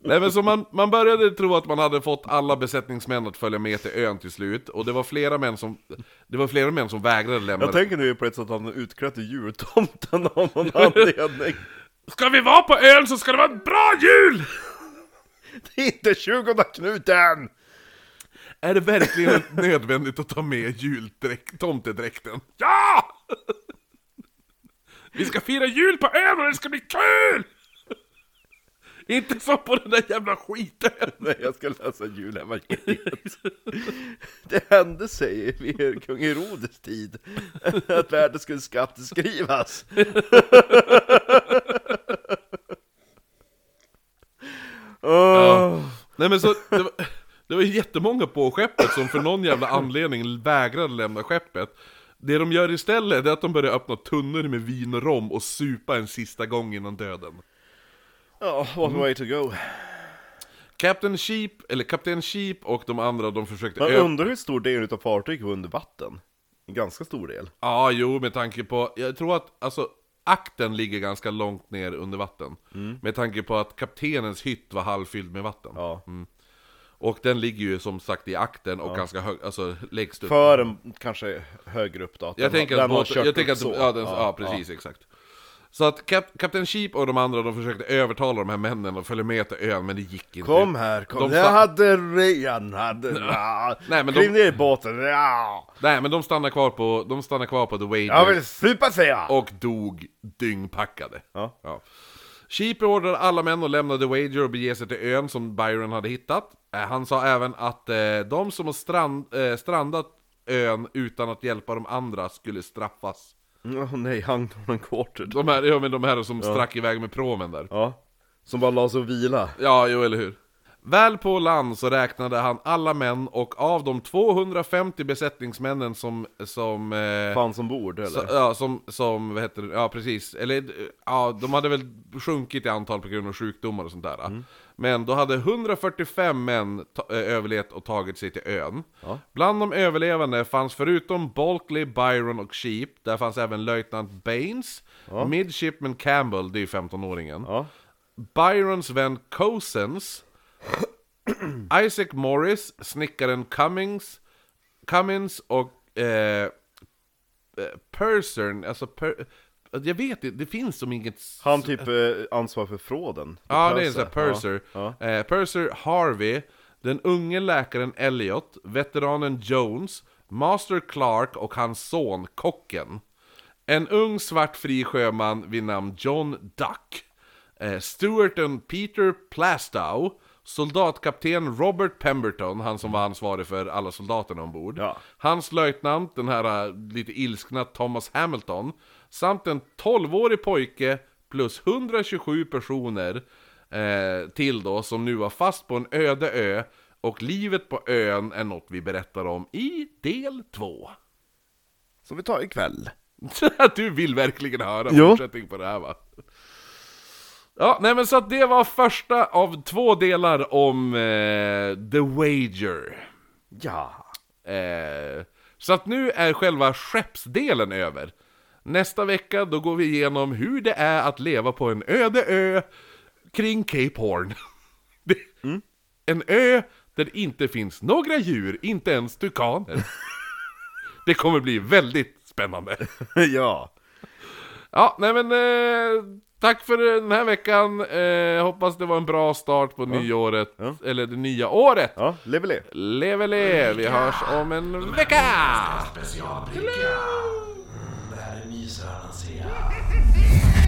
Nej, men så man, man började tro att man hade fått alla besättningsmän att följa med till ön till slut, och det var flera män som, det var flera män som vägrade lämna...
Jag tänker nu på ett sätt att han är utklädd till jultomten av någon anledning.
Ska vi vara på ön så ska det vara en bra jul!
Det är inte tjugonde knuten!
Är det verkligen nödvändigt att ta med juldräkt, tomtedräkten? Ja! Vi ska fira jul på ön och det ska bli kul! Inte som på den där jävla skiten!
Nej, jag ska läsa julevangeliet. Det hände sig vid kung Herodes tid att världen skulle skatteskrivas.
Nej men så, det var, det var ju jättemånga på skeppet som för någon jävla anledning vägrade lämna skeppet. Det de gör istället är att de börjar öppna tunnor med vin och rom och supa en sista gång innan döden.
Ja, what a way to go.
Captain Sheep, eller Kapten Sheep och de andra de försökte
Man
ö-
undrar hur stor del av fartyget var under vatten. En ganska stor del.
Ja, jo, med tanke på... Jag tror att alltså, akten ligger ganska långt ner under vatten. Med tanke på att kaptenens hytt var halvfylld med vatten.
Mm. Ja.
Och den ligger ju som sagt i akten och ganska hög, alltså längst upp.
För en kanske högre upp då. att
jag
den
tänker
har-
att,
den har
båt,
kört
jag
upp
tänker att
så.
ja, den, ja, precis, exakt. Så att kap, Kapten Sheep och de andra de försökte övertala de här männen att följa med till ön, men det gick inte.
Kom här, kom.
De
jag
stann-
hade redan, hade... Ja.
Nej, men
Kliv
de-
ner i båten, ja.
Nej, men de stannade kvar på, de stannade kvar på The Wager.
Jag vill supa säger jag!
och dog dyngpackade.
Ja.
Sheep beordrade alla män att lämna The Wager och bege sig till ön som Byron hade hittat. Eh, Han sa även att eh, de som har strand, eh, strandat ön utan att hjälpa de andra skulle straffas.
Åh nej, han har en quarter.
De här, ja, men de här som strack iväg med promen där.
Ja. Som bara la sig och vila.
Ja, jo, eller hur? Väl på land så räknade han alla män och av de 250 besättningsmännen som... som eh,
Fanns ombord eller?
Så, ja, som, som, vad heter det, ja precis. Eller, ja, de hade väl sjunkit i antal på grund av sjukdomar och sånt där.
Mm.
Men då hade 145 män ta- eh, överlevt och tagit sig till ön. Bland de överlevande fanns förutom Balkley, Byron och Sheep, där fanns även löjtnant Baines, Midshipman Campbell, det är ju 15-åringen.
Ja.
Byrons vän Cosens, Isaac Morris, snickaren Cummings, Cummins och eh, person, alltså per, jag vet inte, det finns som inget...
Han typ eh, ansvar för fråden.
ja, det
Perser.
är en sån här Purser.
Ja,
Eh, Purser Harvey, den unge läkaren Elliot, veteranen Jones, Master Clark och hans son Kocken. En ung svart fri sjöman vid namn John Duck. Eh, Stuarten Peter Plastow. Soldatkapten Robert Pemberton, han som var ansvarig för alla soldaterna ombord.
Ja.
Hans löjtnant, den här eh, lite ilskna Thomas Hamilton, samt en 12-årig pojke plus 127 personer eh, till då, som nu var fast på en öde ö. Och livet på ön är något vi berättar om i del två.
Som vi tar ikväll.
du vill verkligen höra
Jo.
fortsättning på det här va? Ja, nej men så att det var första av två delar om eh, The Wager.
Ja.
Eh, så att nu är själva skeppsdelen över. Nästa vecka då går vi igenom hur det är att leva på en öde ö kring Cape Horn. Det, En ö där det inte finns några djur, inte ens tukaner. det kommer bli väldigt spännande.
ja.
Ja, nej men eh, tack för den här veckan. Eh, hoppas det var en bra start på nyåret, eller det nya året.
Ja, leveli.
Leve le! Vi hörs om en vecka!
Specialbricka. Det här är Myshörnan ser jag.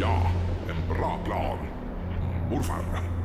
Ja, en bra plan. Morfar.